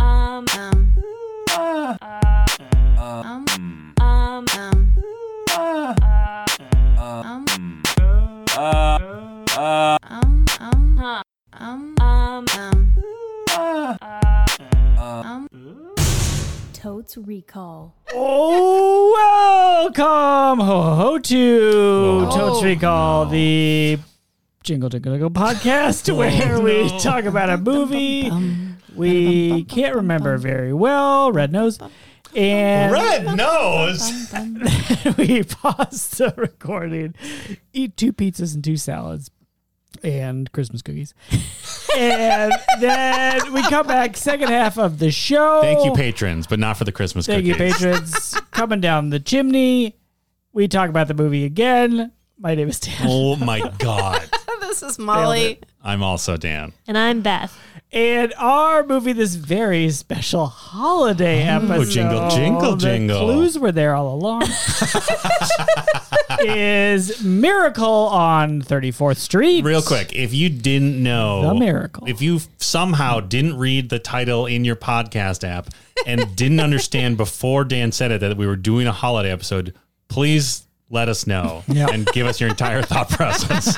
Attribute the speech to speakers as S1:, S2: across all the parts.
S1: um, um, uh, um, um, um, um, um, um, huh, um, um, um, um,
S2: Totes Recall.
S3: Oh, welcome ho ho to
S4: Oh,
S3: Totes Recall, the Jingle Jingle Jingle podcast where we talk about a movie we can't remember very well, Red Nose, and
S4: Red nose.
S3: we paused the recording, eat two pizzas and two salads. And Christmas cookies, and then we come back second half of the show.
S4: Thank you, patrons, but not for the Christmas
S3: Thank
S4: cookies.
S3: you, patrons. Coming down the chimney, we talk about the movie again. My name is Dan,
S4: Oh my God.
S1: this is Molly.
S4: I'm also Dan.
S5: And I'm Beth.
S3: and our movie this very special holiday episode.
S4: Oh, jingle,
S3: the
S4: jingle, jingle.
S3: Clues were there all along. is Miracle on Thirty Fourth Street?
S4: Real quick, Oh. if you didn't know
S3: The miracle.
S4: if you somehow didn't read the title in your podcast app and didn't understand before Dan said it that we were doing a holiday episode, please let us know
S3: Yeah.
S4: and give us your entire thought process.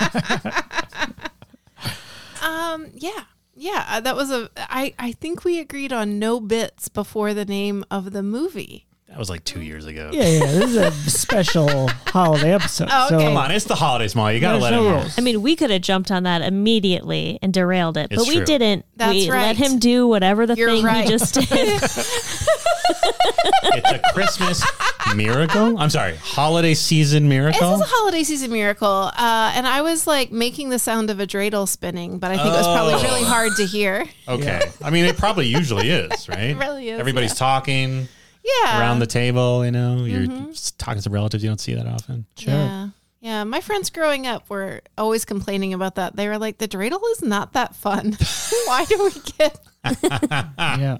S1: Um, yeah. Yeah, uh, that was a. I I think we agreed on no bits before the name of the movie.
S4: That was like two years ago.
S3: Yeah, yeah. This is a special holiday episode.
S1: Oh,
S3: so
S1: okay.
S4: Come on, it's the holidays, Molly. You gotta
S3: there's
S4: let
S3: no
S4: him.
S3: rules.
S5: I mean, we could have jumped on that immediately and derailed it,
S4: It's
S5: but we
S4: true.
S5: didn't.
S1: That's
S5: we
S1: right.
S5: let him do whatever the
S1: You're
S5: thing
S1: right.
S5: he just did.
S4: It's a Christmas miracle. I'm sorry, holiday season miracle.
S1: This is a holiday season miracle, uh, and I was like making the sound of a dreidel spinning, but I think it was probably
S4: Oh.
S1: really hard to hear.
S4: Okay. I mean, it probably usually is, right?
S1: really is, Um,
S4: Everybody's talking
S1: Yeah,
S4: around the table, you know, you're
S1: Mm-hmm.
S4: s- talking to relatives you don't see that often.
S1: Yeah. Uh, Yeah, my friends growing up were always complaining about that. They were like, "The dreidel is not that fun. Why do we get?"
S4: Ah.
S3: yeah.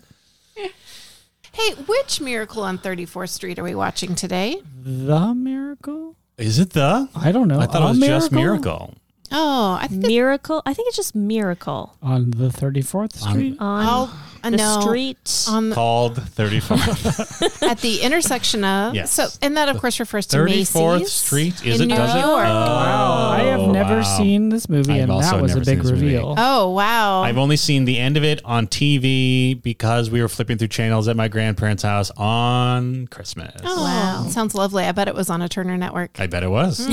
S1: Hey, which Miracle on 34th Street are we watching today?
S3: The miracle?
S4: Is it the?
S3: I don't know.
S4: I thought it
S3: A
S4: was just miracle.
S1: Oh, I think
S5: miracle. I think it's just miracle
S3: on the Thirty Fourth
S4: On-
S3: Street.
S5: on
S1: oh, uh,
S5: the
S1: no,
S5: street.
S1: on
S4: Called 34th.
S1: at the intersection of
S4: Yes.
S1: so, and that of course refers to
S4: 34th
S1: Macy's
S4: Street? Is it?
S1: in New
S4: does it?
S1: York.
S4: Oh,
S3: I have never
S4: wow.
S3: seen this movie,
S4: I've
S3: and that
S4: also
S3: was a
S4: never seen
S3: big
S4: this movie.
S3: reveal.
S1: Oh wow!
S4: I've only seen the end of it on TV because we were flipping through channels at my grandparents' house on Christmas.
S1: oh,
S5: Wow.
S1: sounds lovely. I bet it was on a Turner network. Uh,
S4: I bet it was.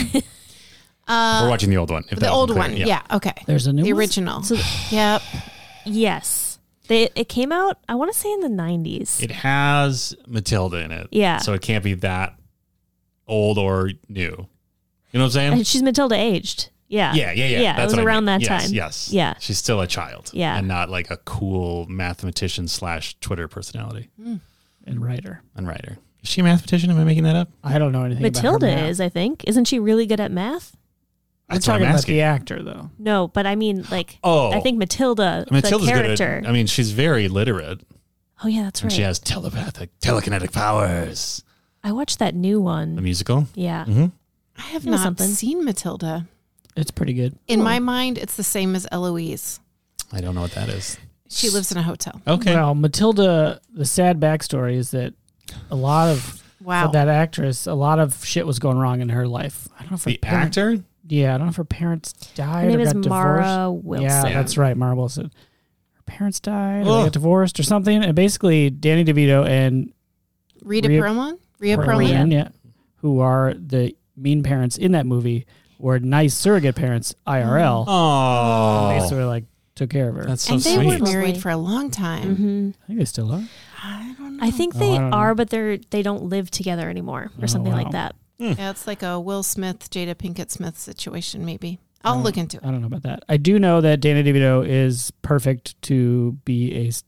S4: we're watching the old one. if
S1: Mm. the
S4: that wasn't
S1: old
S4: clear.
S1: one, yeah. Okay,
S3: There's a new
S1: the
S3: one?
S1: original. yep.
S5: yes, they, it came out. I want to say in the nineties.
S4: It has Matilda in it.
S5: Yeah.
S4: So it can't be that old or new. You know what I'm saying?
S5: And she's Matilda aged. Yeah.
S4: yeah, yeah, yeah.
S5: Yeah.
S4: That's
S5: it was
S4: what I
S5: around
S4: mean.
S5: that
S4: Yes,
S5: time.
S4: Yes.
S5: Yeah.
S4: She's still a child.
S5: Yeah.
S4: And not like a cool mathematician slash Twitter personality
S3: and writer.
S4: and writer. Is she a mathematician? Am I making that up?
S3: I don't know anything. about her
S5: Matilda
S3: now.
S5: is, I think. Isn't she really good at math?
S3: I'm
S4: That's what
S3: talking
S4: I'm
S3: about
S4: asking.
S5: uh,
S3: the actor though.
S5: No, but I mean, like,
S4: Oh.
S5: I think Matilda,
S4: Matilda's
S5: the
S4: good
S5: character.
S4: at, I mean, she's very literate
S5: oh yeah, that's
S4: and
S5: right.
S4: she has telepathic, telekinetic powers.
S5: I watched that new
S4: The
S5: one.
S4: musical? Mm-hmm.
S5: Yeah.
S1: I have
S5: Know
S1: not
S5: something.
S1: seen Matilda.
S3: It's pretty good.
S1: In my mind, it's the same as Eloise.
S4: I don't know what that is.
S1: She lives in a hotel.
S4: Okay.
S3: Well, Matilda. The sad backstory is that a lot of
S1: Wow.
S3: for that actress, a lot of shit was going wrong in her life. I don't know if her
S4: the
S3: parent-
S4: actor?
S3: Yeah, I don't know if her parents died
S5: Her name
S3: or
S5: is
S3: got divorced.
S5: Mara Wilson.
S3: Yeah, that's right, Mara Wilson. Her parents died, or they got
S4: Ugh.
S3: divorced, or something. And basically, Danny DeVito and
S1: Rita
S3: Rhea-
S1: Perlman? Rhea
S3: Or
S1: Perlman?
S3: Rhiannon, yeah, who are the mean parents in that movie were nice surrogate parents IRL. They
S4: Oh.
S3: sort of like took care of her.
S4: That's so
S1: And they
S4: sweet.
S1: were
S5: Lovely.
S1: married for a long time.
S5: hmm
S3: I think they still are.
S1: I don't know.
S5: I think
S3: Oh,
S5: they
S3: Mm-hmm. I don't know.
S5: are, but they're they don't live together anymore, or
S3: Oh,
S5: something
S3: wow.
S5: like that.
S1: Yeah, it's like a Will Smith, Jada Pinkett Smith situation, maybe. I'll
S4: Mm.
S3: don't-
S1: look into it.
S3: I don't know about that. I do know that Danny DeVito is perfect to be a s-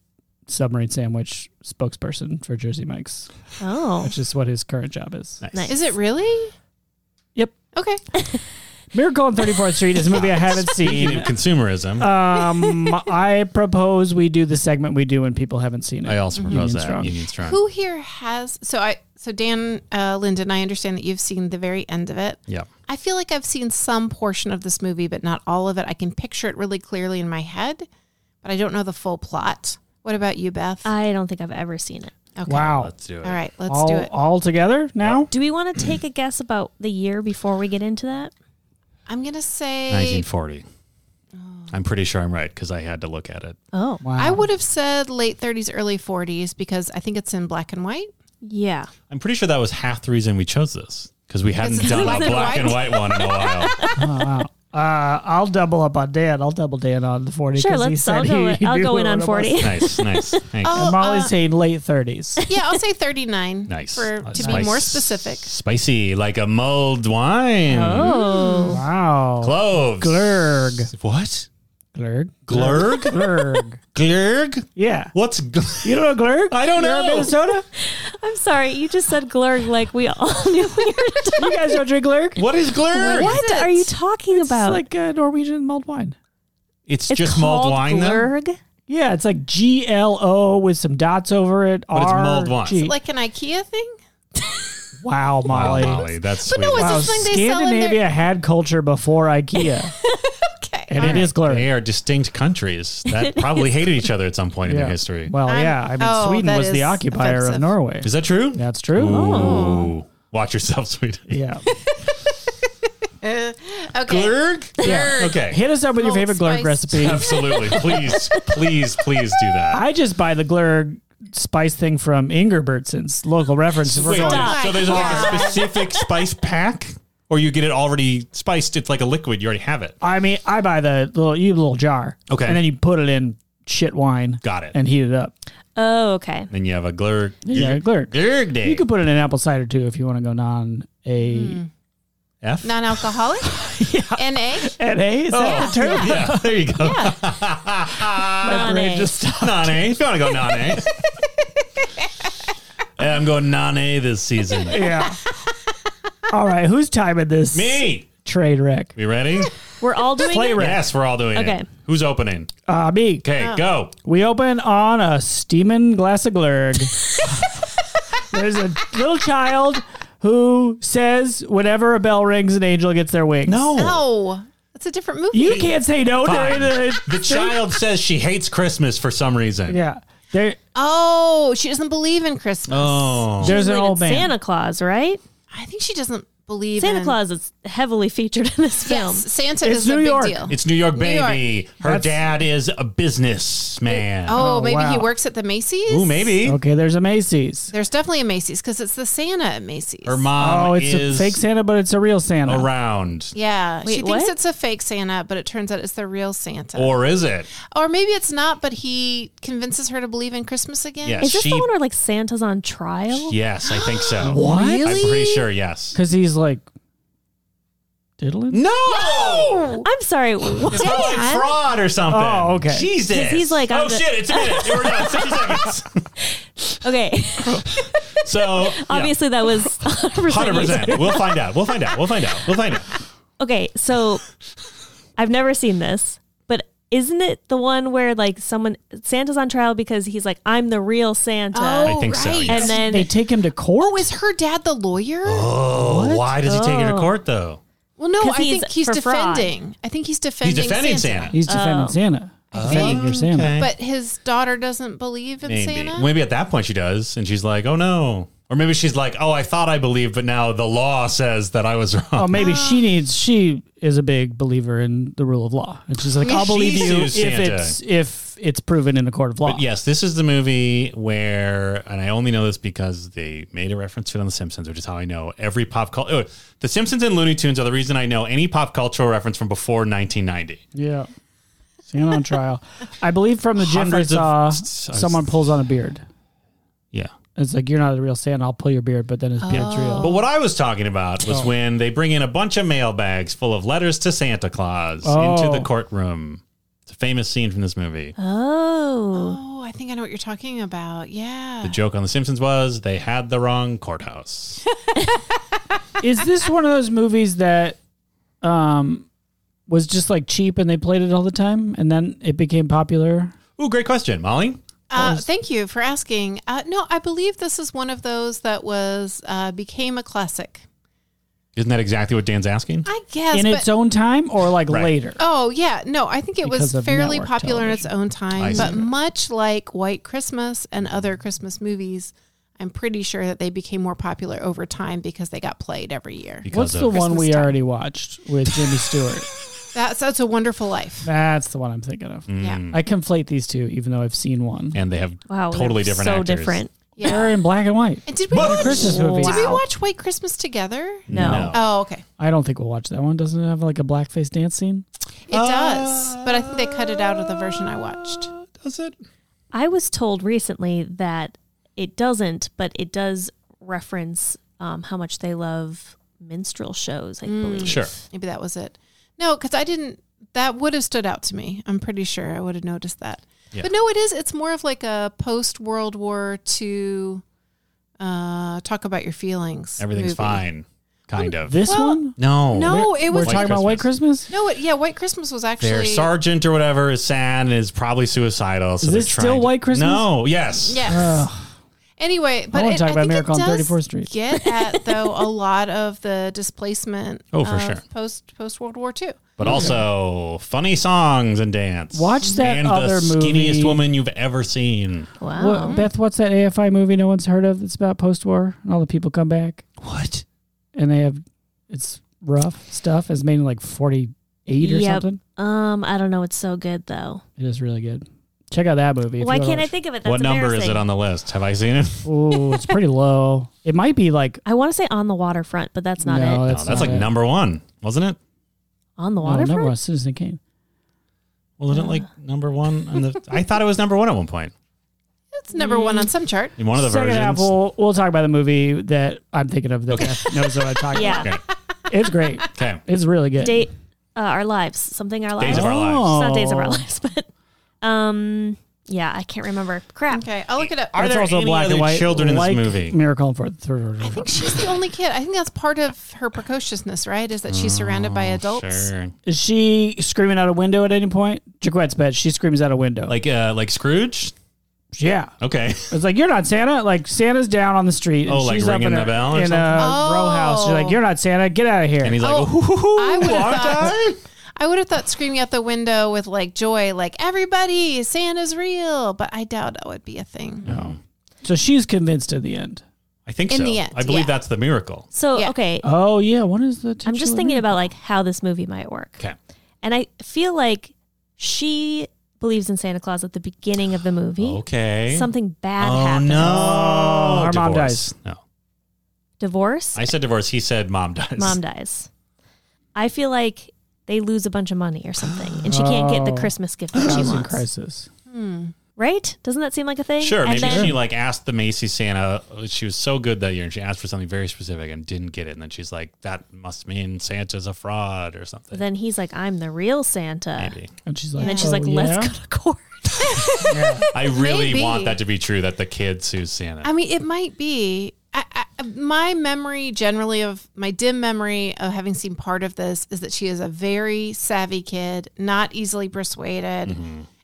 S3: submarine sandwich spokesperson for Jersey Mike's,
S5: Oh,
S3: which is what his current job is.
S4: Nice.
S5: nice.
S1: Is it really?
S3: Yep.
S1: Okay.
S3: Miracle on 34th Street is a movie I haven't
S4: Speaking
S3: seen.
S4: of consumerism,
S3: Um, I propose we do the segment we do when people haven't seen it.
S4: I also propose
S3: Union
S4: that.
S3: Strong.
S4: Union Strong.
S1: Who here has so I so Dan uh, Lyndon, I understand that you've seen the very end of it.
S4: Yeah.
S1: I feel like I've seen some portion of this movie, but not all of it. I can picture it really clearly in my head, but I don't know the full plot. What about you, Beth?
S5: I don't think I've ever seen it.
S1: okay.
S3: Wow.
S4: Let's do it.
S1: All right, let's
S3: all,
S1: do it.
S3: all together now?
S5: Do we want to take a guess about the year before we get into that?
S1: I'm gonna say
S4: 1940.
S1: Oh.
S4: I'm pretty sure I'm right because I had to look at it.
S5: Oh,
S3: Wow.
S1: I would have said late 30s, early 40s because I think it's in black and white.
S5: yeah.
S4: I'm pretty sure that was half the reason we chose this because we hadn't
S1: it's
S4: done
S1: black
S4: a
S1: and
S4: black and white one in a while.
S3: Uh, I'll double up on Dan. I'll double Dan on the 40.
S5: Sure,
S3: 'cause he
S5: let's-
S3: said
S5: I'll go
S3: he
S5: in- I'll
S3: knew
S5: go in on
S3: what it was.
S5: 40.
S4: nice, nice. Thanks.
S1: Oh,
S3: And Molly's
S1: uh,
S3: saying late 30s.
S1: Yeah, I'll say 39.
S4: nice.
S1: For,
S4: Uh,
S1: to be
S4: spice-
S1: more specific.
S4: Spicy, like a mulled wine.
S5: Oh,
S3: Wow.
S4: Cloves.
S3: Glurg.
S4: What?
S3: Glurg.
S4: Glurg?
S3: Glurg.
S4: Glurg?
S3: Yeah.
S4: What's glurg?
S3: You don't know Glurg?
S4: I don't
S3: You're in
S4: know.
S3: Minnesota?
S5: I'm sorry. You just said glurg like we all knew we were talking.
S3: You guys don't drink Glurg?
S4: What is glurg?
S5: What are you talking
S3: It's
S5: about?
S3: like uh, Norwegian mulled wine.
S4: It's, just mulled
S5: called
S4: wine, though?
S5: glurg.
S3: Yeah, it's like G L O with some dots over it.
S4: But it's mulled wine.
S3: RG.
S1: Like an IKEA thing?
S3: wow, Molly.
S4: Wow, Molly, that's
S1: But
S4: sweet.
S1: no, it's-
S3: Wow,
S1: This thing they sell in their-
S3: Scandinavia had culture before IKEA,
S1: Okay.
S3: and
S1: all
S3: it is Glurg.
S4: They are distinct countries that probably hated each other at some point in
S3: Yeah.
S4: their history.
S3: Well,
S1: I'm-
S3: yeah. I mean,
S1: oh,
S3: Sweden
S1: that
S3: was the
S1: is
S3: occupier of
S1: offensive.
S3: Norway.
S4: Is that true?
S3: That's true. Oh.
S4: Ooh. Oh. Watch yourself, sweetie.
S3: Yeah.
S1: right. Okay.
S4: Glurg?
S3: Yeah.
S4: Okay.
S3: Hit us up with your
S1: Mulled
S3: favorite Glurg
S1: spice.
S3: recipe.
S4: Absolutely. Please, please, please do that.
S3: I just buy the Glurg spice thing from Ingerbertson's local reference. If we're
S4: Wait,
S3: going-
S1: Stop.
S4: so there's like
S1: Stop.
S4: a specific spice pack, or you get it already spiced. It's like a liquid. You already have it.
S3: I mean, I buy the little you little jar.
S4: Okay.
S3: And then you put it in shit wine.
S4: Got it.
S3: And heat it up.
S5: Oh, okay.
S4: Then you have a glurg.
S3: Yeah, Glurg.
S4: Glurg day.
S3: You could put it in apple cider too if you want to go non a
S1: Hmm.
S4: F.
S1: Non alcoholic? NA?
S3: and a is that the term?
S4: Yeah, there you go.
S5: Non-A.
S3: brain just-
S4: non A. If you want to go non A. I'm going non A this season.
S3: Yeah. All right, who's timing this
S4: Me.
S3: trade wreck?
S4: We ready?
S5: We're all doing
S3: Play
S5: it.
S3: Right.
S4: Yes, we're all doing it.
S5: Okay.
S4: Who's opening?
S3: Uh, me.
S4: Okay, go.
S3: We open on a steaming glass of glurg. There's a little child who says, "Whenever a bell rings, an angel gets their wings."
S1: No. It's a different movie.
S3: you can't say no during
S4: Fine.
S3: the,
S4: The child says she hates Christmas for some reason.
S3: Yeah, there,
S1: Oh, she doesn't believe in Christmas.
S4: Oh.
S3: there's an
S5: Like
S3: old
S5: in
S3: man.
S5: Santa Claus, right?
S1: I think she doesn't believe
S5: Santa
S1: in
S5: Claus is heavily featured in this film.
S1: Yes, Santa
S3: It's
S1: is a
S3: New
S1: big
S3: York.
S1: deal.
S4: It's New York,
S1: New York.
S4: baby. Her
S3: That's-
S4: dad is a businessman.
S1: oh,
S3: Oh,
S1: maybe he
S3: wow.
S1: works at the Macy's.
S4: Ooh, maybe.
S3: Okay, there's a Macy's.
S1: There's definitely a Macy's because it's the Santa at Macy's.
S4: Her mom
S3: oh, it's a
S4: is
S3: fake Santa, but it's a real Santa.
S4: around.
S1: yeah, she
S5: Wait,
S1: thinks
S5: what?
S1: it's a fake Santa, but it turns out it's the real Santa. Or,
S4: Or is it?
S1: maybe it's not, but he convinces her to believe in Christmas again.
S4: Yes.
S5: Is this
S4: she,
S5: the one where like Santa's on trial?
S4: Yes, I think so.
S3: What?
S4: I'm pretty sure, yes.
S3: Because he's like diddling.
S4: No!
S5: I'm sorry. What?
S4: It's not like fraud or something.
S3: Oh, okay.
S4: Jesus.
S5: 'Cause he's like,
S4: oh,
S5: I'm the-
S4: shit, it's a minute. We're done. 60 seconds.
S5: Okay.
S4: So,
S5: Obviously, that was 100%.
S4: yeah, 100%. We'll find out. We'll find out. We'll find out. We'll find out.
S5: Okay, so I've never seen this, but isn't it the one where like someone Santa's on trial because he's like, I'm the real Santa,
S1: Oh,
S4: I think so,
S1: right.
S4: yes.
S5: and then
S3: They take him to court.
S1: oh, is her dad the lawyer?
S4: Oh, why does he take her to
S5: Oh.
S4: court, though?
S1: well, no,
S5: 'Cause
S1: I think
S5: he's
S1: he's
S5: for fraud.
S1: defending. I think he's defending.
S4: He's defending Santa.
S1: Santa,
S3: he's
S5: Oh.
S3: defending Santa. I think you're Santa.
S4: Oh. Okay.
S1: but his daughter doesn't believe in
S4: Maybe.
S1: Santa.
S4: Maybe at that point she does, and she's like, "Oh no," or maybe she's like, "Oh, I thought I believed, but now the law says that I was wrong."
S3: Oh, maybe
S4: Uh.
S3: she needs. She is a big believer in the rule of law, and she's like, "I'll
S1: She
S3: believe you if
S4: sues Santa.
S3: it's if it's proven in a court of law."
S4: But yes, this is the movie where, and I only know this because they made a reference to it on The Simpsons, which is how I know every pop culture. Oh, the Simpsons and Looney Tunes are the reason I know any pop cultural reference from before 1990.
S3: yeah. Santa on trial. I believe from the gif I
S4: Hundreds of-
S3: saw,
S4: s- s-
S3: someone pulls on a beard.
S4: Yeah.
S3: It's like you're not the real Santa. I'll pull your beard, but then his
S4: Oh.
S3: beard's real.
S4: But what I was talking about was
S3: Oh.
S4: when they bring in a bunch of mailbags full of letters to Santa Claus into
S3: Oh.
S4: the courtroom. It's a famous scene from this movie.
S5: oh,
S1: Oh, I think I know what you're talking about. Yeah.
S4: The joke on The Simpsons was they had the wrong courthouse.
S3: is this one of those movies that um was just like cheap and they played it all the time and then it became popular
S4: Ooh, great question, Molly.
S1: Uh, thank you for asking. Uh, no, I believe this is one of those that was uh, became a classic.
S4: Isn't that exactly what Dan's asking?
S1: I guess.
S3: in
S1: but,
S3: its own time or like
S4: Right.
S3: later?
S1: oh, yeah. No, I think it was
S3: Because of
S1: fairly
S3: network
S1: popular in its
S3: television.
S1: own
S4: I
S1: time.
S4: see.
S1: But much like White Christmas and other Christmas movies, I'm pretty sure that they became more popular over time because they got played every year.
S4: Because
S3: What's the
S4: of
S3: one we
S1: Christmas time.
S3: already watched with Jimmy Stewart?
S1: That's, that's a wonderful life.
S3: That's the one I'm thinking
S4: Mm.
S3: of.
S1: Yeah.
S3: I conflate these two, even though I've seen one.
S4: and they have
S5: Wow,
S4: totally
S5: they're
S4: different
S5: So
S4: actors.
S5: different.
S3: They're
S1: Yeah.
S3: in black and white.
S1: And did we,
S4: But-
S1: watch,
S3: Christmas movie.
S1: did we
S5: Wow.
S1: watch White Christmas together?
S5: No.
S4: No.
S1: Oh, okay.
S3: I don't think we'll watch that one. Doesn't it have like a blackface dance scene?
S1: It does, but I think they cut it out of the version I watched.
S4: Uh, Does it?
S5: I was told recently that it doesn't, but it does reference um, how much they love minstrel shows. I
S3: Mm.
S5: believe.
S4: Sure.
S1: Maybe that was it. No, because I didn't. That would have stood out to me. I'm pretty sure I would have noticed that.
S4: Yeah.
S1: But no, it is. It's more of like a post World War II uh, talk about your feelings.
S4: Everything's
S1: movie.
S4: fine. Kind of.
S3: This
S1: Well,
S3: one?
S4: no.
S1: No, it
S3: We're
S1: was.
S4: White
S3: talking about White Christmas?
S1: No, it, yeah, White Christmas was actually.
S4: Their sergeant or whatever is sad and is probably suicidal. So
S3: Is
S4: they're
S3: this
S4: trying
S3: still
S4: to-
S3: White Christmas?
S4: No. Yes.
S1: Yes.
S3: Ugh.
S1: Anyway, but
S3: wanna
S1: it,
S3: talk
S1: I
S3: about
S1: think
S3: Miracle
S1: it
S3: on
S1: does
S3: 34th Street.
S1: Get at though a lot of the displacement.
S4: Oh, for
S1: of
S4: sure.
S1: Post post World War II.
S4: But also funny songs and dance.
S3: Watch that
S4: and
S3: other
S4: the skinniest
S3: movie.
S4: woman you've ever seen.
S5: Wow.
S3: What, Beth, what's that AFI movie no one's heard of that's about post war and all the people come back
S4: What?
S3: and they have it's rough stuff. It's made in like 48 or
S5: Yep.
S3: something.
S5: Um, I don't know. It's so good though.
S3: It is really good. Check out that movie. if
S5: Why
S3: you wanna
S5: can't I
S3: watch-
S5: think of it? That's
S4: what number is
S5: embarrassing.
S4: it on the list? Have I seen it?
S3: Oh, it's pretty low. It might be like
S5: I want to say on the waterfront, but that's not
S3: no,
S5: it.
S3: That's
S4: no, that's
S3: not
S4: like
S3: it.
S4: number one, wasn't it?
S5: On the
S3: No,
S5: waterfront.
S3: number one, Citizen Kane.
S4: Wasn't it like number one? On the, I thought it was number one at one point
S1: It's number
S3: Mm.
S1: one on some chart.
S4: in one of the
S3: Second
S4: versions.
S3: half, we'll, we'll talk about the movie that I'm thinking of that
S4: Okay.
S3: Beth knows what I'm talking
S5: Yeah.
S4: Okay.
S3: about. It's great.
S4: Okay.
S3: It's really good.
S5: Date uh, our lives. Something our lives.
S4: Days of Our Lives.
S5: It's not days of our
S3: Oh.
S5: lives, but um, yeah, I can't remember. Crap.
S1: Okay, I'll look it up.
S4: Are
S3: It's
S4: there
S3: also
S4: any
S3: black
S4: other
S3: and white.
S4: children in this
S3: like
S4: movie?
S3: Miracle on Fourth. Third,
S1: I think she's the only kid. I think that's part of her precociousness, right? Is that she's surrounded by adults.
S4: Sure.
S3: Is she screaming out a window at any point? Jaquette's bed. She screams out a window.
S4: Like uh, like Scrooge.
S3: yeah,
S4: Okay.
S3: it's like you're not Santa. Like Santa's down on the street. and
S4: Oh, like
S3: she's up
S4: ringing
S3: in
S4: the
S3: a-
S4: bell or
S3: in a
S4: something?
S3: row house. She's like,
S1: Oh.
S3: you're not Santa. Get out of here.
S4: And he's like,
S1: Oh,
S4: oh,
S1: I would've
S4: aren't
S1: thought-
S4: I?
S1: I would have thought screaming out the window with like joy, like everybody, Santa's real. But I doubt that would be a thing.
S3: so she's convinced at the end.
S4: I think
S1: In
S4: so.
S1: the end,
S4: I believe
S1: yeah.
S4: that's the miracle.
S5: So
S1: Yeah.
S5: okay,
S3: Oh yeah, what is the?
S5: I'm just thinking about like how this movie might work.
S4: Okay.
S5: And I feel like she believes in Santa Claus at the beginning of the movie.
S4: Okay.
S5: Something bad
S4: Oh
S5: happens.
S4: no!
S3: Her mom
S4: Divorce.
S3: dies.
S4: No,
S5: Divorce.
S4: I said divorce. He said mom dies.
S5: Mom dies. I feel like they lose a bunch of money or something, and she can't get the
S3: Oh.
S5: Christmas gift that she
S3: housing
S5: wants.
S3: crisis.
S5: Right? Doesn't that seem like a thing?
S4: Sure,
S5: And
S4: maybe
S5: then,
S4: she like asked the Macy's Santa. uh, She was so good that year, and she asked for something very specific and didn't get it. And then she's like, "That must mean Santa's a fraud or something."
S5: then he's like, "I'm the real Santa,"
S4: maybe.
S3: And she's like,
S5: and then she's
S3: "Oh,
S5: like,
S3: yeah?"
S5: "Let's go to court."
S4: I really
S1: Maybe.
S4: want that to be true. That the kid sues Santa.
S1: I mean, it might be. I, I, my memory generally of my dim memory of having seen part of this is that she is a very savvy kid, not easily persuaded.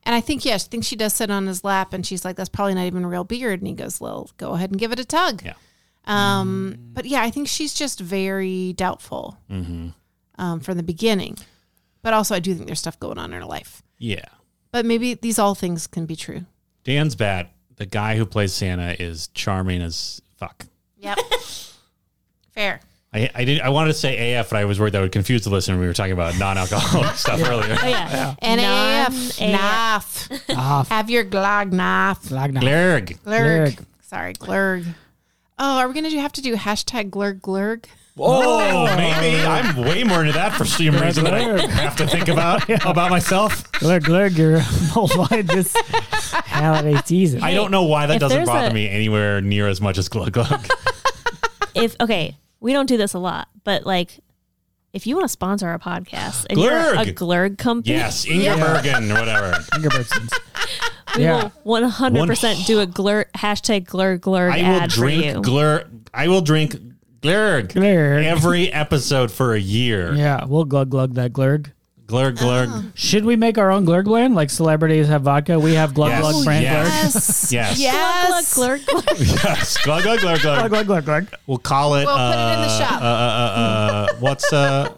S1: And I think, yes, I think she does sit on his lap and she's like, that's probably not even a real beard. And he goes, well, go ahead and give it a tug.
S4: Yeah.
S1: Um, But yeah, I think she's just very doubtful um, from the beginning. But also, I do think there's stuff going on in her life.
S4: yeah,
S1: But maybe these all things can be true.
S4: Dan's bat. The guy who plays Santa is charming as fuck.
S1: Yep. Fair.
S4: I, I did. I wanted to say AF, but I was worried that would confuse the listener. when We were talking about non-alcoholic stuff earlier.
S5: Oh yeah.
S1: NAF.
S5: Non-
S1: NAF.
S3: Ah, f-
S1: Have your glog NAF.
S3: Lagna.
S4: Glarg.
S1: Glurg.
S3: Glurg.
S1: Sorry, glurg. Oh, are we going to have to do hashtag glurg glurg?
S4: Oh, maybe I'm way more into that for some reason that I have to think about about myself.
S3: Glug glug, you're worldwide this holiday season.
S4: I don't know why that
S5: if
S4: doesn't
S5: there's
S4: bother
S5: a-
S4: me anywhere near as much as glug glug.
S5: if okay, we don't do this a lot, but like if you want to sponsor our podcast and
S4: Glurg.
S5: you're a glurg company,
S4: yes, Inga Bergen or whatever.
S3: Ingebrigtsens.
S5: we
S3: yeah.
S5: will 100% do a glur hashtag glurg glurg
S4: I
S5: ad
S4: will
S5: for you.
S4: drink glur. I will drink glurg
S3: Glurg.
S4: every episode for a year.
S3: Yeah, we'll glug glug that glurg.
S4: Glurg, glurg.
S3: Should we make our own glurg blend? Like celebrities have vodka, we have glug
S4: Yes.
S3: glug
S4: Oh,
S3: brand
S4: yes. Yes.
S1: Yes. Yes.
S5: Glug, glug, glug, glug.
S4: Yes. Glug, glug, glug, glug.
S3: glug. Glug glug glug glug.
S4: We'll call it.
S1: We'll put it in the
S4: uh,
S1: shop.
S4: Uh, uh, uh, uh, what's uh?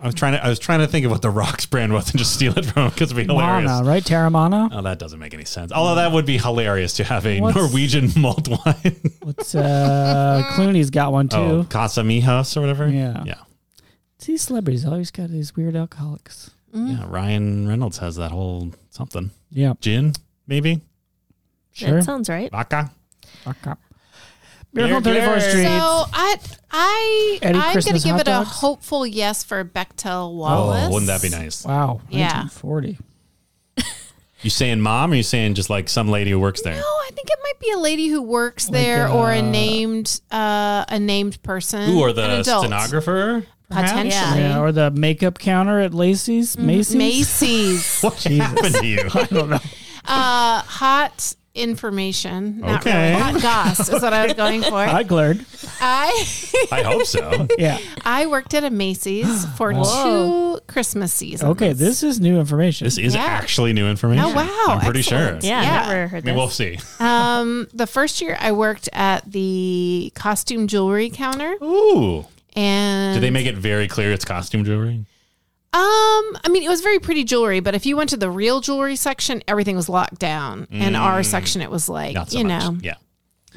S4: I was trying to. I was trying to think of what the Rocks brand was and just steal it from because it'd be hilarious.
S3: Mana, right? Terramana.
S4: Oh, that doesn't make any sense. Although that would be hilarious to have a
S3: What's-
S4: Norwegian malt wine.
S3: What's uh Clooney's got one too.
S4: Oh, Casamigos or whatever.
S3: Yeah.
S4: Yeah.
S3: See celebrities always got these weird alcoholics.
S1: Mm.
S4: Yeah. Ryan Reynolds has that whole something.
S3: Yeah.
S4: Gin, maybe?
S3: Sure.
S5: That sounds right.
S4: Vodka?
S3: Fuck up. Miracle on
S4: Beer
S3: 34th
S4: Girl.
S3: Street.
S1: So I I
S3: Any
S1: I'm going to
S3: Christmas
S1: give
S3: hot
S1: it
S3: dogs?
S1: a hopeful yes for
S4: Oh,
S1: Bechtel Wallace.
S4: wouldn't that be nice?
S3: wow.
S1: Yeah.
S3: 1940.
S4: You saying mom or you saying just like some lady who works there?
S1: No, I think it might be a lady who works there or a
S3: uh,
S1: named uh, a named person.
S4: Who or
S1: an
S4: the
S1: adult.
S4: stenographer? perhaps?
S1: Potentially.
S3: Yeah, or the makeup counter at Lacey's, Macy's.
S1: Macy's.
S4: What happened to you?
S3: I don't know.
S1: uh, hot information. Not
S4: Okay.
S1: really. Hot goss is what I was going for.
S3: I glared.
S1: I
S4: I hope so.
S3: Yeah.
S1: I worked at a Macy's for
S5: Whoa.
S1: two Christmas seasons.
S3: Okay, this is new information.
S4: This is
S1: Yeah.
S4: actually new information.
S1: Oh, wow.
S4: I'm pretty
S1: Excellent.
S4: sure.
S5: Yeah,
S1: Yeah.
S5: never heard
S4: I mean, we'll
S5: this.
S4: see.
S1: Um, the first year I worked at the costume jewelry counter,
S4: Ooh.
S1: and
S4: Did they make it very clear it's costume jewelry?
S1: Um, I mean, it was very pretty jewelry, but if you went to the real jewelry section, everything was locked down. And our section, it was like,
S4: Mm. Not so
S1: you
S4: much.
S1: know,
S4: Yeah.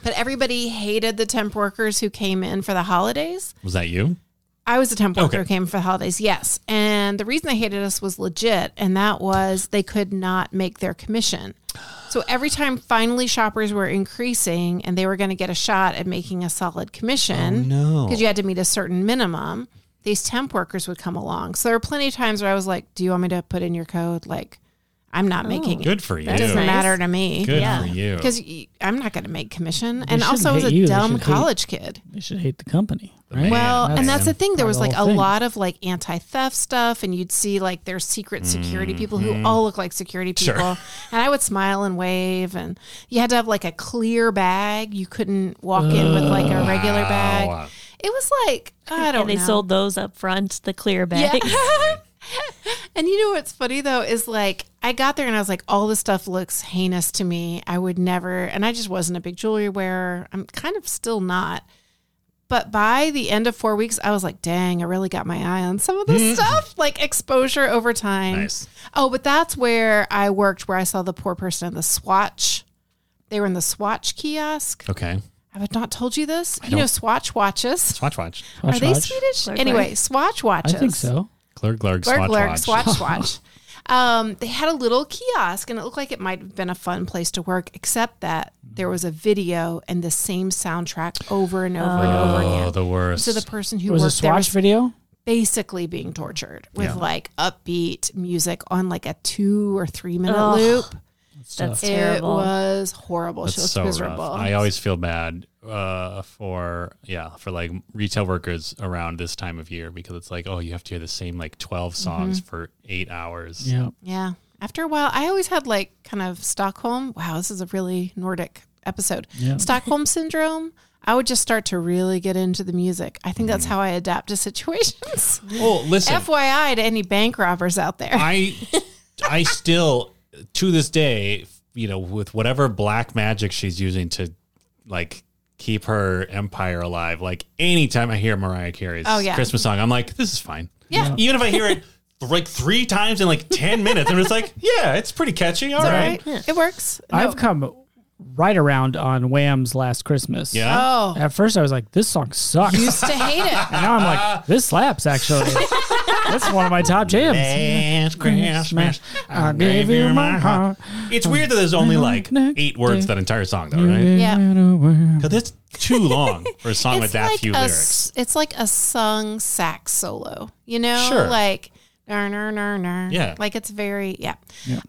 S1: but everybody hated the temp workers who came in for the holidays.
S4: Was that you?
S1: I was a temp worker
S4: Okay.
S1: who came for the holidays, yes. And the reason they hated us was legit, and that was they could not make their commission. So every time finally shoppers were increasing and they were going to get a shot at making a solid
S3: Oh,
S1: commission,
S4: No.
S1: because you had to meet a certain minimum, these temp workers would come along. So there were plenty of times where I was like, "Do you want me to put in your code?" Like, I'm
S3: Oh,
S1: not making it.
S4: Good for you.
S1: It doesn't
S5: nice.
S1: matter to me
S4: Good
S5: Yeah.
S4: for you.
S1: because I'm not going to make commission. And also, I
S3: shouldn't
S1: was a
S3: hate you. They
S1: dumb
S3: should hate-
S1: college kid.
S3: They should hate the company.
S4: The man.
S3: Right?
S1: Well, and that's the thing. There
S3: Part
S1: was
S3: of the
S1: like a
S3: whole thing.
S1: lot of like anti theft stuff, and you'd see like their secret security people who all look like security
S4: Mm-hmm. Sure.
S1: people. And I would smile and wave, and you had to have like a clear bag. You couldn't walk in with like a regular
S4: Wow.
S1: bag. It was like I don't
S5: And they
S1: know.
S5: sold those up front, the clear bags.
S1: and you know what's funny though is like I got there and I was like, all this stuff looks heinous to me. I would never, and I just wasn't a big jewelry wearer. I'm kind of still not. But by the end of four weeks, I was like, dang, I really got my eye on some of this stuff, like exposure over time.
S4: Nice.
S1: Oh, but that's where I worked, where I saw the poor person in the swatch. They were in the swatch kiosk.
S4: Okay.
S1: I have not told you this. you know,
S4: don't-
S1: swatch watches.
S4: Swatch watch.
S1: Are they
S3: Swatch.
S1: Swedish?
S5: Glurg, glurg.
S1: Anyway, swatch
S3: I
S1: watches.
S3: think so.
S4: Glurg, glurg,
S1: Glurg,
S4: swatch
S1: glurg,
S4: watch.
S1: swatch, swatch. Um, they had a little kiosk, and it looked like it might have been a fun place to work, except that there was a video and the same soundtrack over and over and over
S4: Oh,
S1: again.
S4: the worst.
S1: So the person
S3: It
S1: who
S3: was a
S1: worked there
S3: swatch
S1: was
S3: video.
S1: basically being tortured with
S4: Yeah.
S1: like upbeat music on like a two or three minute
S5: Ugh.
S1: loop.
S5: That's
S1: It
S5: terrible.
S1: was horrible.
S4: That's
S1: she was
S4: so
S1: miserable.
S4: rough. I always feel bad uh, for yeah for like retail workers around this time of year because it's like oh you have to hear the same like twelve songs
S1: Mm-hmm.
S4: for eight hours.
S3: Yeah.
S1: Yeah. After a while, I always had like kind of Stockholm. Wow, this is a really Nordic episode.
S3: Yeah.
S1: Stockholm syndrome. I would just start to really get into the music. I think that's
S3: Mm.
S1: how I adapt to situations.
S4: Oh, listen,
S1: FYI to any bank robbers out there.
S4: I I still to this day you know with whatever black magic she's using to like keep her empire alive. Like anytime I hear Mariah Carey's
S1: Oh, yeah.
S4: Christmas song, I'm like this is fine.
S1: yeah.
S4: Even if I hear it like three times in like 10 minutes, I'm just like, yeah, it's pretty catchy. All
S1: It's all
S4: right.
S1: right. It works.
S3: I've
S1: No.
S3: come right around on Wham's Last Christmas.
S4: Yeah.
S1: Oh,
S3: At first, I was like, this song sucks.
S1: used to hate it.
S3: And now I'm like, this slaps, actually. That's one of my top jams.
S4: Last Christmas,
S3: I gave you my heart.
S4: It's weird that there's only like eight words to that entire song, though, right?
S1: Yeah.
S4: Because it's too long for a song with
S1: It's
S4: that
S1: like,
S4: few
S1: a,
S4: lyrics.
S1: s- it's like a sung sax solo, you know?
S4: Sure.
S1: Like, nar, nar, nar, nar.
S4: Yeah.
S1: Like it's very, yeah.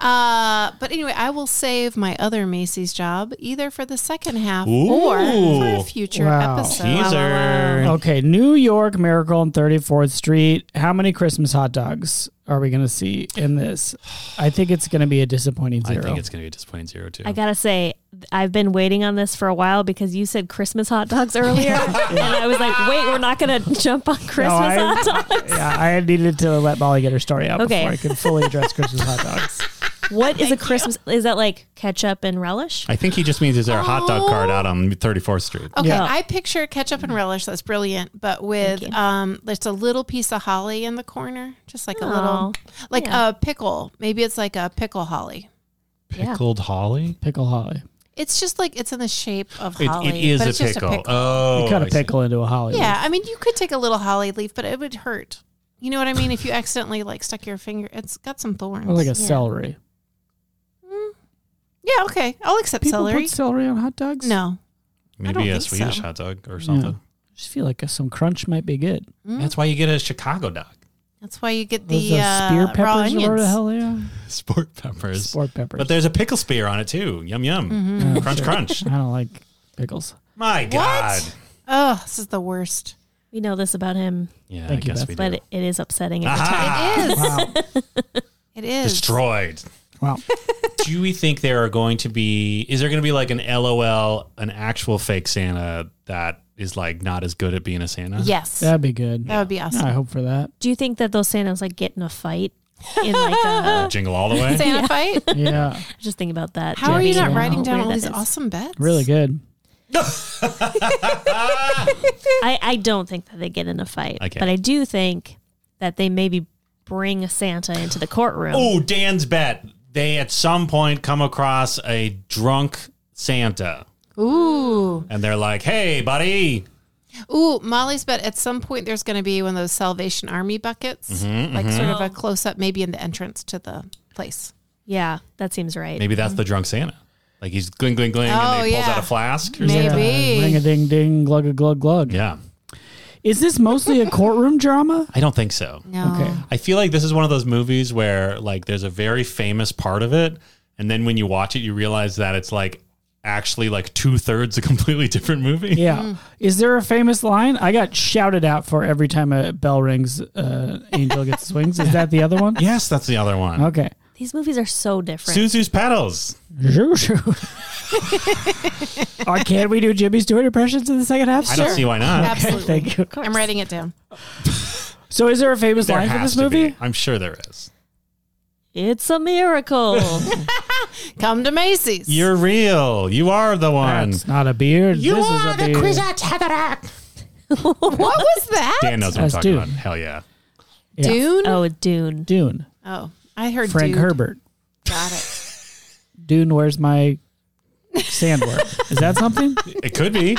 S1: Uh, but anyway, I will save my other Macy's job either for the second half or for
S4: Ooh.
S1: a future
S3: Wow.
S1: episode.
S4: Teaser.
S3: Okay, New York Miracle on 34th Street. How many Christmas hot dogs are we going to see in this? I think it's going to be a disappointing
S4: I
S3: zero.
S4: think it's going to be a disappointing zero too.
S5: I gotta say, I've been waiting on this for a while because you said Christmas hot dogs earlier, and I was like, "Wait, we're not gonna jump on Christmas
S3: No, I-
S5: hot dogs."
S3: yeah, I needed to let Molly get her story out
S5: Okay.
S3: before I could fully address Christmas hot dogs.
S5: What is a Christmas? Is that like ketchup and relish?
S4: I think he just means is there a hot dog
S1: Oh.
S4: cart out on 34th Street?
S1: Okay,
S3: Yeah.
S1: I picture ketchup and relish. That's brilliant, but with um, it's a little piece of holly in the corner, just like a
S5: Oh,
S1: little, like
S5: yeah.
S1: a pickle. Maybe it's like a pickle holly.
S5: yeah.
S4: Pickled holly?
S3: Pickle holly.
S1: It's just like it's in the shape of
S4: It,
S1: holly.
S4: it is
S1: but
S4: a
S1: it's
S4: pickle.
S1: Just a pickle.
S4: Oh,
S3: you cut a
S4: I see.
S3: pickle into a holly. leaf.
S1: yeah, I mean, you could take a little holly leaf, but it would hurt. You know what I mean? if you accidentally like stuck your finger, it's got some thorns. Hmm.
S3: Or like a celery.
S1: yeah, okay, I'll accept
S3: People
S1: celery.
S3: put celery on hot dogs?
S1: no, don't
S4: Maybe a
S1: think so.
S4: Swedish hot dog or
S3: Yeah.
S4: something.
S3: I just feel like some crunch might be good.
S4: That's why you get a Chicago dog.
S1: that's why you get
S3: Those,
S1: the
S3: uh, spear
S1: uh,
S3: peppers
S1: raw
S3: or whatever the
S1: onions.
S3: hell they are.
S4: Sport peppers.
S3: Sport peppers.
S4: But there's a pickle spear on it too. Yum yum.
S1: Mm-hmm.
S3: Oh,
S4: Crunch crunch.
S3: I don't like pickles.
S4: My God.
S1: Oh, this is the worst.
S5: We know this about him,
S4: Yeah,
S3: Thank you,
S4: I guess
S3: Beth.
S4: we
S5: but
S4: do. Uh-huh.
S5: it, it is upsetting. at the time.
S4: Aha!
S1: It is.
S3: Wow.
S1: It is.
S4: Destroyed.
S3: wow.
S4: do we think there are going to be is there going to be like an LOL, an actual fake Santa that is like not as good at being a Santa?
S1: Yes.
S3: That'd be good.
S1: That would be
S3: Yeah, I
S1: awesome.
S3: hope for that.
S5: Do you think that those Santas like get in a fight? In like a,
S4: Jingle all the way.
S1: Santa fight?
S3: Yeah.
S5: just think about that.
S1: How are you
S5: Jimmy,
S1: not
S5: and
S1: writing
S5: how
S1: down
S5: weird
S1: all
S5: that
S1: these
S5: is.
S1: awesome bets?
S3: Really good.
S5: I, I don't think that they get in a fight,
S4: Okay.
S5: but I do think that they maybe bring Santa into the courtroom.
S4: Oh, Dan's bet. They at some point come across a drunk Santa
S1: Ooh.
S4: and they're like, "Hey, buddy,
S1: Ooh, Molly's bet at some point there's going to be one of those Salvation Army buckets, like sort of a close up, maybe in the entrance to the place.
S5: Yeah, that seems right.
S4: maybe that's the drunk Santa." Like he's gling gling gling
S1: Oh,
S4: and he pulls
S1: yeah.
S4: out a flask.
S1: Maybe.
S3: Ring a ding ding, glug a glug glug.
S4: Yeah.
S3: Is this mostly a courtroom drama?
S4: I don't think so.
S1: No.
S3: Okay.
S4: I feel like this is one of those movies where like there's a very famous part of it, and then when you watch it, you realize that it's like actually like two thirds a completely different movie.
S3: Yeah. Is there a famous line? I got shouted out for every time a bell rings, uh, angel gets his wings. Is that the other one?
S4: Yes, that's the other one.
S3: Okay.
S5: These movies are so different.
S4: Suzu's pedals.
S3: Shoo, shoo. or can we do Jimmy Stewart impressions in the second half?
S4: I don't
S1: Sure.
S4: see why not.
S1: Absolutely.
S3: Thank you.
S1: I'm writing it down.
S3: So is there a famous
S4: There
S3: line for
S4: has
S3: this
S4: to
S3: movie?
S4: be. I'm sure there is.
S5: it's a miracle.
S1: Come to Macy's.
S4: You're real. You are the one.
S3: That's not a beard. this is a beard.
S1: what was that?
S4: Dan knows what I'm
S3: That's
S4: talking
S3: Dune.
S4: about. Hell yeah.
S3: Yeah.
S1: Dune? Oh.
S5: oh, Dune.
S3: Dune.
S1: I heard
S3: Frank
S1: dude.
S3: Herbert.
S1: Got it.
S3: Dune, where's my sandworm? is that something?
S4: It could be.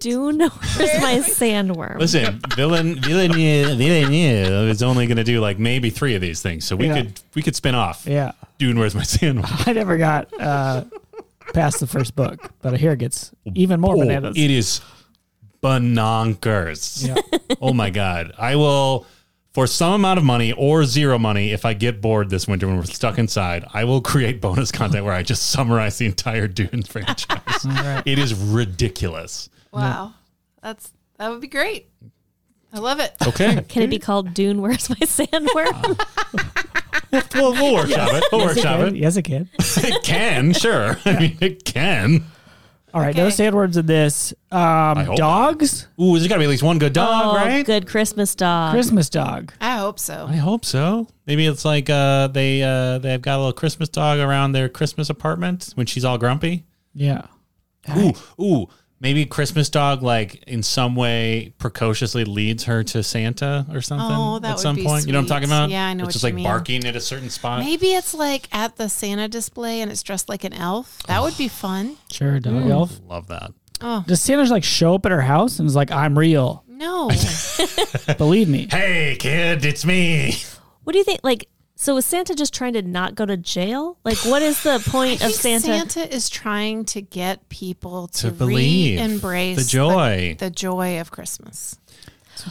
S5: Dune, where's my sandworm?
S4: Listen, villain Villeneuve, Villeneuve is only going to do like maybe three of these things, so we
S3: Yeah.
S4: could we could spin off.
S3: Yeah.
S4: Dune, where's my sandwich?
S3: I never got uh, past the first book, but I hear it gets even more
S4: Oh,
S3: bananas.
S4: It is bonkers. oh my god! I will for some amount of money or zero money if I get bored this winter when we're stuck inside. I will create bonus content where I just summarize the entire Dune franchise. It is ridiculous.
S1: Wow. That's That would be great. I love it.
S4: Okay,
S5: Can it be called Dune, where's my sandworm?
S4: we'll, we'll workshop it. We'll
S3: Yes, it
S4: workshop
S3: can.
S4: it.
S3: Yes, it can.
S4: It can, sure. I mean, it can.
S3: All right, no
S1: Okay.
S3: sandworms in this. Um,
S4: hope
S3: dogs?
S4: Ooh, there's got to be at least one good dog,
S5: oh,
S4: Uh, right?
S5: good Christmas dog.
S3: Christmas dog.
S1: I hope so.
S4: I hope so. Maybe it's like uh, they uh, they've got a little Christmas dog around their Christmas apartment when she's all grumpy.
S3: Yeah.
S4: Ooh, ooh. Maybe Christmas dog, like in some way, precociously leads her to Santa or something
S1: Oh, that
S4: at
S1: would
S4: some
S1: be
S4: point. You know what I'm talking
S1: sweet.
S4: about?
S1: Yeah, I know
S4: It's
S1: what
S4: just
S1: you
S4: like
S1: mean.
S4: barking at a certain spot.
S1: Maybe it's like at the Santa display and it's dressed like an elf. That would be fun.
S3: Sure, dog elf.
S4: Love that.
S3: Does Santa like show up at her house and is like, I'm real.
S1: No.
S3: Believe me.
S4: Hey, kid, it's me.
S5: What do you think? Like, so is Santa just trying to not go to jail? Like, what is the point of Santa?
S1: Santa is trying to get people to,
S4: To believe
S1: embrace
S4: the joy.
S1: the, joy of Christmas.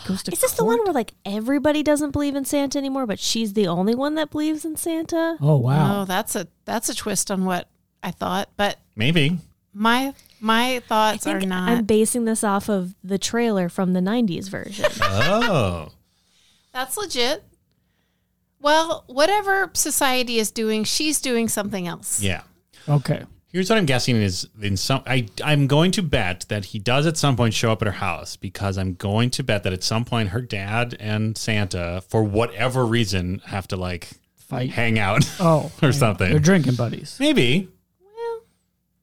S5: Is this the one where like everybody doesn't believe in Santa anymore, but she's the only one that believes in Santa?
S3: Oh, wow.
S1: Oh, that's a that's a twist on what I thought, but
S4: Maybe.
S1: my my thoughts
S5: I
S1: are
S5: think
S1: not.
S5: I'm basing this off of the trailer from the 90s version.
S4: Oh,
S1: that's legit. Well, whatever society is doing, she's doing something else.
S4: Yeah.
S3: Okay.
S4: Here's what I'm guessing is in some I I'm going to bet that he does at some point show up at her house because I'm going to bet that at some point her dad and Santa for whatever reason have to like
S3: Fight.
S4: hang out
S3: Oh.
S4: or
S3: They're
S4: something.
S3: drinking buddies.
S4: Maybe.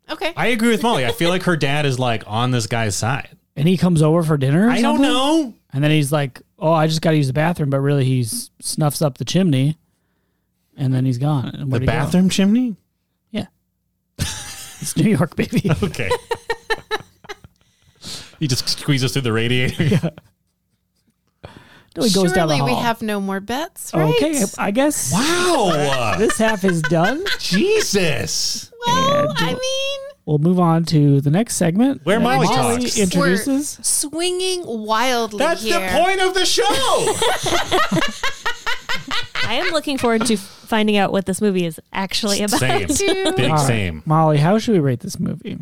S1: Okay.
S4: I agree with Molly. I feel like her dad is like on this guy's side.
S3: And he comes over for dinner. or
S4: I don't
S3: something?
S4: know.
S3: And then he's like, "Oh, I just got to use the bathroom," but really he s- snuffs up the chimney, and then he's gone. And
S4: The
S3: where'd he go?
S4: bathroom chimney?
S3: Yeah. it's New York, baby.
S4: Okay. he just squeezes through the radiator.
S3: No, he goes
S1: Surely
S3: down the hall.
S1: we have no more bets, right?
S3: okay, I guess
S4: Wow.
S3: this half is done.
S4: Jesus.
S1: Well,
S3: And
S1: I mean,
S3: We'll move on to the next segment.
S4: Where
S3: that
S4: Molly talks.
S3: introduces.
S1: we're swinging wildly
S4: That's
S1: here.
S4: the point of the show.
S5: I am looking forward to finding out what this movie is actually about.
S4: same.
S1: Two.
S4: Big
S3: All right,
S4: same.
S3: Uh, Molly, how should we rate this movie?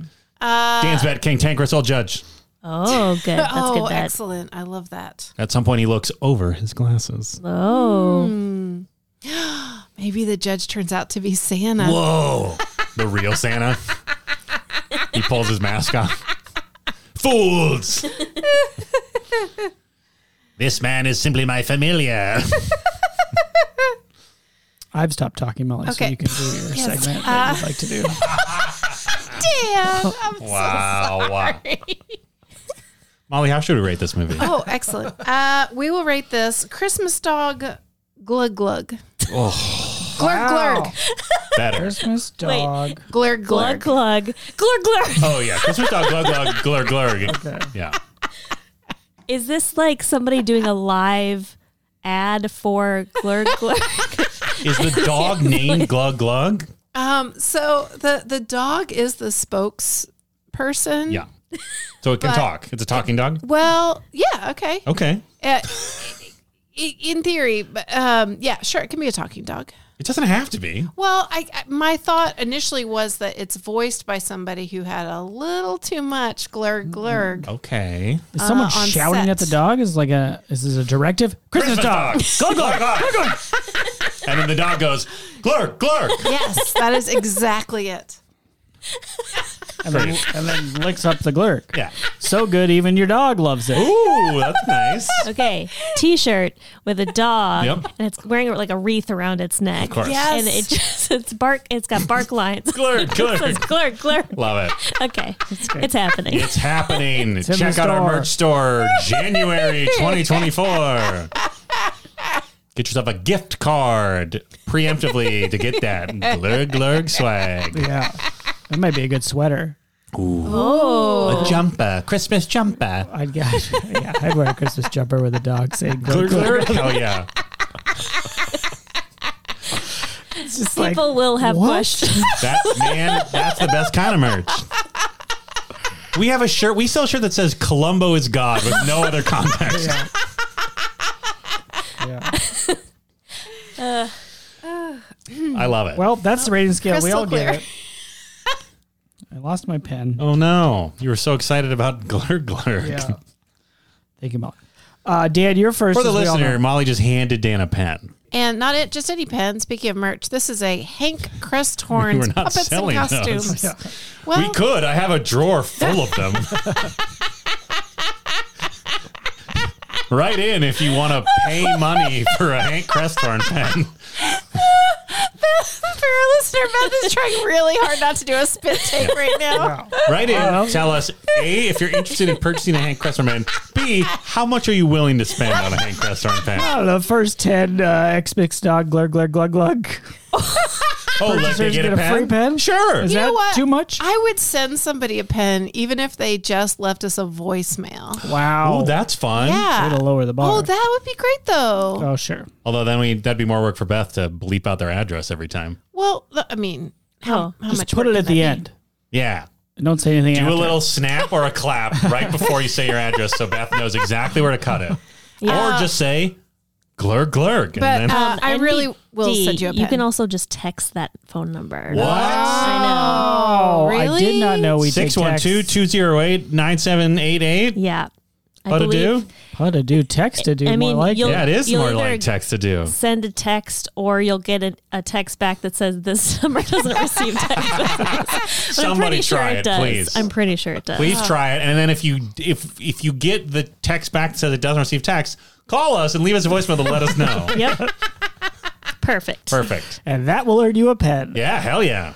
S4: Dan's
S3: Uh,
S4: bet, King Tankerous, I'll judge.
S5: Oh, good. That's
S1: oh,
S5: good. Bet.
S1: excellent. I love that.
S4: At some point, he looks over his glasses.
S5: Oh,
S1: Maybe the judge turns out to be Santa.
S4: Whoa. the real Santa. he pulls his mask off. Fools. this man is simply my familiar.
S3: I've stopped talking, Molly, so
S1: Okay.
S3: you can do your
S1: Yes. Uh,
S3: segment that you'd like to do.
S1: Dan, I'm
S4: Wow. wow. Molly, how should we rate this movie?
S1: Oh, excellent. Uh, we will rate this Christmas dog glug glug.
S4: Oh.
S1: Glurg glurg.
S4: Better.
S3: Christmas dog.
S1: Glurg
S5: glug
S1: glurg.
S5: glug, glug glug.
S4: Oh, yeah. Christmas dog, glug, glug, glurg, glurg. Yeah.
S5: Is this like somebody doing a live ad for glurg glurg?
S4: Is the dog named Glug, glug?
S1: Um, so the the dog is the spokesperson.
S4: Yeah. So it can
S1: But-
S4: talk. It's a talking dog?
S1: Well, yeah, okay.
S4: Okay.
S1: Uh, i- in theory, but um, yeah, sure, it can be a talking dog.
S4: It doesn't have to be.
S1: Well, I, I my thought initially was that it's voiced by somebody who had a little too much glurg glurg.
S4: Okay.
S3: Is someone
S1: Uh, on
S3: shouting
S1: set.
S3: at the dog? Is like a is this a directive? Christmas, dog.
S4: glug, glug, glug, glug. And then the dog goes, glurg, glurg.
S1: Yes, that is exactly it.
S3: and, then,
S4: Great.
S3: and then licks up the glurk.
S4: Yeah.
S3: So good, even your dog loves it.
S4: Ooh, that's nice. Of
S5: Okay, t-shirt with a dog,
S4: Yep.
S5: and it's wearing like a wreath around its neck.
S4: course.
S1: Yeah.
S5: And it just it's bark. It's got bark lines.
S4: Glurg,
S5: It says
S4: glurg.
S5: glurg glurg.
S4: Love it.
S5: Okay, it's happening.
S4: It's happening.
S3: in
S4: Check
S3: the
S4: out our
S3: store.
S4: merch store January 2024. Get yourself a gift card preemptively to get that glurg, glurg swag.
S3: Yeah. That might be a good sweater.
S4: A jumper, Christmas jumper.
S3: I'd get, yeah, I'd wear a Christmas jumper with a dog saying glurk.
S4: Glurg,
S3: glurk.
S4: glurg. Oh, yeah.
S3: It's just like,
S5: People will have
S3: what?
S5: questions.
S4: That man, that's the best kind of merch. We have a shirt. We sell a shirt that says "Columbo is God" with no other context.
S3: Yeah. Yeah.
S4: I love it.
S3: Well, that's the rating scale. We
S1: Crystal
S3: all get
S1: clear.
S3: it. I lost my pen.
S4: oh no, you were so excited about Glur Glur.
S3: Yeah. Thank you, Molly. Uh, Dan, you're first.
S4: For the
S3: as we all
S4: listener,
S3: know.
S4: Molly just handed Dan a pen.
S1: And not it, just any pen. Speaking of merch, this is a Hank Cresthorn
S4: We're not
S1: puppets and
S4: selling those.
S1: costumes. Well,
S4: we could. I have a drawer full of them. Right in if you want to pay money for a Hank Cresthorn pen.
S1: for our listener, Beth is trying really hard not to do a spit take right now.
S4: Right in. Tell us A, if you're interested in purchasing a Hank Cresthorn pen. B, how much are you willing to spend on a Hank Cresthorn pen?
S3: I don't know, first 10 uh, X-Mix dog glug glug glug glug.
S4: Oh, let me
S3: Purchasers
S4: get,
S3: get
S4: a,
S3: a
S4: pen?
S3: free pen?
S4: Sure.
S3: Is
S1: You know
S3: that
S1: what?
S3: too much?
S1: I would send somebody a pen, even if they just left us a voicemail.
S3: wow.
S4: Oh, that's fun.
S1: Yeah.
S3: Way to lower the bar.
S1: Oh, that would be great, though.
S3: oh, sure.
S4: Although then we that'd be more work for Beth to bleep out their address every time.
S1: Well, th- I mean,
S4: Oh,
S1: how, how
S3: Just
S1: much
S3: put it
S1: work can
S3: at
S1: that
S3: the
S1: be?
S3: end.
S4: Yeah.
S3: Don't say anything
S4: Do
S3: after.
S4: a little snap or a clap right before you say your address so Beth knows exactly where to cut it. Or just say glurg glurg.
S1: But
S4: and then
S1: uh, I really will
S5: NBD,
S1: send you a pen.
S5: You can also just text that phone number.
S4: what?
S5: I know.
S3: Oh, I did
S1: Really?
S3: not know we take texts.
S4: 612 208 9788.
S5: Yeah. I
S4: How to do?
S5: believe.
S3: How to do text to do
S5: I mean,
S3: more like
S5: you'll-
S3: it.
S4: Yeah, it is
S5: you'll
S4: more
S5: either-
S4: like text to do.
S5: Send a text, or you'll get a, a text back that says this number doesn't receive text. messages." But I'm
S4: Somebody
S5: pretty sure
S4: try it,
S5: it does.
S4: please.
S5: I'm pretty sure it does.
S4: Please try it, and then if you if if you get the text back that says it doesn't receive text, call us and leave us a voicemail to let us know.
S5: Yep. Perfect.
S4: Perfect.
S3: and that will earn you a pen.
S4: Yeah, hell yeah.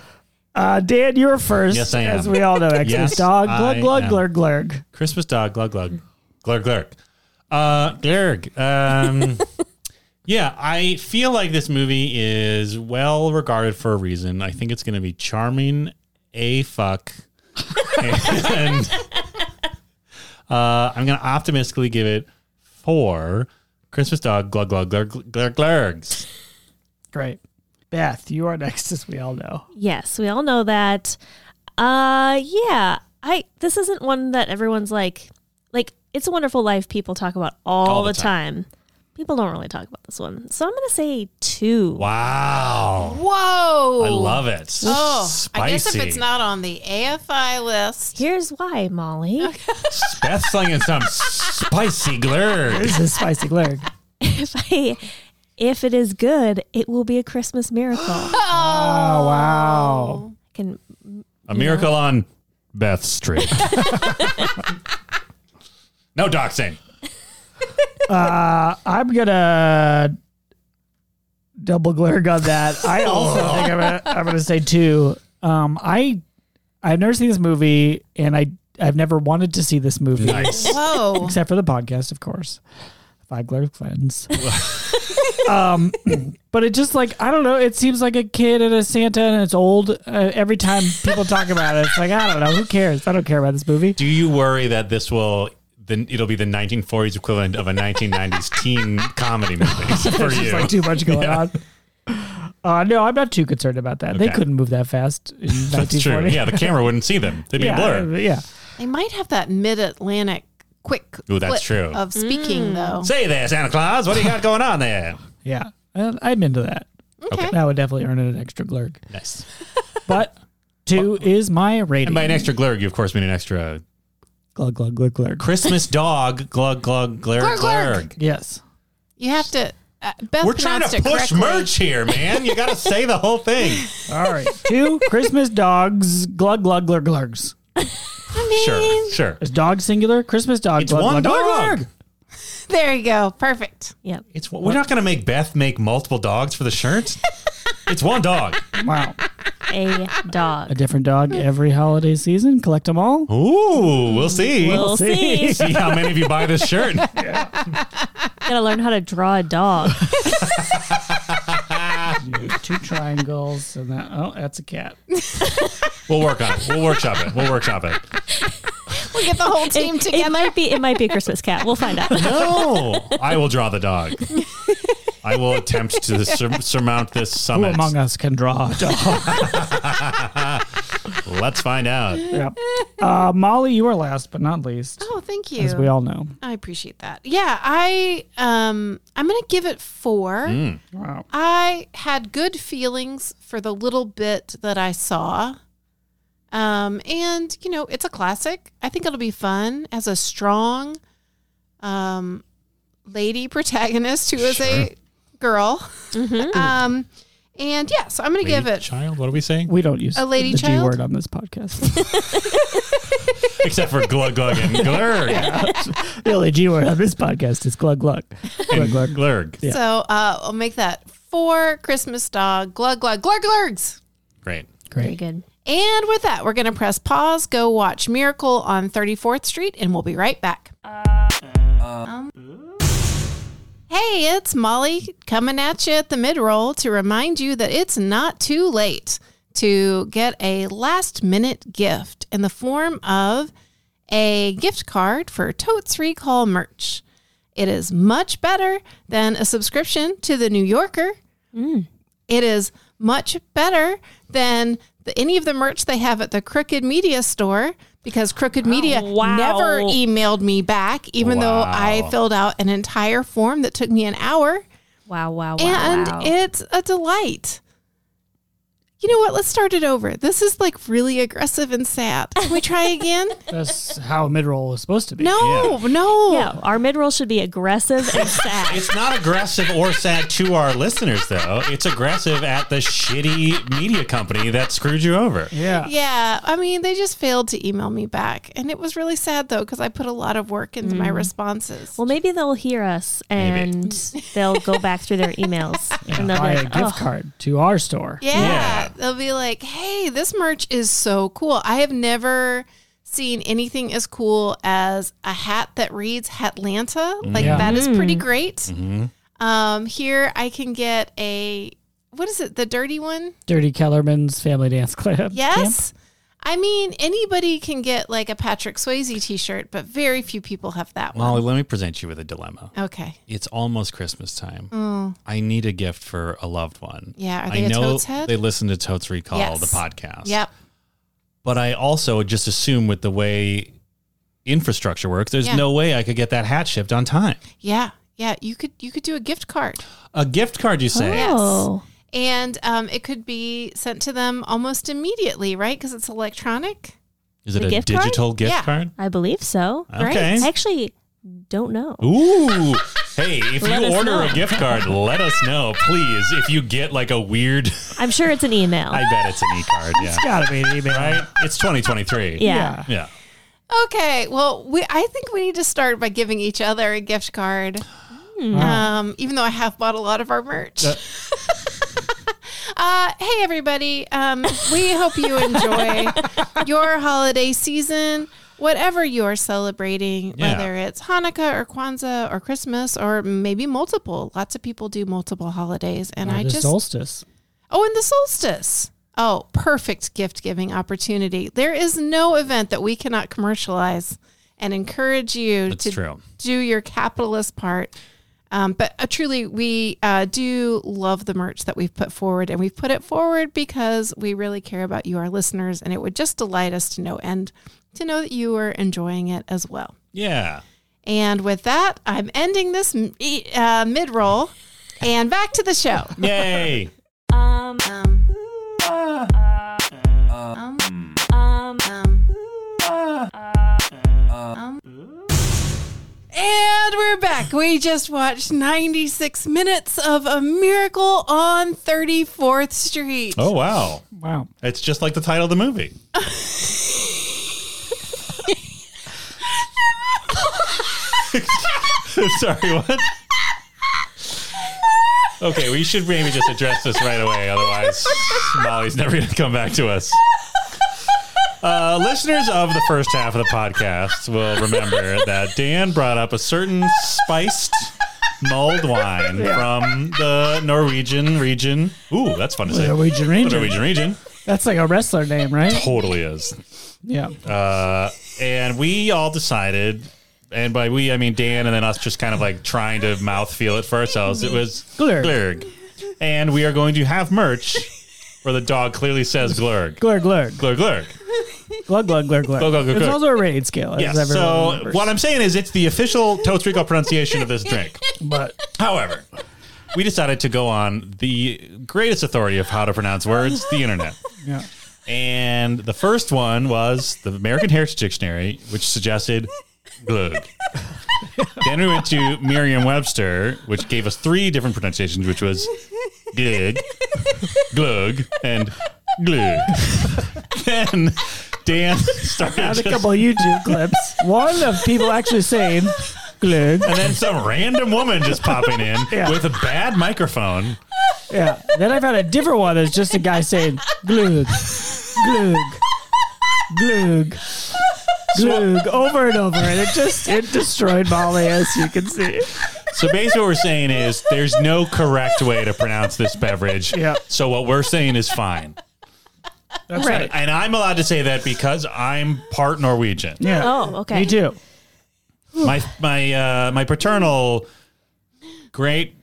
S3: Uh, Dan, you're first.
S4: Yes, I am.
S3: As we all know, Xmas
S4: Yes,
S3: dog.
S4: I
S3: Glug glug
S4: am.
S3: glug glug.
S4: Christmas dog, glug glug, glurg glurg, uh, glurg. Um, yeah, I feel like this movie is well regarded for a reason. I think it's going to be charming, a fuck, and uh, I'm going to optimistically give it four Christmas dog, glug glug, glurg glurg glurgs.
S3: Great. Beth, you are next, as we all know.
S5: Yes, we all know that. Uh yeah. I this isn't one that everyone's like like it's a wonderful life people talk about all,
S4: All the
S5: the time. People don't really talk about this one. So I'm going to say 2.
S4: Wow,
S1: Whoa.
S4: I love it.
S1: Oh,
S4: spicy.
S1: I guess if it's not on the AFI list,
S5: Here's why, Molly.
S4: Beth's slinging some spicy glurg.
S3: This is spicy glug.
S5: if I if it is good, it will be a Christmas miracle. I
S3: Oh wow.
S5: can
S4: A miracle on Beth Street. no doxing.
S3: Uh, I'm gonna double glurg on that. I also think I'm gonna, I'm gonna say two. Um, I I've never seen this movie, and I I've never wanted to see this movie.
S4: Nice.
S1: whoa.
S3: except for the podcast, of course. Five Glare Cleanse. um, but it just like I don't know. It seems like a kid and a Santa, and it's old. Uh, every time people talk about it, it's like I don't know. Who cares? I don't care about this movie.
S4: Do you worry that this will then it'll be the 1940s equivalent of a 1990s teen comedy movie for you?
S3: Like too much going on. Uh, no, I'm not too concerned about that. They
S4: Okay.
S3: couldn't move that fast in
S4: That's true.
S3: 1940.
S4: Yeah, the camera wouldn't see them. They'd be
S3: yeah,
S4: blurred.
S3: yeah.
S1: They might have that mid Atlantic quick
S4: Ooh, that's
S1: flip
S4: true. Mm.
S1: of speaking, though.
S4: Say there, Santa Claus. What do you got going on there?
S3: yeah. Uh, I'm into that.
S1: Okay.
S3: That would definitely earn it an extra glurg.
S4: Nice.
S3: But two is my
S4: And
S3: rating.
S4: by an extra glurg, you of course mean an extra
S3: glug glug glug glurg.
S4: Christmas dog glug glug glurg glurg.
S1: Glurg, glurg.
S3: Yes.
S1: You have to. Uh, Beth
S4: We're trying
S1: pronounced
S4: to
S1: it
S4: push
S1: correctly.
S4: merch here, man. You got to say the whole thing.
S3: All right. Two Christmas dogs, glug glug glug glugs.
S4: Sure, sure.
S3: Is dog singular? Christmas dog.
S4: It's
S3: glug,
S4: one
S3: glug, glug,
S4: dog.
S3: glug.
S1: There you go. Perfect.
S5: Yep.
S4: It's we're not going to make Beth make multiple dogs for the shirt. it's one dog.
S3: Wow.
S5: A
S3: A
S5: dog.
S3: different dog every holiday season. Collect them all.
S4: Ooh, we'll see.
S5: We'll see.
S4: see how many of you buy this shirt.
S5: Got to learn how to draw a dog.
S3: Two triangles and that. Oh, that's a cat.
S4: We'll work on it. We'll workshop it. We'll workshop it.
S1: We get the whole team
S5: It-
S1: together.
S5: It might be it might be a Christmas cat. We'll find out.
S4: No, I will draw the dog. I will attempt to sur- surmount this
S3: Who
S4: summit.
S3: among us can draw a dog?
S4: Let's find out.
S3: yep. uh, Molly, you are last but not least,
S1: oh, thank you.
S3: as we all know.
S1: I appreciate that. Yeah, I um I'm gonna give it four.
S3: Wow.
S1: I had good feelings for the little bit that I saw. Um, and you know, it's a classic. I think it'll be fun as a strong um lady protagonist who is a girl. um and yeah, so I'm gonna give it
S4: child. What are we saying?
S3: We don't use
S1: A lady
S3: the G
S1: child?
S3: word on this podcast.
S4: Except for glug glug and glurg.
S3: the only G word on this podcast is glug glug. Glug glug.
S4: Glurg.
S3: Yeah.
S1: so uh I'll make that four Christmas dog glug glug glug glurgs.
S4: Great.
S5: Very
S3: Great.
S5: good.
S1: And with that, we're going to press pause, go watch Miracle on 34th Street, and we'll be right back. Um, hey, it's Molly coming at you at the mid roll to remind you that it's not too late to get a last minute gift in the form of a gift card for Totes Recall merch. It is much better than a subscription to The New Yorker it is much better than the, any of the merch they have at the Crooked Media store because Crooked Media
S5: Wow.
S1: never emailed me back, even though I
S4: Wow.
S1: filled out an entire form that took me an hour.
S5: Wow, wow, wow.
S1: and
S5: wow.
S1: it's a delight. you know what? Let's start it over. This is like really aggressive and sad. Can we try again?
S3: That's how mid roll is supposed to be.
S1: No, no.
S5: Yeah, our mid roll should be aggressive and sad.
S4: It's not aggressive or sad to our listeners, though. It's aggressive at the shitty media company that screwed you over.
S3: Yeah.
S1: Yeah, I mean, they just failed to email me back. And it was really sad, though, because I put a lot of work into my responses.
S5: well, maybe they'll hear us
S4: Maybe.
S5: and they'll go back through their emails and they'll
S3: Buy
S5: be
S3: a
S5: like,
S3: gift
S5: oh,
S3: card to our store.
S1: yeah,
S4: Yeah.
S1: They'll be like, hey, this merch is so cool. I have never seen anything as cool as a hat that reads Hatlanta. Like,
S3: Yeah.
S1: that is pretty great.
S4: Mm-hmm.
S1: Um, here, I can get a, what is it, the dirty one?
S3: Dirty Kellerman's Family Dance Club. Camp.
S1: Yes. I mean, anybody can get like a Patrick Swayze t shirt, but very few people have that one.
S4: Molly, let me present you with a dilemma.
S1: Okay. Oh,
S4: It's almost Christmas time. I need a gift for a loved one.
S1: Mm. Yeah, are
S4: I
S1: they a
S4: know
S1: totes head?
S4: they listen to Totes Recall,
S1: Yes.
S4: the podcast.
S1: Yep.
S4: But I also just assume with the way infrastructure works, there's
S1: Yeah.
S4: no way I could get that hat shipped on time.
S1: Yeah. Yeah. You could you could do a gift card.
S4: A gift card, you say?
S5: oh.
S1: And um, it could be sent to them almost immediately, right? Because it's electronic.
S4: Is it
S5: A
S4: a
S5: gift card?
S4: digital gift
S1: Yeah.
S4: card?
S5: I believe so.
S1: Right.
S4: Okay.
S5: I actually don't know.
S4: Ooh. Hey, if
S5: Let
S4: you
S5: us
S4: order
S5: know.
S4: a gift card, let us know, please. If you get like a weird,
S5: I'm sure it's an email.
S4: I bet it's an e card. Yeah.
S3: Gotta be an email.
S4: Right? It's 2023.
S5: yeah.
S4: Yeah.
S1: Okay. Well, we I think we need to start by giving each other a gift card. Um, even though I have bought a lot of our merch.
S4: Uh.
S1: Uh, hey everybody! Um, we hope you enjoy your holiday season, whatever you're celebrating,
S4: Yeah.
S1: whether it's Hanukkah or Kwanzaa or Christmas or maybe multiple. Lots of people do multiple holidays, and
S3: Or
S1: I
S3: the
S1: just
S3: solstice.
S1: Oh, and the solstice. Oh, perfect gift giving opportunity. There is no event that we cannot commercialize and encourage you
S4: That's
S1: to
S4: true.
S1: do your capitalist part. Um, but uh, truly, we uh, do love the merch that we've put forward, and we've put it forward because we really care about you, our listeners, and it would just delight us to know and to know that you are enjoying it as well.
S4: Yeah.
S1: And with that, I'm ending this m- e- uh, mid roll and back to the show.
S4: Yay.
S1: Um, um, um, And we're back. We just watched 96 minutes of A Miracle on 34th Street.
S4: Oh, wow.
S3: Wow.
S4: It's just like the title of the movie. Sorry, what? Okay, we should maybe just address this right away. Otherwise, Molly's never going to come back to us. Uh, listeners of the first half of the podcast will remember that Dan brought up a certain spiced mulled wine from the Norwegian region. Ooh, that's fun to say.
S3: Norwegian
S4: The
S3: Ranger.
S4: Norwegian region
S3: That's like a wrestler name, right?
S4: totally is.
S3: Yeah.
S4: Uh, and we all decided, and by we I mean Dan, and then us just kind of like trying to mouth feel it for ourselves. It was
S3: Glurg.
S4: glurg, and we are going to have merch where the dog clearly says glurg,
S3: Glurg, glurg.
S4: glurg, glurg.
S3: Glug, glug, glug, glug.
S4: Glug, glug, glug,
S3: It's
S4: glug.
S3: also a rating scale. as
S4: Yes.
S3: everyone
S4: So
S3: remembers.
S4: what I'm saying is, it's the official Toast Rico pronunciation of this drink.
S3: But
S4: However, we decided to go on the greatest authority of how to pronounce words, the internet.
S3: yeah.
S4: And the first one was the American Heritage Dictionary, which suggested glug. then we went to Merriam Webster, which gave us three different pronunciations, which was glug, glug, and glug. then Dan started
S3: Found a
S4: just-
S3: couple YouTube clips. One of people actually saying glug.
S4: and then some random woman just popping in
S3: Yeah.
S4: with a bad microphone.
S3: Yeah. Then I found a different one that's just a guy saying glug, glug, glug, glug over and over, and it just it destroyed Molly as you can see.
S4: So basically, what we're saying is there's no correct way to pronounce this beverage.
S3: Yeah.
S4: So what we're saying is fine.
S3: That's
S5: Right.
S4: And I'm allowed to say that because I'm part Norwegian.
S3: Yeah.
S5: Oh, okay.
S3: Me too.
S4: My my uh, my paternal great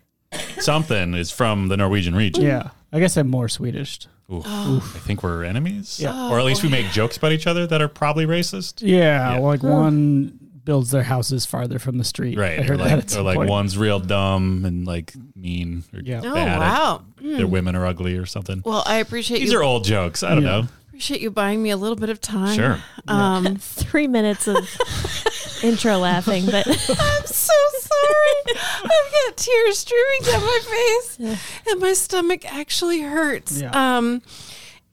S4: something is from the Norwegian region.
S3: Yeah. I guess I'm more Swedish.
S4: Oof. I think we're enemies.
S3: Yeah.
S4: Or at least we make jokes about each other that are probably racist.
S5: Hmm.
S3: Yeah,
S4: Yeah.
S3: like one builds their houses farther from the street. I
S4: Right. Or
S3: heard that at
S4: like, or
S3: some
S4: like
S3: point.
S4: one's real dumb and like mean or
S3: Yeah.
S1: Oh,
S4: bad. at-
S1: wow.
S4: Their women are ugly or something.
S1: Well, I appreciate
S4: These
S1: you
S4: are old jokes. I don't
S3: Yeah.
S4: know.
S1: appreciate you buying me a little bit of time.
S4: Sure.
S1: Um,
S5: Three minutes of intro laughing, but
S1: I'm so sorry. I've got tears streaming down my face, and my stomach actually hurts.
S3: Yeah.
S1: Um,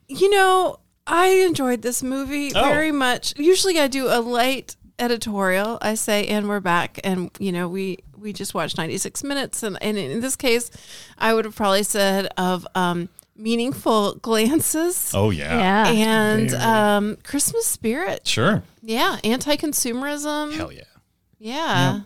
S1: you know, I enjoyed this movie
S4: Oh.
S1: very much. Usually, I do a light editorial. I say, "And we're back," and you know, we we just watched 96 minutes, and, and in this case, I would have probably said of um, meaningful glances.
S4: Oh yeah.
S5: yeah.
S1: And um, Christmas spirit,
S4: Sure.
S1: yeah, anti-consumerism,
S4: Hell yeah.
S1: yeah.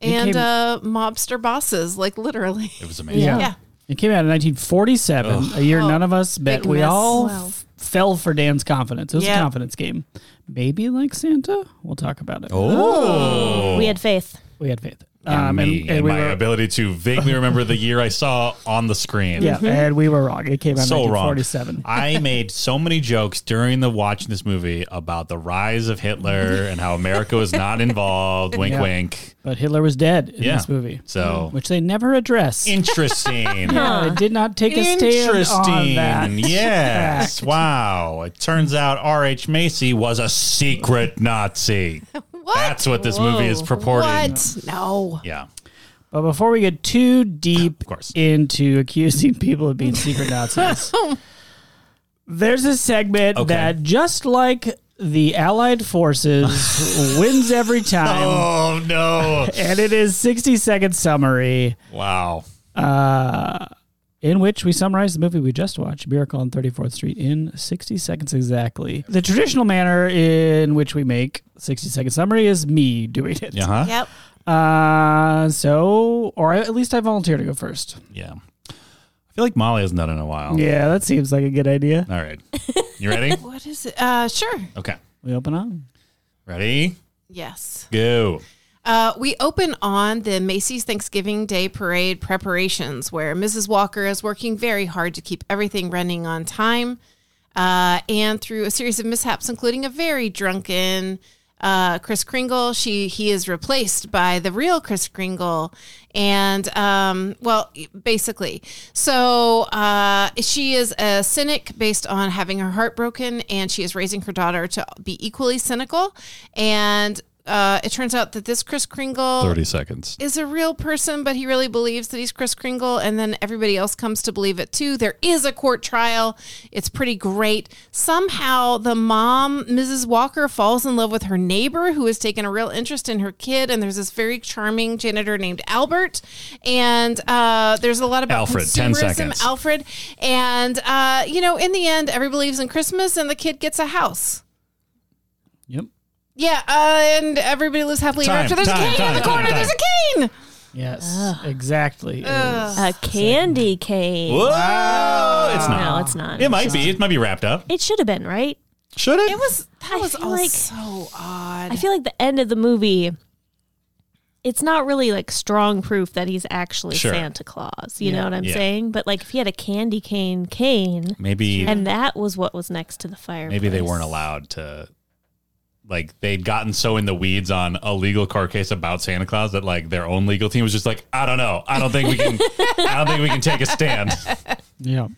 S3: It
S1: And
S3: came-
S1: uh, mobster bosses, like literally.
S4: It was amazing.
S3: Yeah.
S1: Yeah.
S3: It came out in 1947, a year
S1: Oh,
S3: none of us bet.
S1: big
S3: We
S1: miss.
S3: all
S5: Wow.
S3: f- fell for Dan's confidence. It was
S1: Yeah.
S3: a confidence game. Maybe like Santa? We'll talk about it.
S4: Oh.
S5: We had faith.
S3: We had faith.
S4: And me and,
S3: Um, we
S4: my
S3: were,
S4: ability to vaguely remember the year I saw on the screen.
S3: yeah,
S1: Mm-hmm.
S3: and we were wrong. It came out in
S4: So wrong.
S3: 1947.
S4: I made so many jokes during the watching this movie about the rise of Hitler and how America was not involved. Wink,
S3: Yeah.
S4: wink.
S3: But Hitler was dead in
S4: Yeah.
S3: this movie, Mm-hmm.
S4: So-
S3: which they never address.
S4: Interesting.
S3: Yeah, they did not take a stand on that.
S4: Interesting. Yes. wow. It turns out R.H. Macy was a secret Nazi.
S1: What?
S4: That's what this movie is purporting.
S1: What? No.
S4: Yeah.
S3: But before we get too deep
S4: Of course.
S3: into accusing people of being secret Nazis, there's a segment
S4: Oh. Okay.
S3: that just like the Allied forces wins every time,
S4: Oh, no.
S3: and it is 60 second summary uh,
S4: wow.
S3: in which we summarize the movie we just watched, Miracle on 34th Street, in 60 seconds exactly. The traditional manner in which we make 60 second summary is me doing it.
S4: Yeah. huh
S1: Yep.
S3: Uh, so, or at least I volunteer to go first.
S4: Yeah. I feel like Molly hasn't done it in a while.
S3: Yeah, that seems like a good idea.
S4: All right. You ready?
S1: What is it? Uh, sure.
S4: okay.
S3: We open up.
S4: Ready?
S1: Yes.
S4: Go.
S1: Uh, we open on the Macy's Thanksgiving Day Parade preparations, where Mrs. Walker is working very hard to keep everything running on time. Uh, and through a series of mishaps, including a very drunken uh, Chris Kringle, she he is replaced by the real Chris Kringle, and um, well, basically, so uh, she is a cynic based on having her heart broken, and she is raising her daughter to be equally cynical, and. Uh, it turns out that this Chris Kringle
S4: 30 seconds.
S1: is a real person, but he really believes that he's Chris Kringle, and then everybody else comes to believe it too. There is a court trial. It's pretty great. Somehow, the mom, Mrs. Walker, falls in love with her neighbor who has taken a real interest in her kid, and there's this very charming janitor named Albert. And uh, there's a lot about
S4: Alfred, 10
S1: consumerism.
S4: seconds.
S1: Alfred, and uh, you know, in the end, everybody believes in Christmas, and the kid gets a house.
S3: Yep.
S1: Yeah, uh, and everybody lives happily ever
S4: Time,
S1: after. There's
S4: time,
S1: a cane
S4: time,
S1: in the corner.
S4: time, time.
S1: There's a cane.
S3: Yes. Exactly. It is.
S5: A candy cane.
S4: Whoa. It's not.
S5: No, it's not.
S4: It might be. It might be wrapped up.
S5: It should have been, right?
S4: Should
S1: It was that
S5: I
S1: was
S5: feel
S1: all
S5: like-
S1: so odd.
S5: I feel like the end of the movie, it's not really like strong proof that he's actually
S4: Sure.
S5: Santa Claus. You know what I'm
S4: Yeah.
S5: saying? But like if he had a candy cane cane,
S4: Maybe
S5: and that was what was next to the fire.
S4: maybe they weren't allowed to like they'd gotten so in the weeds on a legal court case about Santa Claus that like their own legal team was just like, I don't know. I don't think we can I don't think we can take a stand.
S3: Yeah.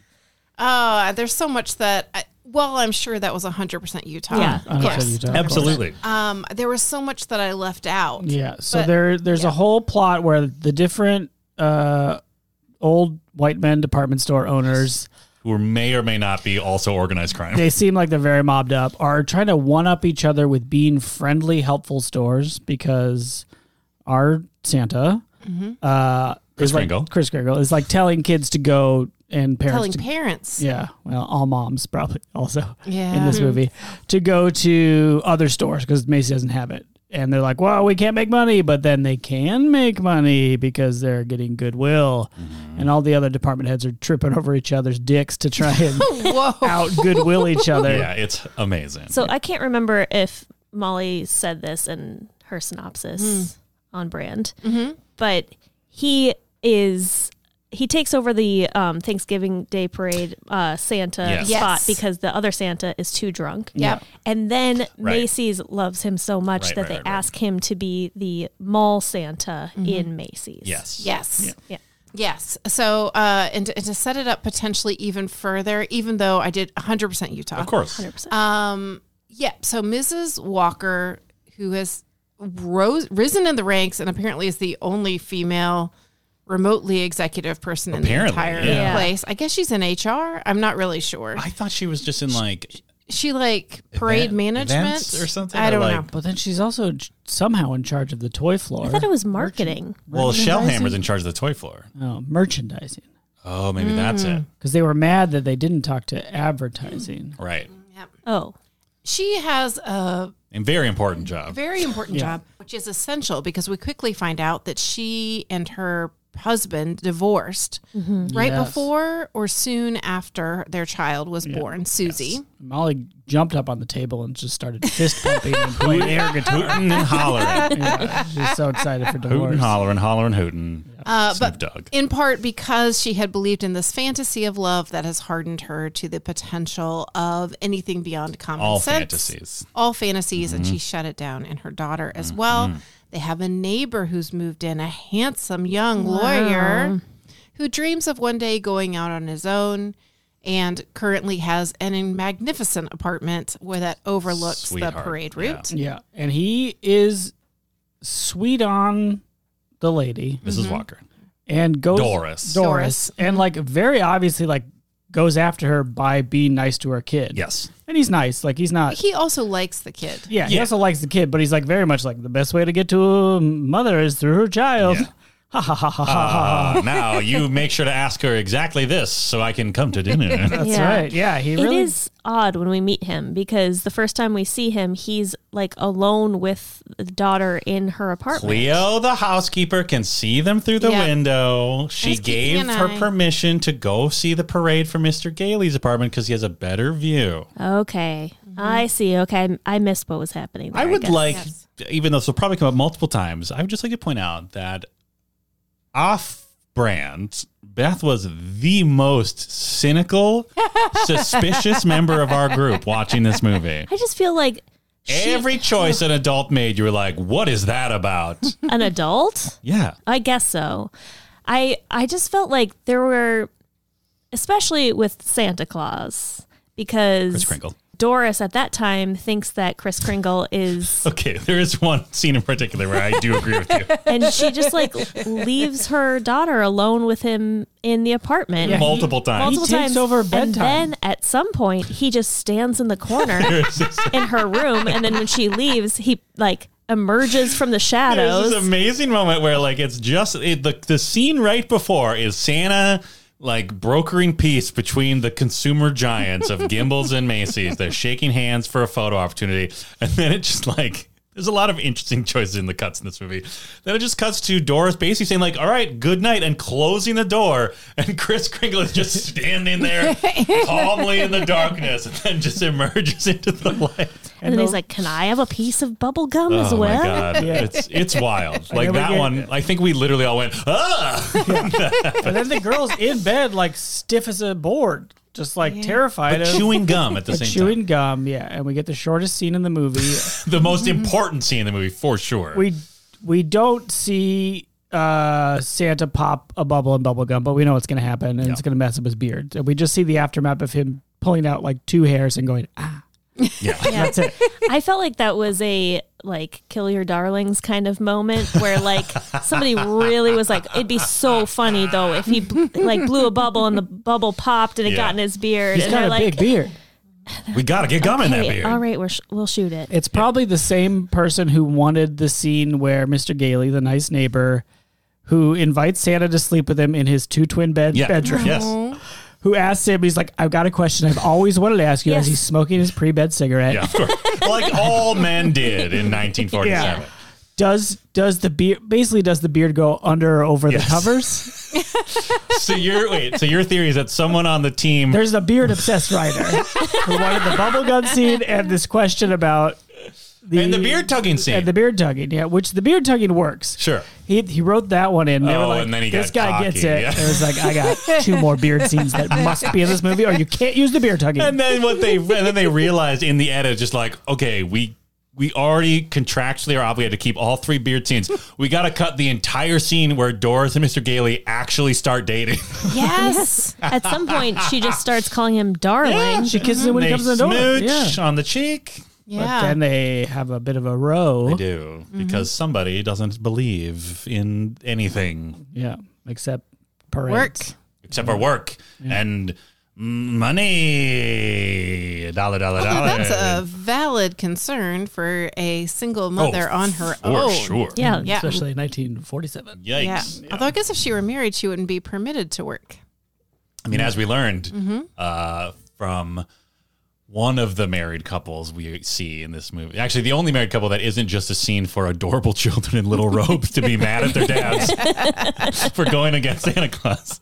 S1: Oh, there's so much that. I, well, I'm sure that was 100% Utah.
S5: Yeah,
S1: of course.
S4: Absolutely.
S1: Um, there was so much that I left out.
S3: Yeah. So
S1: But-
S3: there, there's a whole plot where the different uh, old white men department store owners,
S4: Who may or may not be also organized crime.
S3: they seem like they're very mobbed up, are trying to one up each other with being friendly, helpful stores because our Santa,
S1: Mm-hmm.
S3: uh,
S4: Chris
S3: is like-
S4: Kringle.
S3: Chris Kringle is like telling kids to go and parents
S1: Telling
S3: to
S1: parents.
S3: Yeah, well, all moms probably also in
S1: Yeah.
S3: this movie to go to other stores because Macy doesn't have it, and they're like, "Well, we can't make money," but then they can make money because they're getting goodwill, and all the other department heads are tripping over each other's dicks to try and
S1: Whoa.
S3: out goodwill each other.
S4: Yeah, it's amazing.
S5: So I can't remember if Molly said this in
S4: Hmm.
S5: her
S4: Mm-hmm.
S5: synopsis on brand, but he is. he takes over the um, Thanksgiving Day parade uh, Santa
S4: Yes.
S5: spot
S1: Yes.
S5: because the other Santa is too drunk.
S1: Yep.
S5: And then Macy's loves him so much
S4: Right,
S5: that
S4: right,
S5: they
S4: right, right.
S5: ask him to be the mall Santa in Macy's.
S4: Yes.
S1: Yes.
S5: Yeah.
S1: Yes. So, uh, and, and to set it up potentially even further, even though I did 100% Utah.
S4: Of course.
S5: 100%.
S1: Um, Yeah. So Mrs. Walker, who has rose, risen in the ranks and apparently is the only female remotely executive person in
S4: Apparently,
S1: the entire
S4: yeah.
S1: place. I guess she's in HR. I'm not really sure.
S4: I thought she was just in like
S1: she like parade
S4: event-
S1: management
S4: events or something.
S1: I
S4: or,
S1: don't
S4: like,
S1: know.
S3: But then she's also j- somehow in charge of the toy floor.
S5: I thought it was marketing.
S4: Well,
S3: Merchandising?
S4: Shellhammer's in charge of the toy floor.
S3: Oh, merchandising.
S4: Oh, maybe that's
S1: Mm.
S4: it.
S3: Because they were mad that they didn't talk to
S5: Mm.
S3: advertising.
S4: Right.
S5: Oh,
S1: She has a
S4: And very important job.
S1: very important job, which is essential because we quickly find out that she and her husband divorced right
S3: Yes.
S1: before or soon after their child was born, Susie.
S3: Molly jumped up on the table and just started fist pumping and playing air guitar.
S4: Hootin' and hollering.
S3: Yeah, she's so excited for
S4: Hootin',
S3: divorce.
S4: hollering, hollering, hootin'.
S1: Uh,
S4: Snoop
S1: but
S4: Dogg.
S1: in part because she had believed in this fantasy of love that has hardened her to the potential of anything beyond common
S4: All
S1: sense.
S4: fantasies. Mm-hmm.
S1: all fantasies and she shut it down and her daughter as well they have a neighbor who's moved in a handsome young lawyer who dreams of one day going out on his own and currently has an magnificent apartment where that overlooks the
S4: Sweetheart,
S1: parade
S4: yeah.
S1: route
S3: Yeah, and he is sweet on the lady
S4: Mrs.
S1: Mm-hmm.
S4: Walker.
S3: and goes
S4: Doris.
S3: Doris,
S1: Doris.
S3: and like very obviously like goes after her by being nice to her kid.
S4: Yes.
S3: and he's nice. Like he's not.
S1: he also likes the kid
S3: yeah, he
S4: Yeah.
S3: also likes the kid, but he's like very much like the best way to get to a mother is through her child.
S4: Yeah.
S3: Ha ha ha ha ha.
S4: Uh, now you make sure to ask her exactly this so I can come to dinner.
S3: That's
S5: Yeah.
S3: right. Yeah, he really
S5: it is odd when we meet him because the first time we see him, he's like alone with the daughter in her apartment.
S4: Cleo, the housekeeper, can see them through the
S1: Yeah.
S4: window. She
S1: Just keeping
S4: gave
S1: an
S4: her
S1: eye.
S4: permission to go see the parade from Mr. Gailey's apartment because he has a better view.
S5: Okay, I see. Okay, I missed what was happening. there,
S4: I would
S5: guess.
S4: like, even though this will probably come up multiple times, I would just like to point out that off brand, Beth was the most cynical, suspicious member of our group watching this movie.
S5: I just feel like she-
S4: Every choice an adult made, you were like, what is that about?
S5: an adult.
S4: yeah.
S5: I guess so. I I just felt like there were, especially with Santa Claus, because
S4: Chris Kringle.
S5: Doris at that time thinks that Chris Kringle is
S4: Okay, there is one scene in particular where I do agree with you.
S5: and she just like leaves her daughter alone with him in the apartment
S4: Multiple times.
S5: multiple
S3: He takes
S5: times.
S3: over bedtime.
S5: And then at some point, he just stands in the corner in her room, and then when she leaves, he like emerges from the
S4: There's
S5: shadows.
S4: this amazing moment where like it's just it, the the scene right before is Santa like brokering peace between the consumer giants of Gimbals and Macy's. They're shaking hands for a photo opportunity, and then it just like. There's a lot of interesting choices in the cuts in this movie. Then it just cuts to Doris basically saying like, "All right, good night," and closing the door, and Chris Kringle is just standing there calmly in the darkness, and then just emerges into the light.
S5: and then he's like, "Can I have a piece of bubble gum as
S4: Oh
S5: well?"
S4: my god, it's it's wild. Like
S3: then we
S4: that
S3: get-
S4: one, I think we literally all went ah.
S3: But then the girl's in bed, like stiff as a board, just like terrified of
S4: chewing gum at the same
S3: chewing gum. Yeah, and we get the shortest scene in the movie.
S4: time. The most important scene in the movie for sure.
S3: we we don't see uh Santa pop a bubble in bubble gum, but we know it's going to happen, and it's going to mess up his beard. And we just see the aftermath of him pulling out like two hairs and going, ah,
S4: yeah.
S3: that's it.
S5: I felt like that was a like kill your darlings kind of moment where like somebody really was like, it'd be so funny though if he bl- like blew a bubble and the bubble popped and it
S4: Yeah.
S5: got in his beard.
S3: He's
S5: and
S3: got
S5: they're
S3: a
S5: like,
S3: big beard.
S4: we gotta get gum in that
S5: "Hey,
S4: beard.
S5: all right, we're sh- we'll shoot it.
S3: It's probably the same person who wanted the scene where Mr. Gailey, the nice neighbor, who invites Santa to sleep with him in his two twin bed
S4: Yeah.
S3: bedroom,
S5: Uh-huh.
S4: Yes.
S3: who asks him, he's like, I've got a question I've always wanted to ask you as
S5: Yes.
S3: he's smoking his pre bed cigarette.
S4: Yeah. Of course. like all men did in 1947.
S3: Does does the beard basically does the beard go under or over
S4: Yes.
S3: the covers?
S4: So your wait. So your theory is that someone on the team.
S3: There's a beard obsessed writer who wanted the bubblegum scene and this question about
S4: and the beard tugging scene.
S3: And the beard tugging, yeah, which the beard tugging works.
S4: Sure.
S3: He, he wrote that one in. They were
S4: Oh,
S3: like,
S4: and then he
S3: this
S4: got
S3: guy
S4: cocky,
S3: gets it.
S4: yeah.
S3: It was like, I got two more beard scenes that must be in this movie, or you can't use the beard tugging.
S4: and then what they and then they realized in the edit, just like okay, we we already contractually are obligated to keep all three beard scenes. We got to cut the entire scene where Doris and Mr. Gailey actually start dating.
S5: Yes. At some point, she just starts calling him darling.
S3: she kisses him when
S4: they
S3: he comes in the door. Yeah.
S4: smooch on the cheek.
S3: But
S1: Yeah.
S3: then they have a bit of a row.
S4: They do
S3: Mm-hmm.
S4: because somebody doesn't believe in anything
S3: Yeah, except parades.
S1: Work.
S4: except for work and money. Dollar, dollar,
S1: Although
S4: dollar.
S1: Oh, that's a valid concern for a single mother on her
S4: Oh, for
S1: own.
S4: sure.
S5: Yeah.
S1: oh, Yeah.
S3: Especially in 1947.
S1: Yeah.
S4: Yikes.
S1: Although I guess if she were married, she wouldn't be permitted to
S4: I
S1: work. Mm-hmm.
S4: mean, as we learned uh, from one of the married couples we see in this movie, actually, the only married couple that isn't just a scene for adorable children in little robes to be mad at their dads for going against Santa Claus.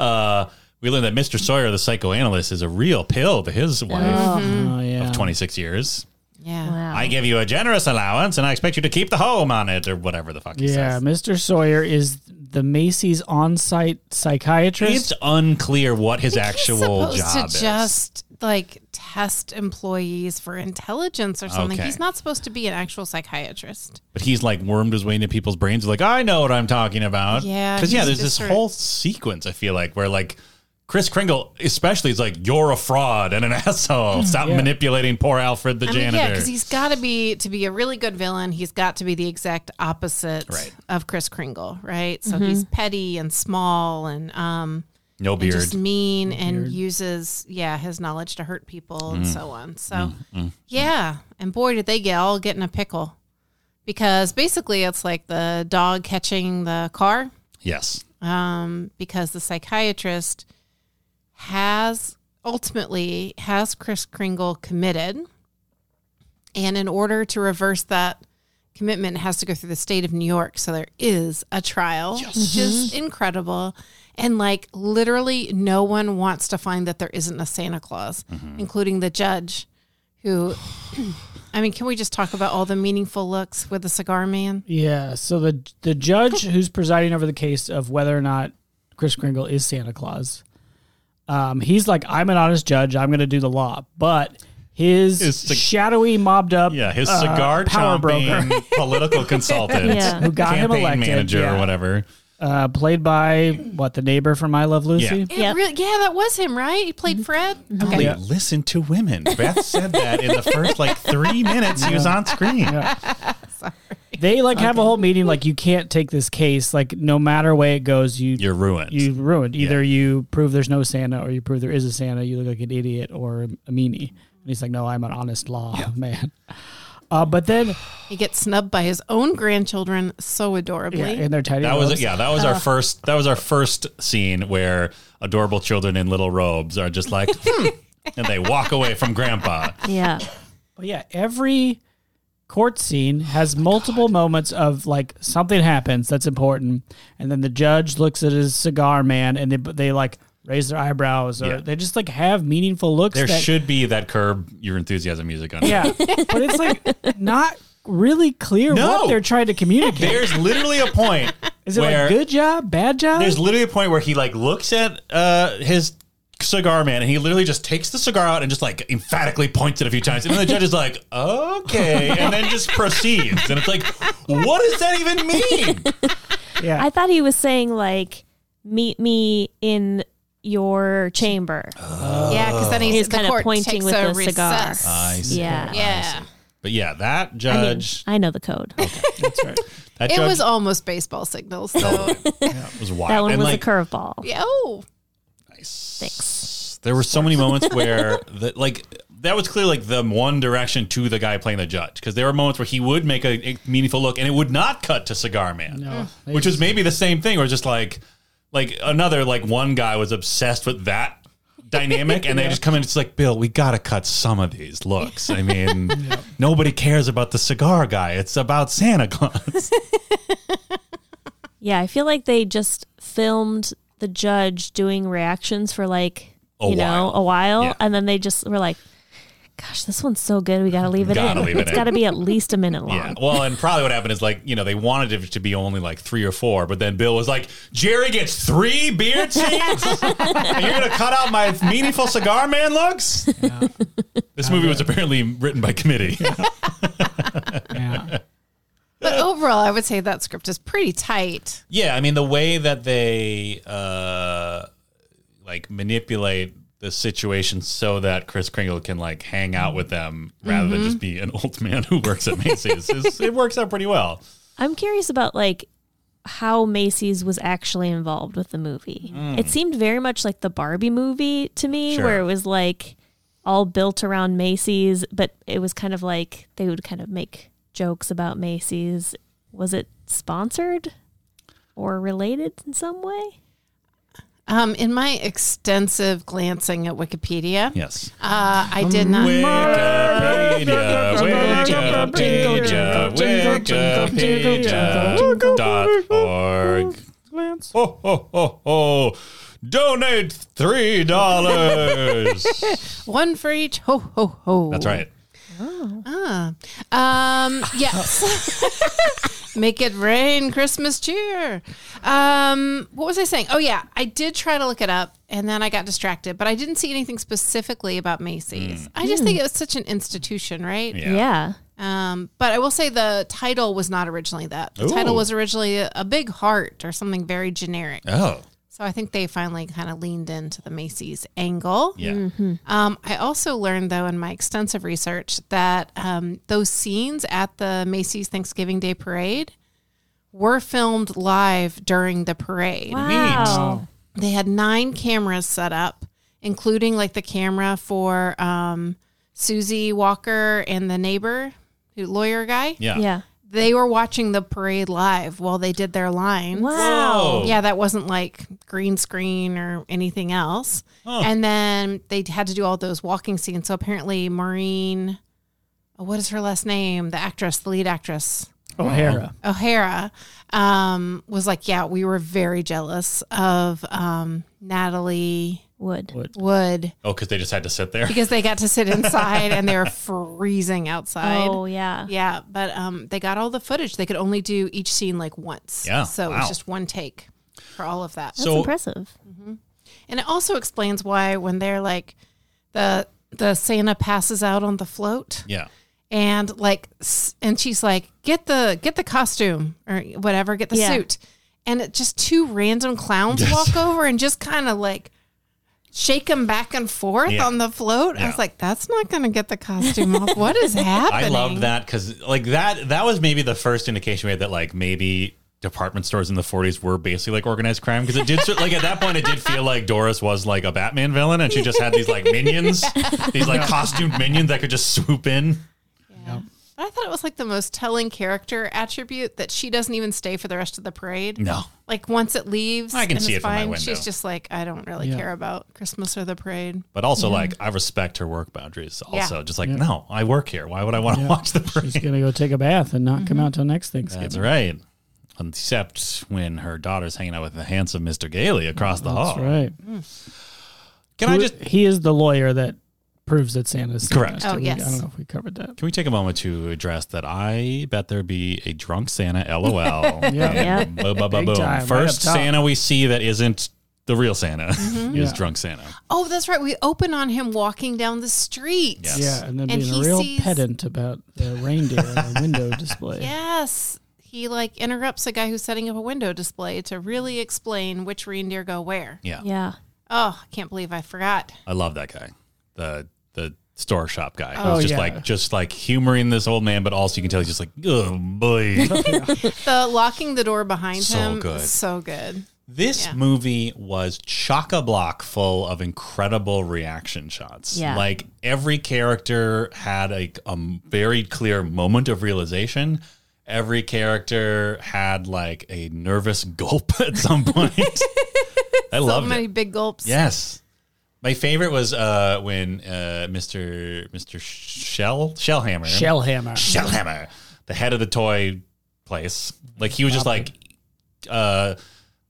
S4: Uh, we learned that Mr. Sawyer, the psychoanalyst, is a real pill to his wife
S1: Mm.
S3: Oh, yeah.
S4: of 26 years.
S1: Yeah.
S5: Wow.
S4: I give you a generous allowance and I expect you to keep the home on it or whatever the fuck he
S3: Yeah,
S4: says.
S3: Mr. Sawyer is the Macy's on-site psychiatrist.
S4: It's unclear what his
S1: He's
S4: actual
S1: supposed
S4: job
S1: to
S4: is.
S1: just like test employees for intelligence or something.
S4: Okay.
S1: He's not supposed to be an actual psychiatrist.
S4: But he's like wormed his way into people's brains. Like, I know what I'm talking about.
S1: Yeah,
S4: Because, yeah,
S1: he's
S4: there's this
S1: just sort of-
S4: whole sequence, I feel like, where like Chris Kringle, especially, is like, you're a fraud and an asshole. Stop manipulating poor Alfred the
S1: Hmm, I mean,
S4: janitor.
S1: yeah, because he's got to be to be a really good villain. He's got to be the exact opposite
S4: Right.
S1: of Chris Kringle, right? So he's petty and small and um
S4: no
S1: and
S4: beard.
S1: just mean and uses yeah his knowledge to hurt people and so on. So yeah, and boy did they get all get in a pickle because basically it's like the dog catching the car.
S4: yes.
S1: um, because the psychiatrist has ultimately has Chris Kringle committed, and in order to reverse that commitment, it has to go through the state of New York. So there is a trial, which is incredible. And like literally, no one wants to find that there isn't a Santa Claus, including the judge, who. I mean, can we just talk about all the meaningful looks with the cigar man?
S3: yeah, so the the judge who's presiding over the case of whether or not Chris Kringle is Santa Claus, um, he's like, I'm an honest judge. I'm going to do the law, but his,
S4: His cig-
S3: shadowy mobbed up,
S4: Yeah. His
S3: uh,
S4: cigar
S3: power broker
S4: chomping political consultant,
S5: Yeah.
S3: who got him
S4: campaign
S3: elected,
S4: manager
S3: yeah.
S4: or whatever.
S3: uh, played by what the neighbor from I Love Lucy.
S1: It
S5: Yep.
S1: really- yeah, that was him, right? He played Fred.
S4: Emily, listen to women. Beth said that in the first like three minutes he was on screen.
S3: They like have a whole meeting like you can't take this case like no matter way it goes you
S4: You're ruined.
S3: you ruined. Either you prove there's no Santa or you prove there is a Santa. You look like an idiot or a meanie. And he's like, no, I'm an honest law man. Uh, but then,
S1: He gets snubbed by his own grandchildren so
S3: yeah,
S1: adorably.
S3: in their tiny
S4: That
S3: robes.
S4: was yeah. That was our first. That was our first scene where adorable children in little robes are just like, hmm, and they walk away from Grandpa.
S5: yeah.
S3: But yeah, every court scene
S4: Oh
S3: has multiple moments of like something happens that's important, and then the judge looks at his cigar man, and they they like raise their eyebrows or
S4: Yeah.
S3: they just like have meaningful looks.
S4: There
S3: that,
S4: should be that curb your enthusiasm music on. it.
S3: yeah, but it's like not really clear
S4: No.
S3: what they're trying to communicate.
S4: There's literally a point
S3: Is it
S4: where
S3: like good job, bad job?
S4: there's literally a point where he like looks at uh his cigar man and he literally just takes the cigar out and just like emphatically points it a few times and then the judge is like okay and then just proceeds and it's like what does that even mean
S3: yeah.
S5: I thought he was saying like, meet me in your chamber.
S4: Oh,
S1: Yeah, because then he's,
S5: He's
S1: the
S5: kinda
S1: court
S5: pointing
S1: takes
S5: with
S1: a
S5: the cigar. Ah,
S1: recess.
S4: I see.
S5: Yeah.
S1: yeah,
S4: but yeah that
S5: I, mean,
S4: judge
S5: I know the code.
S3: That's right.
S4: that
S1: it
S4: judge
S1: was almost baseball signals. So
S4: was wild
S5: That one
S4: And,
S5: was
S4: like,
S5: a curveball.
S1: yeah, oh,
S4: There were so many moments where that like that was clearly like the one direction to the guy playing the judge because there were moments where he would make a, a meaningful look and it would not cut to Cigar Man,
S5: Mm.
S4: which was maybe the same thing or just like like another like one guy was obsessed with that dynamic and they just come in it's like bill we gotta cut some of these looks i mean nobody cares about the cigar guy it's about santa claus
S5: Yeah, I feel like they just filmed the judge doing reactions for like
S4: A
S5: you know
S4: while.
S5: a while,
S4: Yeah.
S5: and then they just were like, gosh, this one's so good. We got to leave it
S4: Gotta
S5: in.
S4: leave it
S5: it's
S4: in.
S5: got to be at least a minute long.
S4: Yeah. Well, and probably what happened is like, you know, they wanted it to be only like three or four, but then Bill was like, Jerry gets three beer cheats? and you're going to cut out my meaningful cigar man looks? This movie was apparently written by committee.
S3: Yeah.
S1: But overall, I would say that script is pretty tight.
S4: yeah. I mean, the way that they uh, like manipulate the situation so that Chris Kringle can like hang out with them rather than just be an old man who works at Macy's, is, it works out pretty well.
S5: I'm curious about like how Macy's was actually involved with the movie. It seemed very much like the Barbie movie to me,
S4: Mm. Sure.
S5: where it was like all built around Macy's, but it was kind of like they would kind of make jokes about Macy's. Was it sponsored or related in some way?
S1: Um, in my extensive glancing at Wikipedia,
S4: Yes.
S1: uh, I did
S5: Um,
S1: not.
S4: Wikipedia, Wikipedia, Wikipedia dot org.
S3: Lance.
S4: Ho, ho, ho, ho. Donate three dollars.
S1: One for each. Ho ho ho.
S4: That's right.
S1: Ah. Um, yes. Make it rain, Christmas cheer. Um, what was I saying? Oh yeah, I did try to look it up, and then I got distracted. But I didn't see anything specifically about Macy's. I just think it was such an institution, right?
S4: Mm. Yeah.
S1: Um, but I will say the title was not originally that. The title
S4: Ooh.
S1: was originally a, a big heart or something very generic.
S4: Oh.
S1: So I think they finally kind of leaned into the Macy's angle.
S4: Yeah.
S5: Mm.
S1: Um, I also learned, though, in my extensive research, that um, those scenes at the Macy's Thanksgiving Day Parade were filmed live during the parade.
S5: Wow.
S1: They had nine cameras set up, including like the camera for um, Susie Walker and the neighbor, who lawyer guy.
S4: Yeah.
S5: Ah, Yeah.
S1: They were watching the parade live while they did their lines.
S5: Wow.
S4: Whoa.
S1: Yeah, that wasn't like green screen or anything else. And then they had to do all those walking scenes. So apparently, Maureen, oh, what is her last name? The actress, the lead actress,
S3: Oh, O'Hara.
S1: O'Hara, um, was like, yeah, we were very jealous of um, Natalie
S5: Wood.
S1: Wood
S4: Oh, because they just had to sit there.
S1: because they got to sit inside and they were freezing outside.
S5: Oh, yeah.
S1: Yeah, but um, they got all the footage. They could only do each scene like once.
S4: Yeah,
S1: So it
S4: wow.
S1: was just one take for all of that.
S5: That's
S4: So-
S5: impressive.
S1: And it also explains why when they're like the the Santa passes out on the float
S4: Yeah.
S1: and like s- and she's like get the get the costume or whatever get the
S5: Yeah.
S1: suit and it just two random clowns
S4: Yes.
S1: walk over and just kind of like shake them back and forth
S4: Yeah.
S1: on the float i
S4: Yeah.
S1: was like that's not going to get the costume off what is happening
S4: I love that because like that that was maybe the first indication we had that like maybe department stores in the 40s were basically like organized crime because it did sort- like at that point it did feel like Doris was like a Batman villain and she just had these like minions these like costumed minions that could just swoop in
S1: But I thought it was like the most telling character attribute that she doesn't even stay for the rest of the parade.
S4: no
S1: Like once it leaves,
S4: I can
S1: and
S4: see
S1: it's
S4: it from my
S1: fine,
S4: window.
S1: She's just like, I don't really
S3: Yeah.
S1: care about Christmas or the parade.
S4: but also like I respect her work boundaries also
S1: Yeah.
S4: just like no I work here why would I want to watch the
S3: She's
S4: parade
S3: going to go take a bath and not
S1: Mm-hmm.
S3: come out till next
S4: that's
S3: Thanksgiving.
S4: right except when her daughter's hanging out with the handsome Mr. Gailey across the hall
S3: That's right.
S4: can I
S3: Who-
S4: just
S3: He is the lawyer that proves that Santa's Santa.
S4: Correct.
S1: Oh,
S3: We- I
S1: yes.
S3: don't know if we covered that.
S4: Can we take a moment to address that? I bet there be a drunk Santa, lol. yeah,
S5: Yeah.
S4: Boom, boom, boom,
S3: Big time, right
S4: boom.
S3: up
S4: First
S3: top. Mm-hmm.
S4: Santa we see that isn't the real Santa is
S3: Yeah.
S4: drunk Santa.
S1: Oh, that's right. We open on him walking down the street.
S4: Yes.
S3: Yeah, and then
S1: And
S3: being
S1: he
S3: a real
S1: sees-
S3: pedant about the reindeer on a window display.
S1: Yes. He like interrupts a guy who's setting up a window display to really explain which reindeer go where.
S4: Yeah.
S5: Yeah.
S1: Oh, I can't believe I forgot.
S4: I love that guy. The the store shop guy.
S1: Oh,
S4: who's just
S3: yeah.
S4: like just like humoring this old man, but also you can tell he's just like, oh boy.
S1: The locking the door behind
S4: So
S1: him
S4: good.
S1: is so good.
S4: This movie was chock a block full of incredible reaction shots.
S5: Yeah.
S4: Like every character had a, a very clear moment of realization. Every character had like a nervous gulp at some point. I
S1: So
S4: loved
S1: many
S4: it.
S1: big gulps.
S4: Yes. My favorite was uh, when uh, Mr. Mr. Shell Shellhammer
S3: Shellhammer.
S4: Shellhammer, the head of the toy place. Like he was just like uh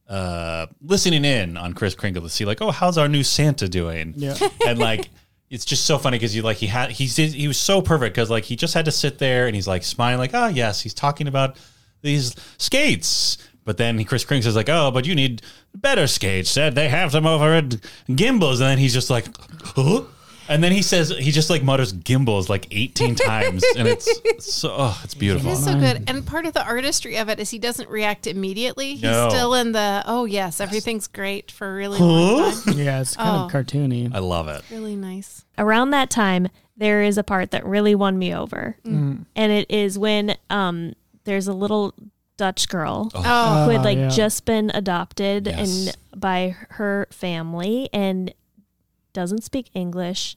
S4: uh listening in on Chris Kringle to see like, oh, how's our new Santa doing?
S3: Yeah.
S4: And like it's just so funny because you like he had he's he was so perfect because like he just had to sit there and he's like smiling like ah yes he's talking about these skates but then he- Chris Kringle is like oh but you need better skates said they have them over at Gimbals and then he's just like huh? and then he says he just like mutters Gimbals like eighteen times and it's so oh it's
S1: It
S4: beautiful
S1: is so good. And part of the artistry of it is he doesn't react immediately. He's
S4: No.
S1: still in the, oh, yes, everything's great for a really long time.
S3: Yeah, it's kind
S1: Oh.
S3: of cartoony.
S4: I love it
S1: Really nice.
S5: around that time there is a part that really won me over
S4: Mm.
S3: Mm.
S5: and it is when um there's a little dutch girl
S1: Oh,
S5: who had like
S3: Ah, yeah.
S5: just been adopted
S4: Yes.
S5: and by her family and doesn't speak english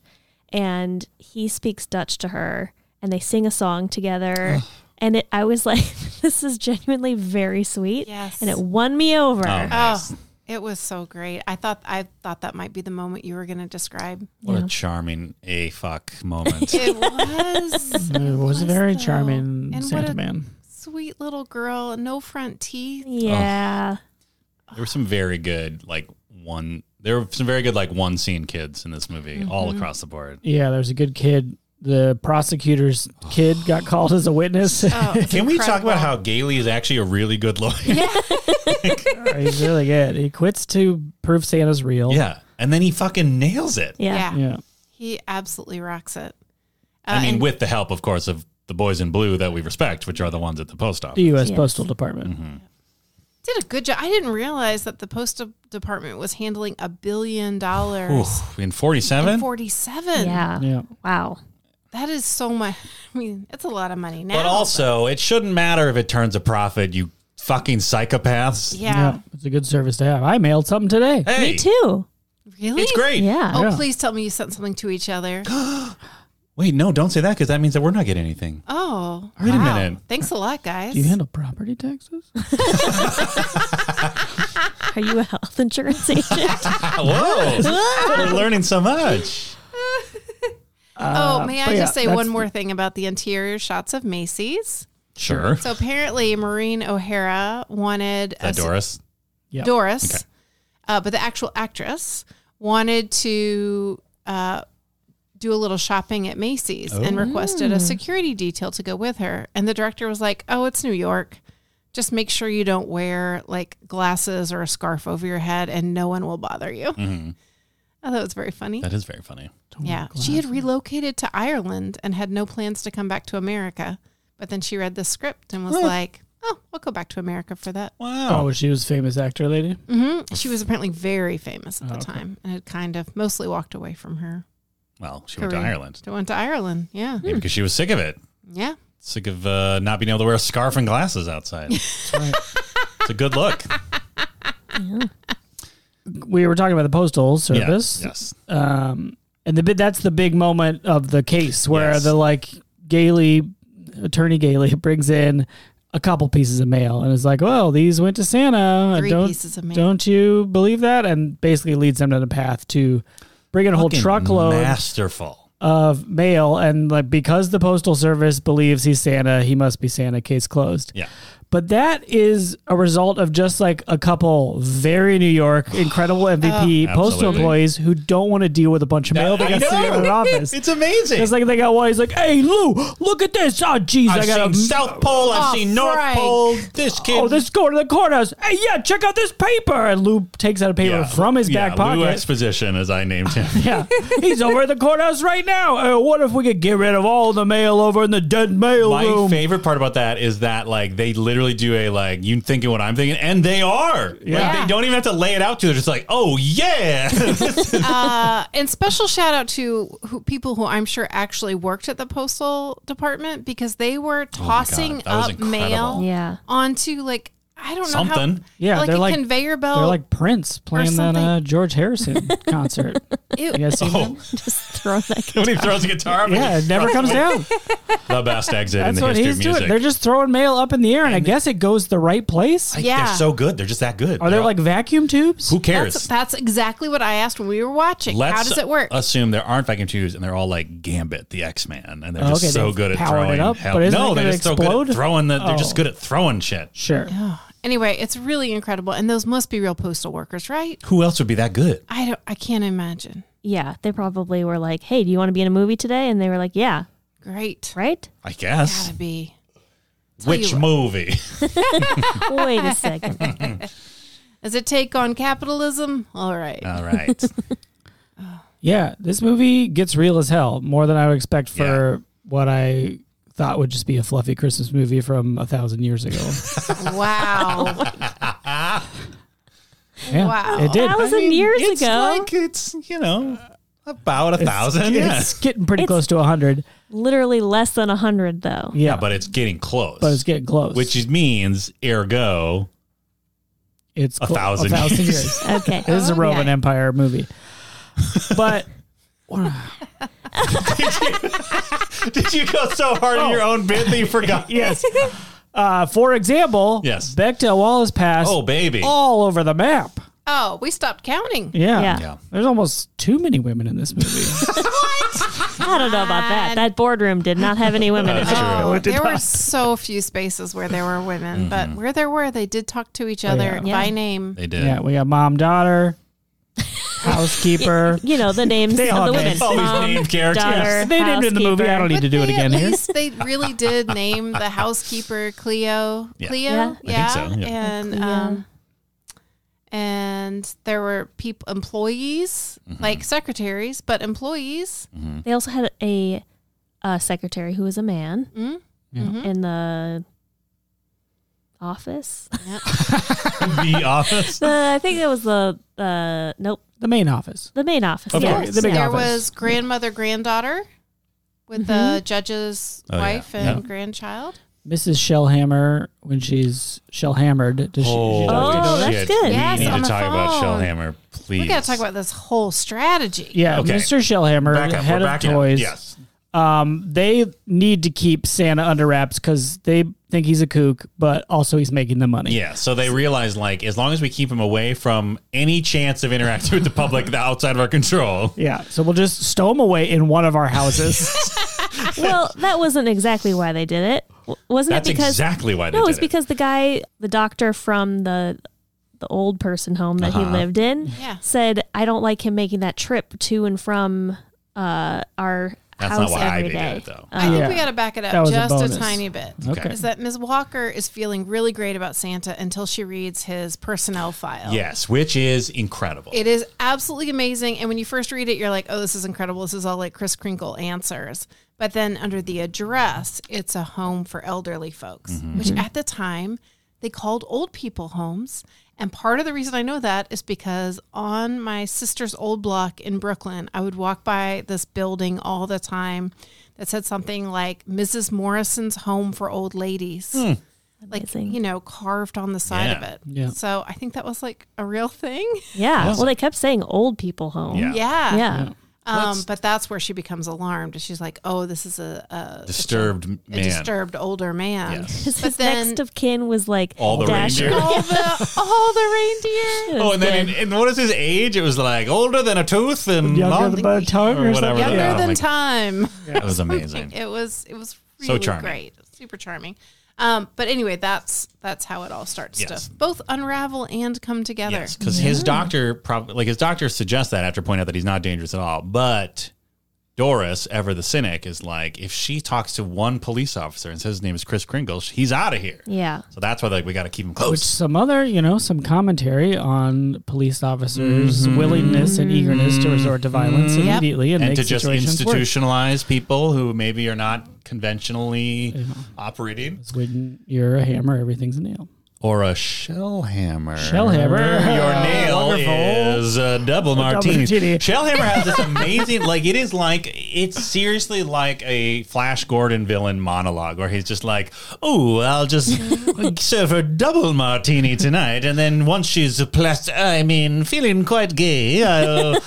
S5: and he speaks dutch to her and they sing a song together and it, i was like this is genuinely very sweet
S1: Yes.
S5: and it won me over
S4: Oh.
S1: oh, it was so great. I thought I thought that might be the moment you were going to describe.
S4: what a charming a fuck moment
S1: It was
S3: It was a very
S1: though.
S3: charming
S1: And what
S3: Santa
S1: a-
S3: Man.
S1: sweet little girl, no front teeth.
S5: yeah
S4: There were some very good like one. There were some very good like one scene kids in this movie, all across the board.
S3: Yeah, there was a good kid. The prosecutor's kid
S4: Oh.
S3: got called as a witness.
S1: Oh, it's
S4: Can we talk
S1: incredible.
S4: about how Gailey is actually a really good lawyer? Yeah.
S3: He's really good. He quits to prove Santa's real.
S4: and then he fucking nails it.
S5: yeah, Mm.
S1: Yeah,
S3: Yeah.
S1: he absolutely rocks it. Uh,
S4: I mean,
S1: and
S4: with the help, of course, of the boys in blue that we respect, which are the ones at the post
S3: The
S4: office.
S3: U.S.
S5: Yes.
S3: Postal Department.
S4: Mm-hmm.
S1: did a good job. I didn't realize that the postal department was handling a billion dollars.
S4: Ooh, in
S1: in
S4: forty-seven.
S1: Forty-seven.
S5: yeah.
S3: Yeah.
S5: wow
S1: that is so much. I mean, that's a lot of money now.
S4: But also, it shouldn't matter if it turns a profit. You fucking psychopaths.
S1: yeah,
S3: It's a good service to have. I mailed something today.
S4: Hey,
S5: me too
S1: really,
S4: it's great.
S5: yeah
S1: Oh,
S3: Yeah.
S1: please tell me you sent something to each other.
S4: Wait, no, don't say that because that means that we're not getting anything.
S1: Oh,
S4: Wait a
S1: wow.
S4: minute.
S1: Thanks a lot, guys.
S3: Do you handle property taxes?
S5: Are you a health insurance agent?
S4: Whoa, we're learning so much.
S1: oh, may I
S3: uh, but yeah,
S1: just say
S3: that's
S1: one
S3: the-
S1: more thing about the interior shots of Macy's?
S4: Sure.
S1: So apparently, Maureen O'Hara wanted
S4: that Doris.
S3: Yep.
S1: Doris,
S4: Okay.
S1: uh, but the actual actress wanted to uh, do a little shopping at Macy's
S4: Oh.
S1: and requested a security detail to go with her. And the director was like, "Oh, it's New York. Just make sure you don't wear like glasses or a scarf over your head, and no one will bother you." I thought it was very funny.
S4: Mm. Mm-hmm. That is very funny.
S1: yeah, she had relocated to Ireland and had no plans to come back to America. But then she read the script and was like, "Oh, I'll go back to America for that."
S4: Wow.
S3: Oh, she was famous actor lady.
S1: hmm She was apparently very famous
S4: Oh,
S1: at the time and had kind of mostly walked away from her.
S4: Well, she went to
S1: career.
S4: Ireland
S1: So went to Ireland. Yeah.
S4: Maybe because she was sick of it.
S1: Yeah.
S4: Sick of uh, not being able to wear a scarf and glasses outside. it's
S3: right.
S4: a good look.
S3: We were talking about the postal
S4: Yeah,
S3: service.
S4: Yes.
S3: Um, and the bit that's the big moment of the case where
S4: Yes.
S3: the like Gailey attorney Gailey brings in a couple pieces of mail and is like, "Well, these went to Santa.
S1: Three
S3: don't
S1: pieces of mail.
S3: don't you believe that?" And basically leads them to the path to bring in a whole
S4: Fucking
S3: truckload
S4: Masterful.
S3: of mail and like because the postal service believes he's Santa, he must be Santa. Case closed.
S4: Yeah.
S3: But that is a result of just like a couple very New York incredible MVP postal
S4: Absolutely.
S3: employees who don't want to deal with a bunch of mail they
S4: I
S3: got sitting
S4: know.
S3: in an office.
S4: It's amazing.
S3: It's like they got one. He's like, "Hey Lou, look at this! Oh jeez,
S4: I've
S3: I got
S4: seen
S3: a
S4: South Pole. I've
S1: Oh,
S4: seen North
S1: Frank.
S4: Pole. This kid.
S3: oh this go to the courthouse. Hey yeah, check out this paper." And Lou takes out a paper
S4: Yeah,
S3: from his
S4: yeah,
S3: back
S4: Lou
S3: pocket.
S4: Exposition, as I named him.
S3: yeah, he's over at the courthouse right now. Uh, what if we could get rid of all the mail over in the dead mail
S4: My
S3: room?
S4: favorite part about that is that like they literally do a like you thinking what I'm thinking, and they are. Like,
S1: Yeah.
S4: they don't even have to lay it out to you. They're just like, oh yeah.
S1: Uh, and special shout out to who, people who I'm sure actually worked at the postal department because they were tossing
S4: Oh That was
S1: up
S4: incredible.
S1: mail
S5: Yeah.
S1: onto like, I don't know.
S4: Something.
S1: How,
S3: Yeah,
S1: Like
S3: they're
S1: a
S3: like-
S1: conveyor belt.
S3: They're like Prince playing that
S1: something.
S3: uh, George Harrison concert.
S1: Ew.
S3: You guys seen that?
S4: oh,
S5: Just throw that.
S4: when he throws a guitar,
S3: Yeah, it never comes down.
S4: the best exit in
S3: That's
S4: the
S3: what
S4: history
S3: he's
S4: of music.
S3: doing. They're just throwing mail up in the air, and, I guess it goes the right place.
S4: Like,
S1: Yeah.
S4: They're so good. They're just that good.
S3: Are there like vacuum tubes?
S4: who cares?
S1: that's, that's exactly what I asked when we were watching.
S4: Let's
S1: how does it work?
S4: Assume there aren't vacuum tubes, and they're all like Gambit, the X Man, and they're
S3: Oh,
S4: just
S3: okay,
S4: so
S3: they've
S4: good at
S3: powered it
S4: throwing.
S3: up,
S4: hell-
S3: but isn't
S4: no,
S3: it
S4: they're
S3: gonna
S4: just so good
S3: explode?
S4: at throwing the. They're just
S3: Oh.
S4: good at throwing shit.
S3: Sure.
S1: anyway, it's really incredible. And those must be real postal workers, right?
S4: Who else would be that good?
S1: I don't, I can't imagine.
S5: Yeah, they probably were like, "Hey, do you want to be in a movie today?" And they were like, "Yeah,
S1: Great.
S5: right."
S4: I guess.
S1: Gotta be.
S4: Which
S1: you what.
S4: movie?
S5: Wait a second.
S1: As a take on capitalism? All right.
S4: All right.
S3: Yeah, this movie gets real as hell, more than I would expect for
S4: Yeah.
S3: what I thought would just be a fluffy Christmas movie from a thousand years ago.
S1: Wow.
S3: Yeah,
S1: Wow.
S3: it did.
S5: Thousand years
S4: it's
S5: ago,
S4: Like it's you know about a thousand. Yeah.
S3: It's getting pretty close to hundred.
S5: literally less than a hundred, though.
S3: Yeah,
S4: yeah, but it's getting close.
S3: but it's getting close.
S4: which is- means, ergo,
S3: it's
S4: a
S3: clo-
S4: thousand
S3: a thousand years.
S4: years.
S5: Okay.
S3: It is a
S1: Okay.
S3: Roman Empire movie, but
S4: Did you go so hard
S3: Oh.
S4: in your own bit that you forgot?
S3: yes. Uh, for example,
S4: Yes.
S3: Bechdel Wallace passed
S4: Oh, baby.
S3: all over the map.
S1: Oh, we stopped counting.
S3: Yeah.
S5: Yeah.
S4: Yeah.
S3: There's almost too many women in this movie.
S5: I don't know about that. That boardroom did not have any women in it.
S1: Oh,
S3: did
S1: there were
S3: not.
S1: so few spaces where there were women, but where there were, they did talk to each other
S5: Yeah.
S1: by
S5: Yeah.
S1: name.
S4: They did.
S3: yeah, we got mom, daughter, housekeeper.
S5: You know the names
S3: They
S5: of
S3: all
S5: the
S3: named
S5: women. Um,
S4: all these
S5: Mom,
S4: named characters.
S5: daughter,
S3: Yes, they named it in the movie. I don't need
S1: But
S3: to do it
S1: they
S3: again
S1: at
S3: here.
S1: least they really did name the housekeeper Cleo.
S4: Yeah.
S1: Cleo,
S5: Yeah. I
S1: yeah,
S5: think
S4: so, yeah.
S1: and um, and there were people employees like secretaries, but employees.
S5: They also had a, uh secretary who was a man in the office.
S4: The office.
S5: The- I think it was the uh, nope
S3: The main office.
S5: the main office.
S4: Of
S5: yeah.
S4: course.
S3: The big
S1: there
S3: office.
S1: was grandmother, granddaughter, with the
S3: Mm-hmm.
S1: judge's
S4: Oh, yeah.
S1: wife and
S4: Yeah.
S1: grandchild.
S3: Mrs. Shellhammer, when she's shellhammered, does she, she
S5: Oh,
S3: does-
S5: that's
S4: shit.
S5: good.
S4: We
S1: Yes,
S4: need
S1: on
S4: to
S1: the
S4: talk about
S1: phone.
S4: Shellhammer, please.
S1: We got to talk about this whole strategy.
S3: yeah,
S4: Okay.
S3: Mr. Shellhammer,
S4: Back up.
S3: head
S4: We're
S3: of
S4: back up.
S3: toys.
S4: Yes.
S3: Um, they need to keep Santa under wraps because they think he's a kook, but also he's making the money.
S4: Yeah. So they realize, like, as long as we keep him away from any chance of interacting with the public that outside of our control,
S3: Yeah, so we'll just stow him away in one of our houses.
S5: well, that wasn't exactly why they did it. W- Wasn't
S4: that's
S5: it because
S4: exactly why they
S5: no? It
S4: did
S5: was because the guy, the doctor from the the old person home that
S4: Uh-huh.
S5: he lived in,
S1: Yeah.
S5: said, "I don't like him making that trip to and from uh, our
S4: That's
S5: house
S4: not why I
S5: every
S4: did
S5: day."
S4: it, though.
S1: I think we
S3: Yeah.
S1: got to back it
S3: That
S1: up
S3: was a
S1: just a,
S3: bonus.
S1: tiny bit.
S3: Okay.
S1: Is that Ms. Walker is feeling really great about Santa until she reads his personnel file.
S4: Yes, which is incredible.
S1: It is absolutely amazing. And when you first read it, you're like, oh, this is incredible. This is all like Chris Crinkle answers. But then under the address, it's a home for elderly folks,
S4: Mm-hmm.
S1: which at the time they called old people homes. And part of the reason I know that is because on my sister's old block in Brooklyn, I would walk by this building all the time that said something like Mrs. Morrison's Home for Old Ladies. Like,
S5: Amazing.
S1: you know, carved on the side of
S4: Hmm. Yeah.
S1: it.
S3: Yeah.
S1: So I think that was like a real thing.
S5: Yeah. Well, they kept saying old people home.
S4: Yeah.
S1: Yeah.
S5: Yeah.
S1: Um, but that's where she becomes alarmed. She's like, "Oh, this is a, a,
S4: Disturbed
S1: a
S4: man.
S1: disturbed older man."
S4: Yes.
S5: His,
S1: But
S5: his
S1: then-
S5: next of kin was like
S4: All the
S5: Dash-
S4: reindeer.
S1: All the all the reindeer.
S5: It
S4: Oh,
S5: was
S4: and then
S5: good.
S4: in, and what is his age? It was like older than a tooth and
S3: Younger
S4: long-
S3: than by a tongue or, something.
S4: or whatever.
S1: Younger
S4: Oh, Yeah.
S1: than
S4: Like-
S1: time.
S4: That was amazing.
S1: It was it was really
S4: So charming.
S1: great, super charming. Um, but anyway, that's that's how it all starts
S4: Yes.
S1: to both unravel and come together.
S4: Yes, because his doctor probably like his doctor suggests that after pointing out that he's not dangerous at all. But Doris, ever the cynic, is like if she talks to one police officer and says his name is Chris Kringle, sh- he's out of here.
S5: Yeah.
S4: So that's why like we got to keep him
S3: Which
S4: close.
S3: some other, you know, some commentary on police officers' willingness and eagerness to resort to violence immediately and,
S4: Mm-hmm. and
S3: make
S4: to just
S3: situations worse.
S4: institutionalize people who maybe are not conventionally operating.
S3: When you're a hammer, everything's a nail.
S4: Or a shell hammer.
S3: Shell hammer.
S4: Your
S3: Oh,
S4: nail
S3: wonderful.
S4: is a double martini.
S3: martini.
S4: Shellhammer has this amazing, like it is like it's seriously like a Flash Gordon villain monologue where he's just like, "Oh, I'll just serve her double martini tonight, and then once she's plus, I mean, feeling quite gay, I'll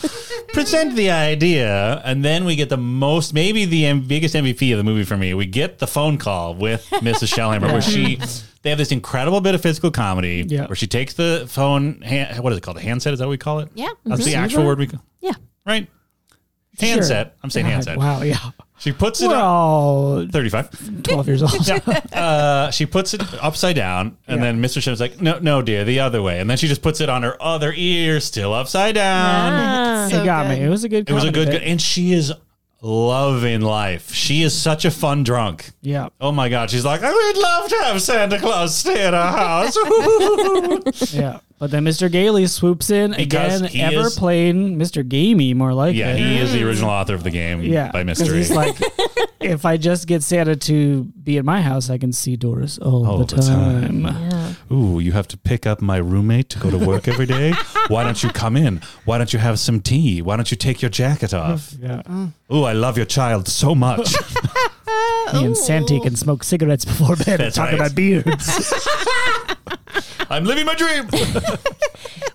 S4: present the idea." And then we get the most, maybe the M- biggest MVP of the movie for me. We get the phone call with Mrs. Shellhammer where she. They have this incredible bit of physical comedy
S3: Yeah.
S4: where she takes the phone, hand, what is it called? A handset? Is that what we call it?
S1: Yeah.
S4: That's the actual word we call
S5: Yeah.
S4: Right?
S3: mm-hmm. Sure.
S4: Handset. I'm saying
S3: God,
S4: handset.
S3: Wow, yeah.
S4: She puts it
S3: We're
S4: up.
S3: all
S4: 35.
S3: 12 years old.
S4: Uh, she puts it upside down, and
S3: Yeah.
S4: then Mr. Shim's like, "No, no, dear, the other way." And then she just puts it on her other ear, still upside down.
S5: Ah.
S1: So
S3: it got
S1: good.
S3: me. It was a good
S4: It was a
S3: comedy
S4: good,
S3: bit.
S4: good, and she is loving life. She is such a fun drunk.
S3: Yeah.
S4: Oh my god, she's like, "I would love to have Santa Claus stay at our house." Ooh.
S3: Yeah. But then Mr. Gailey swoops in
S4: Because
S3: again,
S4: he
S3: ever
S4: is-
S3: playing Mr. Gamey, more like
S4: yeah,
S3: it.
S4: he is the original author of the game.
S3: yeah.
S4: by
S3: 'cause
S4: mystery.
S3: He's like, if I just get Santa to be at my house, I can see Doris all,
S4: All
S3: the
S4: the time.
S3: time.
S5: Ah. Yeah.
S4: Ooh, you have to pick up my roommate to go to work every day. Why don't you come in? Why don't you have some tea? Why don't you take your jacket off?
S3: Yeah.
S5: Uh,
S4: Ooh, I love your child so much.
S3: Me
S5: oh.
S3: and Santa can smoke cigarettes before bed and
S4: That's
S3: talk
S4: right.
S3: about beards.
S4: I'm living my dream.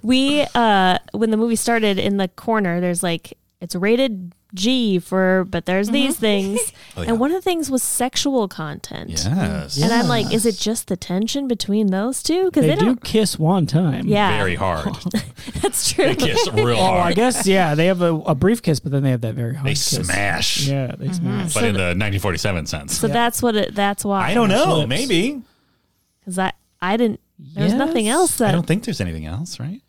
S5: We uh when the movie started in the corner, there's like it's rated G for but there's these things.
S4: Mm-hmm. Oh, yeah.
S5: And one of the things was sexual content.
S4: Yes.
S5: And I'm like, is it just the tension between those two? Because
S3: they
S5: they,
S3: do
S5: don't.
S3: kiss one time.
S5: Yeah,
S4: Very hard.
S5: that's true.
S4: They kiss real
S3: Oh, I
S4: hard.
S3: guess, yeah. They have a, a brief kiss, but then they have that very hard
S4: They
S3: kiss.
S4: smash.
S3: Yeah,
S5: Mm-hmm.
S3: they smash.
S4: But in the 1947 sense.
S5: So that's what it. That's why
S4: I don't know.
S3: Lips.
S4: Maybe.
S5: because I I didn't. There's nothing
S3: Yes.
S5: else
S4: I
S5: that
S4: don't think there's anything else, right?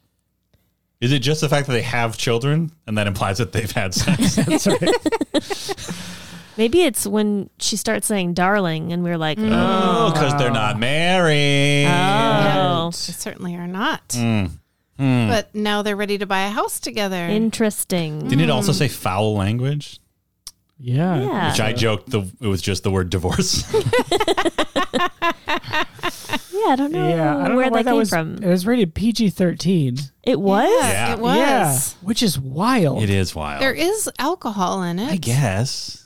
S4: Is it just the fact that they have children and that implies that they've had sex?
S3: That's right.
S5: Maybe it's when she starts saying darling and we're like,
S4: oh, because they're not married.
S5: oh,
S1: They certainly are not.
S4: Mm. Hmm.
S1: But now they're ready to buy a house together.
S5: interesting.
S4: Didn't it also say foul language?
S3: Yeah.
S5: Yeah.
S4: Which I joked the it was just the word divorce.
S5: yeah, I don't know
S3: Yeah, I don't
S5: where
S3: know why
S5: that came
S3: was,
S5: from.
S3: It was rated PG thirteen.
S5: It was?
S1: Yes,
S4: Yeah.
S1: it was.
S3: which is wild.
S4: it is wild.
S1: There is alcohol in it.
S4: I guess.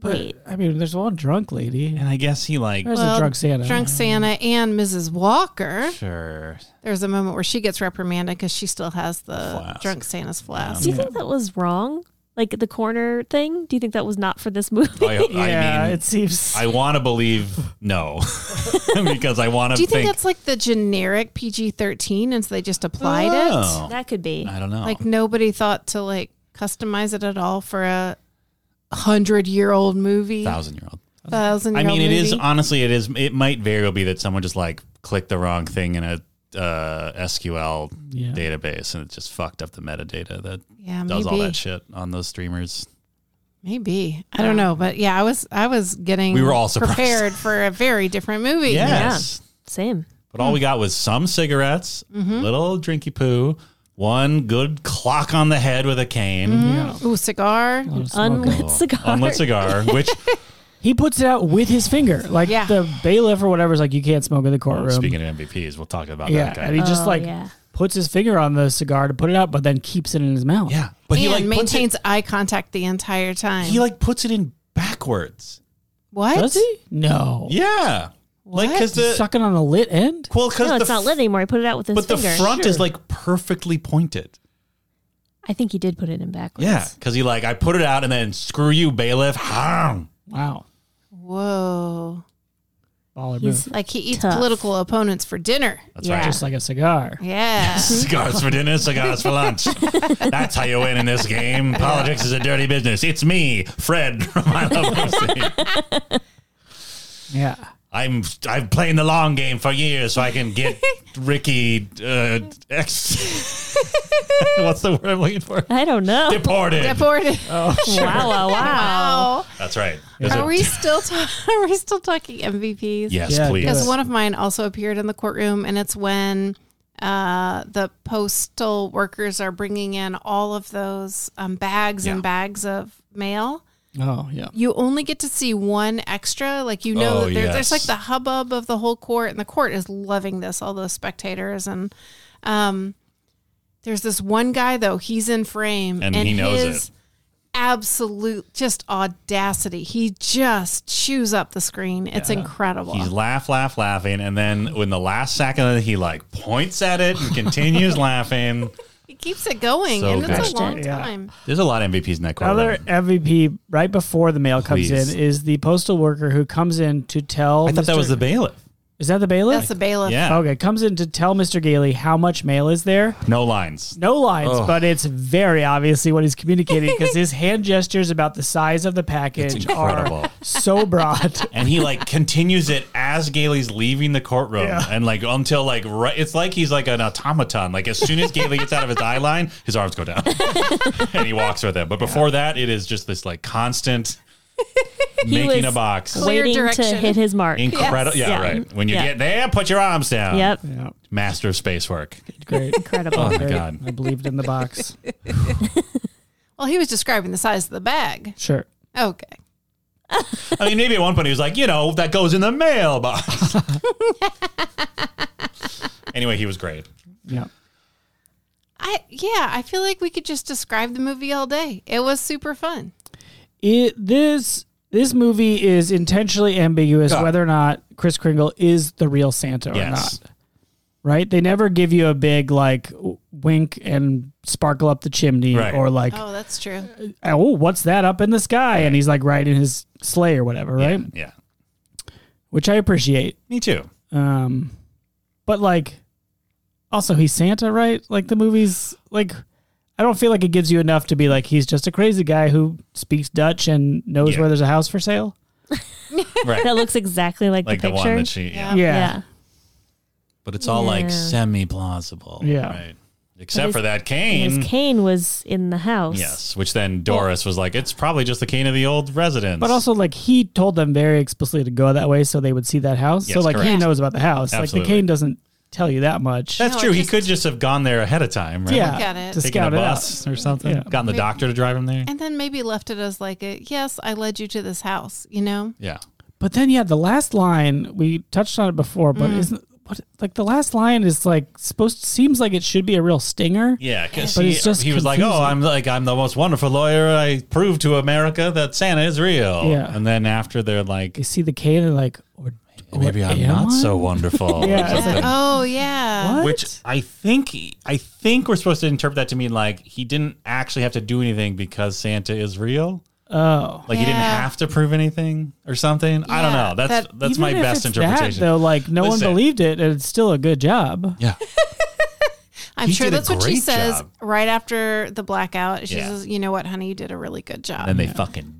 S3: But
S5: Wait.
S3: I mean, there's one drunk lady.
S4: And I guess he like
S3: There's a drunk Santa.
S1: Drunk Santa and Mrs. Walker.
S4: sure.
S1: There's a moment where she gets reprimanded because she still has the
S4: Flask.
S1: drunk Santa's flask.
S5: Do you think that was wrong? Like the corner thing? Do you think that was not for this movie?
S4: I, I
S3: yeah,
S4: mean
S3: it seems.
S4: I want to believe no, because I want to
S1: Do you
S4: think.
S1: think that's like the generic PG 13 and so they just applied
S4: Oh,
S5: that could be.
S4: I don't know.
S1: it? Like nobody thought to like customize it at all for a hundred year old movie,
S4: thousand year old.
S1: thousand
S4: I
S1: year old
S4: mean, it
S1: movie.
S4: is honestly, it is. It might very well be that someone just like clicked the wrong thing in a uh, SQL
S3: Yeah.
S4: database and it just fucked up the metadata that
S1: yeah,
S4: does
S1: maybe,
S4: all that shit on those streamers.
S1: maybe I don't know, but yeah, I was I was getting
S4: We were all surprised.
S1: prepared for a very different movie.
S4: Yes.
S5: Same.
S4: But
S5: Hmm.
S4: all we got was some cigarettes,
S5: Mm-hmm.
S4: little drinky poo, one good clock on the head with a cane,
S5: Mm-hmm.
S1: Ooh, cigar.
S3: I don't smoke it.
S5: Unlit cigar.
S4: unlit cigar, which,
S3: he puts it out with his finger, like
S1: Yeah.
S3: the bailiff or whatever is like, you can't smoke in the courtroom.
S4: Oh, speaking of MVPs, we'll talk about
S3: yeah,
S4: that
S3: and
S4: guy.
S3: he just
S5: Oh,
S3: like
S5: yeah.
S3: puts his finger on the cigar to put it out, but then keeps it in his mouth.
S4: Yeah. But
S1: and
S4: he like, puts it,
S1: maintains eye contact the entire time.
S4: he like puts it in backwards.
S1: what?
S3: does he? No,
S4: Yeah. Like,
S1: What?
S4: because
S3: He's
S4: the,
S3: sucking on the lit end.
S4: well, 'cause the
S5: No, it's not
S4: f-
S5: lit anymore. He put it out with his
S4: But the
S5: finger.
S4: front is like perfectly pointed.
S5: I think he did put it in backwards.
S4: Yeah, because he like I put it out and then screw you, bailiff. Harm.
S3: Wow,
S1: Whoa!
S3: baller
S5: He's
S3: move.
S1: Like he eats
S5: Tough.
S1: political opponents for dinner.
S4: That's
S5: Yeah.
S4: right.
S3: Just like a cigar.
S1: Yeah.
S4: Cigars for dinner, cigars for lunch. That's how you win in this game. Politics is a dirty business. It's me, Fred from I Love Lucy.
S3: Yeah,
S4: I'm I've playing the long game for years, so I can get Ricky uh, ex. What's the word I'm looking for?
S5: I don't know.
S4: Deported.
S1: Deported.
S5: Wow, wow, wow.
S1: Wow.
S4: That's right. There's a-
S1: Are we still ta- are we still talking MVPs?
S4: yes,
S3: Yeah,
S4: please.
S3: do
S1: Because
S3: it.
S1: one of mine also appeared in the courtroom, and it's when uh, the postal workers are bringing in all of those um, bags
S4: Yeah.
S1: and bags of mail.
S3: oh yeah.
S1: You only get to see one extra. Like you know,
S4: Oh,
S1: that there,
S4: yes.
S1: there's like the hubbub of the whole court, and the court is loving this. All those spectators and. Um, there's this one guy though; he's in frame,
S4: And he knows
S1: his
S4: it.
S1: absolute just audacity. He just chews up the screen. It's incredible.
S4: He's laugh, laugh, laughing, and then when the last second he like points at it and continues laughing.
S1: He keeps it going,
S4: So
S1: and it's a
S4: good.
S1: long
S3: Yeah.
S1: time.
S4: There's a lot of MVPs in that
S3: Another
S4: courtroom.
S3: MVP right before the mail comes
S4: Please.
S3: in is the postal worker who comes in to tell.
S4: I thought that
S3: Mr.
S4: was the bailiff.
S3: Is that the bailiff?
S1: That's the bailiff.
S4: Yeah.
S3: Okay, comes in to tell Mr. Gailey how much mail is there.
S4: No lines.
S3: No lines,
S4: Ugh.
S3: but it's very obviously what he's communicating because his hand gestures about the size of the
S4: It's
S3: package
S4: incredible.
S3: are so broad.
S4: and he like continues it as Gailey's leaving the courtroom, and like until like right, it's like he's like an automaton. Like as soon as Gailey gets out of his eye line, his arms go down, and he walks with it. But before that, it is just this like constant making a
S5: was
S4: box.
S1: Clear
S5: waiting to
S1: direction.
S5: hit his mark.
S4: Incredible, yeah,
S5: Yeah.
S4: right. When you
S5: Yeah.
S4: get there, put your arms down.
S5: Yep.
S3: yeah,
S4: Master of space work.
S3: great.
S5: Incredible.
S4: Oh my
S3: Great.
S4: god.
S3: I believed in the box.
S1: Well, he was describing the size of the bag.
S3: Sure.
S1: Okay.
S4: I mean, maybe at one point he was like, you know, that goes in the mailbox. anyway, he was great.
S3: Yeah.
S1: I yeah, I feel like we could just describe the movie all day. It was super fun.
S3: It this this movie is intentionally ambiguous
S4: Yeah.
S3: whether or not Chris Kringle is the real Santa or
S4: Yes.
S3: not. Right? They never give you a big like w- wink and sparkle up the chimney
S4: Right.
S3: or like
S1: Oh, that's true.
S3: oh, what's that up in the sky? And he's like riding his sleigh or whatever, right?
S4: Yeah.
S3: Which I appreciate.
S4: Me too.
S3: Um, but like, also he's Santa, right? Like the movies, like I don't feel like it gives you enough to be like he's just a crazy guy who speaks Dutch and knows
S4: Yeah.
S3: where there's a house for sale.
S4: Right.
S5: That looks exactly like,
S4: like
S5: the
S4: the,
S5: picture.
S4: one that she, yeah.
S1: Yeah.
S5: yeah.
S4: But it's all like
S5: Yeah.
S4: semi plausible.
S3: Yeah.
S4: Right. Except
S5: his-
S4: for that
S5: Because
S4: cane.
S5: Kane was in the house.
S4: Yes. Which then Doris was like, it's probably just the cane of the old residence.
S3: But also, like he told them very explicitly to go that way so they would see that house. so
S4: Yes,
S3: like he
S4: correct.
S3: knows about the house. Like
S4: Absolutely.
S3: the cane doesn't tell you that much.
S4: that's
S1: No,
S4: true.
S1: it
S4: He
S1: just-
S4: could just have gone there ahead of time, right?
S3: yeah,
S1: Got it.
S3: to
S4: Taking a
S3: scout it
S4: bus
S3: out
S4: or something.
S3: Yeah.
S4: Gotten the doctor to drive him there.
S1: And then maybe left it as like a yes, I led you to this house, you know?
S4: Yeah.
S3: But then, yeah, the last line we touched on it before, but
S4: Mm.
S3: isn't what like the last line is like supposed seems like it should be a real stinger.
S4: Yeah, because
S3: But
S4: he,
S3: it's just
S4: he was like, "Oh,
S3: confusing.
S4: I'm like I'm the most wonderful lawyer. I proved to America that Santa is real."
S3: Yeah.
S4: and then after they're like,
S3: They see the cane and like, or, or
S4: "Maybe I'm
S3: am
S4: not
S3: I?
S4: so wonderful." or
S3: Yeah.
S4: something.
S1: Oh yeah.
S3: What?
S4: Which I think I think we're supposed to interpret that to mean like he didn't actually have to do anything because Santa is real.
S3: Oh,
S4: Like he didn't
S1: Yeah.
S4: have to prove anything or something. I don't
S1: Yeah,
S4: know. That's
S1: that-
S4: that's my
S3: Even if
S4: best
S3: it's that,
S4: interpretation.
S3: though, like no
S4: Listen.
S3: one believed it, and it's still a good job.
S4: yeah,
S1: I'm
S4: He
S1: sure
S4: did a
S1: that's what she
S4: great
S1: says
S4: job.
S1: right after the blackout. She
S4: Yeah.
S1: says, "You know what, honey, you did a really good job."
S4: then they fucking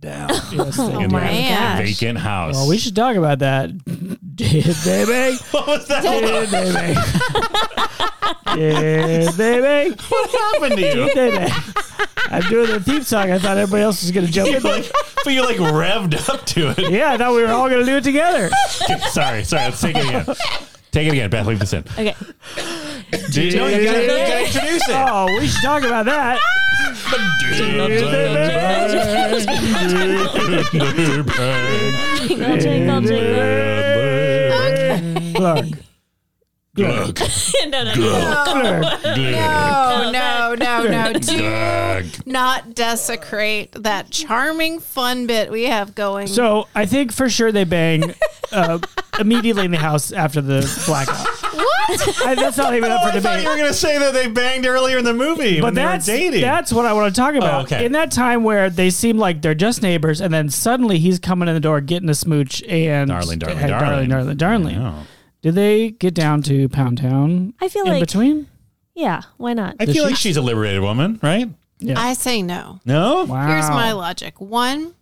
S4: down
S5: Oh
S4: in
S5: my
S4: that
S5: gosh.
S4: vacant house.
S3: Well, we should talk about that. Did they make?
S4: what was that?
S3: Did they make? Did they make?
S4: what happened to you?
S3: Did they make? I'm doing the theme song. I thought everybody else was going to jump in. but-
S4: Like, but you like revved up to it.
S3: Yeah, I thought we were all going to do it together.
S4: Okay, sorry, sorry. Let's take it again. Take it again, Beth. Leave this in.
S5: Okay.
S4: Did, no, you gotta, you gotta introduce it.
S3: Oh, we should talk about that.
S5: Jingle, jingle, jingle.
S4: Oh,
S3: Glug, glug,
S5: no, no, no.
S3: glug.
S1: Oh no, no, no! Do
S4: Glug.
S1: not desecrate that charming fun bit we have going.
S3: So I think for sure they bang uh, immediately in the house after the blackout.
S1: what?
S3: I, that's not even
S4: Oh,
S3: up for
S4: I thought
S3: debate.
S4: you were gonna say that they banged earlier in the movie
S3: But
S4: when they were
S3: that's
S4: dating. Oh,
S3: that's what I want to talk about.
S4: okay.
S3: In that time where they seem like they're just neighbors, and then suddenly he's coming in the door, getting a smooch, and
S4: darling, darling,
S3: Hey,
S4: darling,
S3: darling, darling.
S4: Yeah.
S3: Did they get down to Pound Town?
S5: I feel
S3: in
S5: like-
S3: between.
S5: Yeah, why not?
S4: I feel like she's a liberated woman, right?
S1: I say no.
S4: No.
S3: Wow.
S1: Here's my logic. One,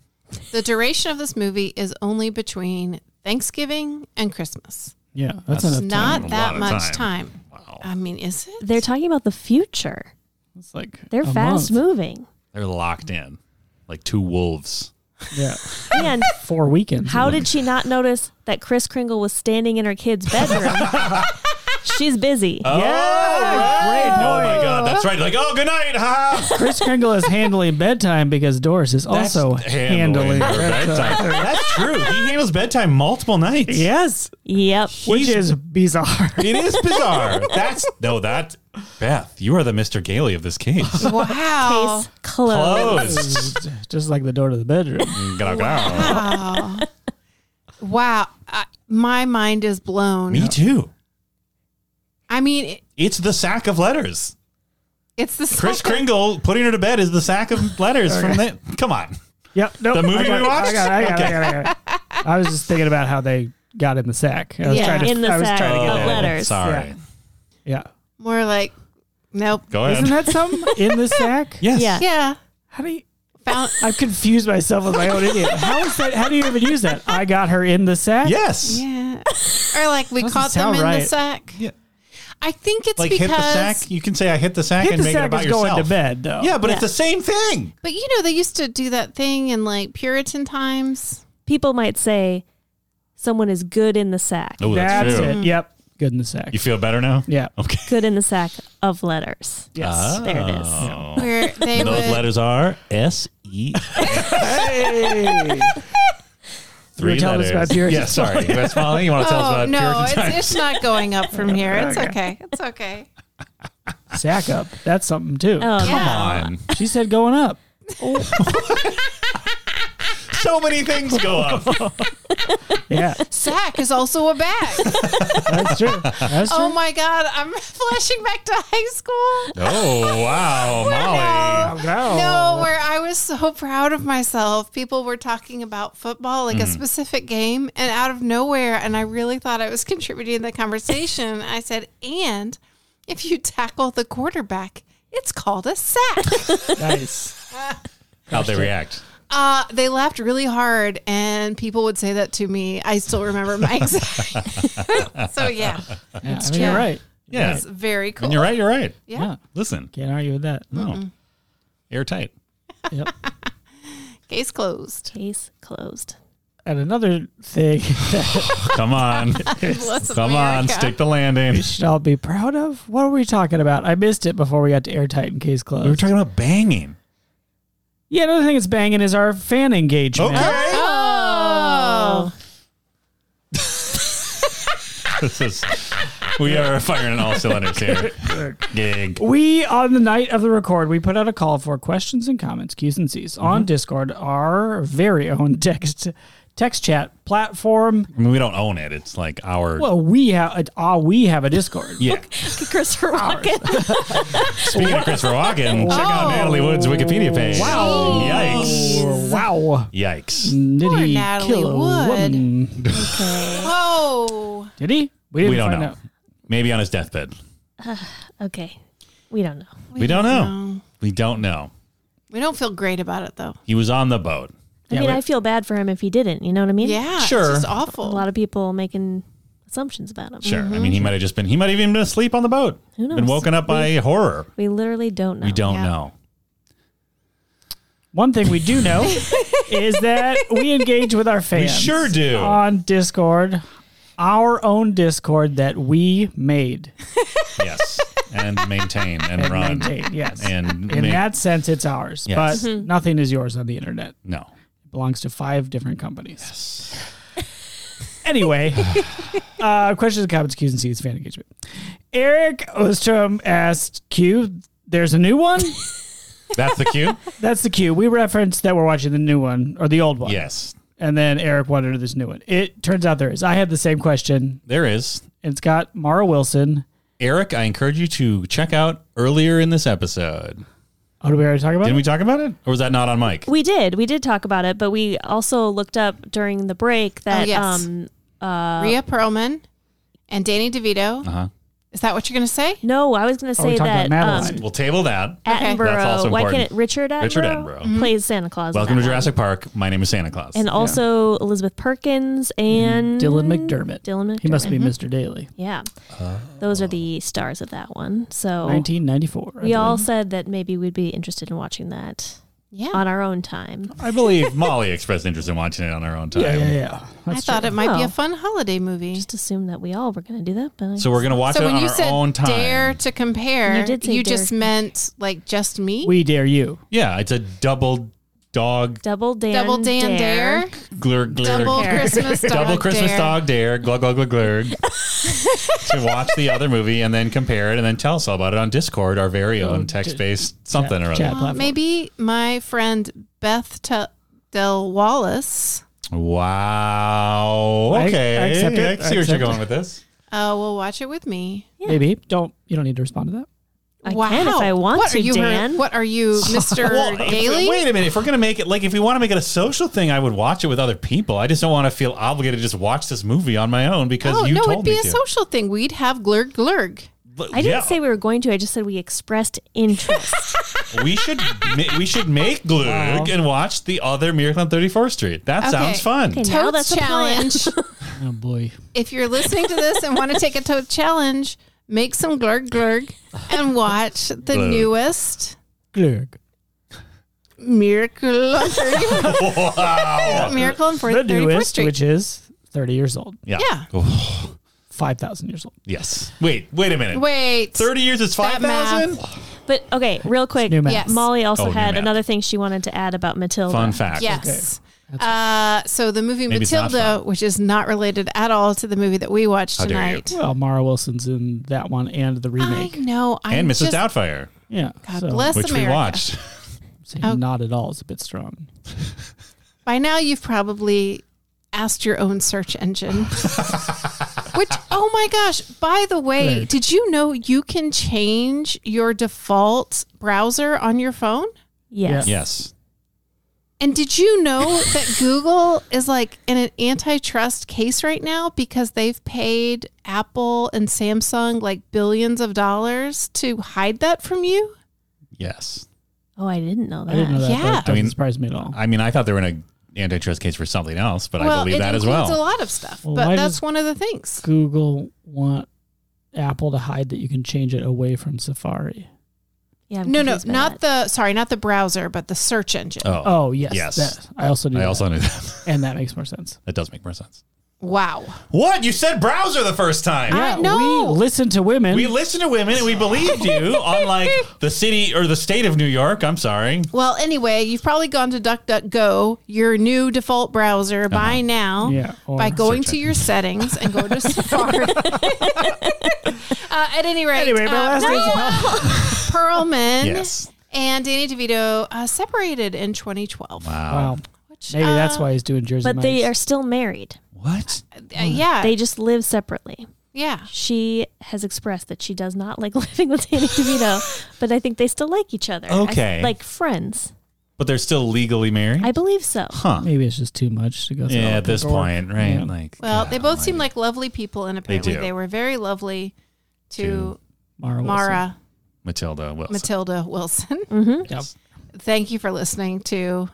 S1: the duration of this movie is only between Thanksgiving and Christmas.
S3: Yeah, that's,
S4: That's
S3: enough.
S1: It's
S3: time.
S1: not
S4: A lot
S1: that
S4: of
S1: much
S4: time.
S1: time.
S4: Wow.
S1: I mean, is it?
S5: They're talking about the future.
S3: It's like
S5: They're
S3: a
S5: fast
S3: month.
S5: moving.
S4: They're locked in, like two wolves.
S3: Yeah,
S5: And
S3: four weekends.
S5: how did she not notice that Chris Kringle was standing in her kid's bedroom? she's busy.
S4: Oh, right.
S3: great
S4: Oh my
S3: point.
S4: god, that's right. Like, oh, good night. Ha. ha.
S3: Chris Kringle is handling bedtime because Doris is
S4: That's
S3: also handling.
S4: her
S3: bedtime.
S4: bedtime. That's true. He handles bedtime multiple nights.
S3: Yes,
S5: Yep.
S3: which is bizarre.
S4: It is bizarre. That's no, that Beth, you are the Mr. Gailey of this case.
S1: Wow.
S5: Case closed.
S4: Closed.
S3: Just like the door to the bedroom.
S4: Gotta go.
S1: Wow. wow. I, my mind is blown.
S4: Me too.
S1: I mean, it,
S4: It's the sack of letters.
S1: it's the
S4: Chris
S1: second-
S4: Kringle putting her to bed is the sack of letters from that. Come on.
S3: Yep. Nope.
S4: The movie
S3: I got
S4: we
S3: it,
S4: watched?
S3: I got it, I got it, I got it, I got it. I was just thinking about how they got in the sack. I was
S1: Yeah.
S3: trying to,
S5: In the
S3: I was
S5: sack.
S3: trying to get
S5: Of
S3: that.
S5: letters.
S4: Sorry.
S3: Yeah. Yeah.
S1: More like, nope.
S4: Go ahead.
S3: Isn't that something? in the sack?
S4: yes.
S5: Yeah.
S1: Yeah.
S3: How do you?
S1: Found,
S3: I've confused myself with my own idiot. How is that? How do you even use that? I got her in the sack.
S4: Yes.
S1: yeah. Or like we
S3: Doesn't
S1: caught them
S3: sound
S1: in the
S3: right.
S1: sack.
S4: Yeah.
S1: I think it's
S4: Like
S1: because
S4: hit the sack. You can say I hit the sack
S3: Hit
S4: and
S3: the
S4: make it
S3: sack
S4: about
S3: is
S4: yourself.
S3: going to bed though.
S4: Yeah, but
S5: Yeah.
S4: it's the same thing.
S1: But you know, they used to do that thing in like Puritan times.
S5: People might say someone is good in the sack.
S4: Oh,
S3: that's it. Yep. Good in the sack.
S4: You feel better now?
S3: Yeah.
S4: Okay.
S5: Good in the sack of letters.
S3: Yes.
S5: There it is.
S4: Oh.
S1: Where they
S4: And
S1: would,
S4: those letters are S E.
S3: Hey.
S4: Three
S3: were telling us
S4: letters.
S3: about Puritan
S4: yeah, sorry. West Valley, you want to tell us
S1: Oh
S4: about
S1: no,
S4: Puritan times?
S1: it's, it's not going up from here. It's okay. It's okay.
S3: sack up. That's something too.
S5: Oh,
S1: Yeah.
S4: Come on.
S3: She said going up.
S4: So many things go up.
S3: Yeah.
S1: Sack is also a bag.
S3: That's true. That's true.
S1: oh my god, I'm flashing back to high school.
S4: Oh wow,
S3: Oh,
S4: Molly.
S1: No,
S4: Oh.
S1: where I was so proud of myself. People were talking about football, like a
S4: Mm-hmm.
S1: specific game, and out of nowhere, and I really thought I was contributing to the conversation. I said, and if you tackle the quarterback, it's called a sack.
S3: Nice.
S4: How'd they react?
S1: uh, they laughed really hard, and people would say that to me. I still remember my exact. so, yeah,
S3: Yeah, I mean, you're
S1: true.
S3: right.
S4: Yeah.
S1: it's very cool.
S4: And you're right, you're right.
S1: Yeah.
S3: Yeah.
S4: Listen.
S3: Can't argue with that.
S4: No. Airtight.
S3: Yep.
S1: Case closed.
S5: Case closed.
S3: And another thing
S4: Come on.
S1: Bless
S4: Come on,
S1: America.
S4: stick the landing.
S3: we should all be proud of. What were we talking about? I missed it before we got to airtight and case closed.
S4: We were talking about banging.
S3: yeah, another thing that's banging is our fan engagement.
S1: Oh.
S4: this is we are firing on all cylinders here. Gig.
S3: We on the night of the record, we put out a call for questions and comments, Q's and C's,
S4: Mm-hmm.
S3: on Discord, our very own text text chat platform.
S4: I mean, we don't own it. It's like our
S3: Well, we have ah, we have a Discord.
S4: yeah.
S5: Christopher Walken.
S4: Speaking of Chris Walken, check out Natalie Wood's Wikipedia page.
S3: Oh. Wow.
S4: Yikes.
S3: Wow.
S4: Yikes.
S3: Did
S1: Poor
S3: he
S1: Natalie
S3: kill a
S1: Wood.
S3: woman?
S1: Whoa.
S3: Did he? didn't
S4: We don't
S3: find
S4: know.
S3: out.
S4: Maybe on his deathbed.
S5: Okay. We don't know.
S4: We, don't know. We don't know.
S1: We don't feel great about it though.
S4: He was on the boat.
S5: I
S3: Yeah,
S5: mean,
S3: we-
S5: I feel bad for him if he didn't. You know what I mean?
S1: Yeah,
S4: Sure.
S1: It's just
S5: A
S1: awful.
S5: lot of people making assumptions about him.
S4: Sure. I mean, he might have just been, he might have even been asleep on the boat.
S5: Who knows?
S4: Been woken up by horror.
S5: We literally don't know.
S4: We don't
S1: Yeah.
S4: know.
S3: One thing we do know is that we engage with our
S4: We
S3: fans.
S4: sure do.
S3: On Discord, our own Discord that we made.
S4: yes. And maintain and,
S3: and
S4: run.
S3: maintain, Yes.
S4: And
S3: In
S4: ma-
S3: that sense, it's ours,
S4: Yes.
S3: but nothing is yours on the internet.
S4: no.
S3: It belongs to five different companies. Anyway, uh, questions, comments, Q's, and C's, fan engagement. Eric Ostrom asked Q, there's a new one?
S4: That's the cue?
S3: That's the Q. We referenced that we're watching the new one or the old one.
S4: yes.
S3: And then Eric wondered if there's a new one. It turns out there is. I had the same question.
S4: There is.
S3: It's got Mara Wilson.
S4: Eric, I encourage you to check out earlier in this episode.
S3: Oh, did we already talk about
S4: Didn't we
S3: it?
S4: talk about it? Or was that not on mic?
S5: We did. We did talk about it, but we also looked up during the break that
S1: Oh, yes.
S5: um
S1: Rhea Perlman and Danny DeVito.
S4: Uh-huh.
S1: Is that what you're going to say?
S5: no, I was going to
S4: Oh,
S3: we
S5: say
S3: talked
S5: that
S3: about
S5: um,
S3: Madeline.
S4: We'll table that.
S1: Okay. Mm-hmm.
S5: Attenborough.
S4: That's also
S5: why can't
S4: important.
S5: it, Richard Attenborough,
S4: Richard Attenborough.
S5: plays Santa Claus. in
S4: Welcome
S5: that
S4: to
S5: one.
S4: Jurassic Park. Mm-hmm. My name is Santa Claus.
S5: And also Elizabeth Perkins and
S3: Dylan McDermott.
S5: Dylan McDermott.
S3: He must be Mr. Daly.
S5: Yeah,
S4: Oh.
S5: those are the stars of that one. So
S3: 1994. I
S5: we all
S3: believe.
S5: said that maybe we'd be interested in watching that
S1: Yeah.
S5: on our own time.
S4: I believe Molly expressed interest in watching it on her own time.
S3: Yeah, yeah, yeah.
S1: I
S3: That's
S1: thought it might be
S5: Oh.
S1: a fun holiday movie.
S5: Just assume that we all were going to do that, but
S4: So we're gonna watch
S1: So
S4: it
S1: when
S4: on
S1: you
S4: our own
S1: said
S4: time.
S1: dare to compare,
S5: You
S1: you,
S5: did say dare
S1: just
S5: to-
S1: meant like just me?
S3: We dare you.
S4: Yeah, it's a double dog
S5: double Dan,
S1: Double Dan Dare,
S4: glur glur
S1: double Christmas dog,
S4: double Christmas
S1: dare.
S4: dog dare glug glug glug glug to watch the other movie and then compare it and then tell us all about it on Discord, our very own text based something or
S3: Chat
S4: other.
S3: platform.
S1: Maybe my friend Beth T- Del Wallace
S4: Wow.
S3: I- I
S4: Okay.
S3: accept it.
S4: I see
S3: I
S4: where
S3: accept
S4: you're
S3: it.
S4: going with this.
S1: uh, will watch it with me.
S3: Maybe. Don't you don't need to respond to that.
S5: I can if I want
S1: what
S5: to,
S1: are you, her-
S5: Dan.
S1: what are you, Mr.
S4: if-
S1: Daly?
S4: wait a minute. If we're gonna make it like if we want to make it a social thing, I would watch it with other people. I just don't want to feel obligated to just watch this movie on my own because
S1: Oh,
S4: you
S1: no,
S4: told
S1: it'd be
S4: me
S1: a
S4: to.
S1: social thing. We'd have glurg glurg.
S4: But-
S5: I didn't
S4: yeah,
S5: say we were going to. I just said we expressed interest.
S4: we should ma- we should make Glug
S3: Wow.
S4: and watch the other Miracle on 34th Street. That
S1: Okay.
S4: sounds fun.
S5: Okay. Now
S1: Totes
S5: that's a plan.
S1: challenge.
S3: Oh boy.
S1: if you're listening to this and want to take a tote challenge, make some glurg glurg and watch the
S4: Glurg.
S1: newest
S3: Glurg.
S1: Miracle on 34th,
S4: Wow.
S1: Miracle on 4th,
S3: The
S1: 34th
S3: newest,
S1: Street.
S3: which is 30 years old,
S4: Yeah.
S1: Yeah.
S4: Oh,
S3: 5,000 years old.
S4: yes. Wait. Wait a minute.
S1: Wait.
S4: 30 years is
S1: That math.
S4: 5,000?
S5: but okay, real quick.
S3: new math.
S1: Yes.
S5: Molly
S4: Oh,
S5: also
S4: new
S5: had
S4: math.
S5: another thing she wanted to add about Matilda.
S4: Fun fact.
S1: Yes. Uh, so the movie
S4: Maybe it's not
S1: Matilda,
S4: fun.
S1: which is not related at all to the movie that we watched
S4: How dare you.
S1: tonight.
S3: Well, Mara Wilson's in that one and the
S1: I
S3: remake.
S1: know. i
S4: And Mrs.
S1: just,
S4: Doubtfire,
S3: yeah.
S1: God bless
S4: which
S1: America.
S4: we watched.
S3: saying
S1: Oh.
S3: Not at all. It's a bit strong.
S1: By now, you've probably asked your own search engine. Which, oh my gosh, by the way,
S3: Right.
S1: did you know you can change your default browser on your phone?
S5: Yes.
S4: Yes.
S1: And did you know that Google is like in an antitrust case right now because they've paid Apple and Samsung like billions of dollars to hide that from you?
S4: Yes.
S5: Oh, I didn't know that.
S3: I didn't know that.
S1: Uh, Yeah.
S3: Yeah. That doesn't
S4: I mean-
S3: surprise me at all.
S4: I mean, I thought they were in a antitrust case for something else, but I believe
S1: it
S4: that as
S1: includes a
S4: well.
S1: lot of stuff,
S3: Well,
S1: but
S3: why
S1: that's
S3: does-
S1: one of the things.
S3: Google want Apple to hide that you can change it away from Safari.
S5: Yeah, I'm
S1: No, no,
S5: confused by
S1: not
S5: that.
S1: the sorry, not the browser, but the search engine.
S4: Oh,
S3: Oh, yes.
S4: Yes.
S3: that- I also do.
S4: I
S3: that.
S4: also knew that.
S3: and that makes more sense.
S4: That does make more sense.
S1: Wow.
S4: What? You said browser the first time.
S1: I know.
S3: we listen to women.
S4: we listened to women and we believed you on like the city or the state of New York. I'm sorry.
S1: Well, anyway, you've probably gone to DuckDuckGo, your new default browser by now,
S3: Yeah, or-
S1: by going
S4: Search
S1: to your settings and go to Safari. uh, at any rate,
S3: anyway, my
S1: uh,
S3: last
S1: no,
S3: name's
S1: Perlman
S4: Yes.
S1: and Danny DeVito uh, separated in 2012.
S4: Wow.
S3: Wow.
S1: Which,
S3: Maybe that's
S1: uh,
S3: why he's doing Jersey.
S5: But they
S3: Mike's.
S5: are still married.
S4: What?
S1: uh, yeah,
S5: They just live separately.
S1: yeah.
S5: She has expressed that she does not like living with Danny DeVito, but I think they still like each other. I-
S4: Okay.
S5: like friends.
S4: But they're still legally married?
S5: I believe so.
S4: huh.
S3: Maybe it's just too much to go. Through all
S4: Yeah,
S3: the
S4: at this
S3: paperwork.
S4: point, right?
S3: Yeah.
S4: Like
S1: Well,
S4: God
S1: they both
S4: almighty.
S1: seem like lovely people, and apparently
S4: do.
S1: they, were very lovely to,
S4: To
S3: Mara.
S1: Mara
S4: Matilda Wilson.
S1: Matilda Wilson.
S3: Wilson. Yep.
S1: Thank you for listening to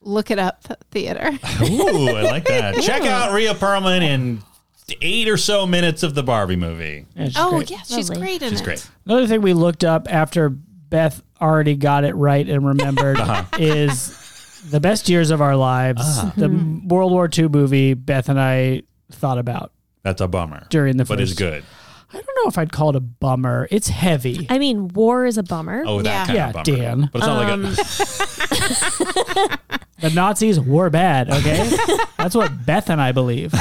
S1: Look It Up Theater.
S4: Ooh, I like that. Check out Rhea Perlman in eight or so minutes of the Barbie movie.
S3: Yeah, she's
S1: Oh,
S3: great.
S1: yeah, she's
S5: Lovely.
S1: great in
S4: She's
S1: it.
S4: great.
S3: Another thing we looked up after Beth already got it right and remembered
S4: Uh-huh.
S3: is the best years of our lives.
S4: Ah.
S3: The
S4: Hmm.
S3: World War II movie Beth and I thought about
S4: That's a bummer.
S3: during the first.
S4: but it's good.
S3: I don't know if I'd call it a bummer. It's heavy.
S5: I mean, war is a bummer.
S4: Oh, that
S1: Yeah. Um,
S4: kind
S3: Yeah,
S4: of bummer.
S3: Dan.
S4: But it's not like a.
S3: The Nazis were bad. Okay, that's what Beth and I believe.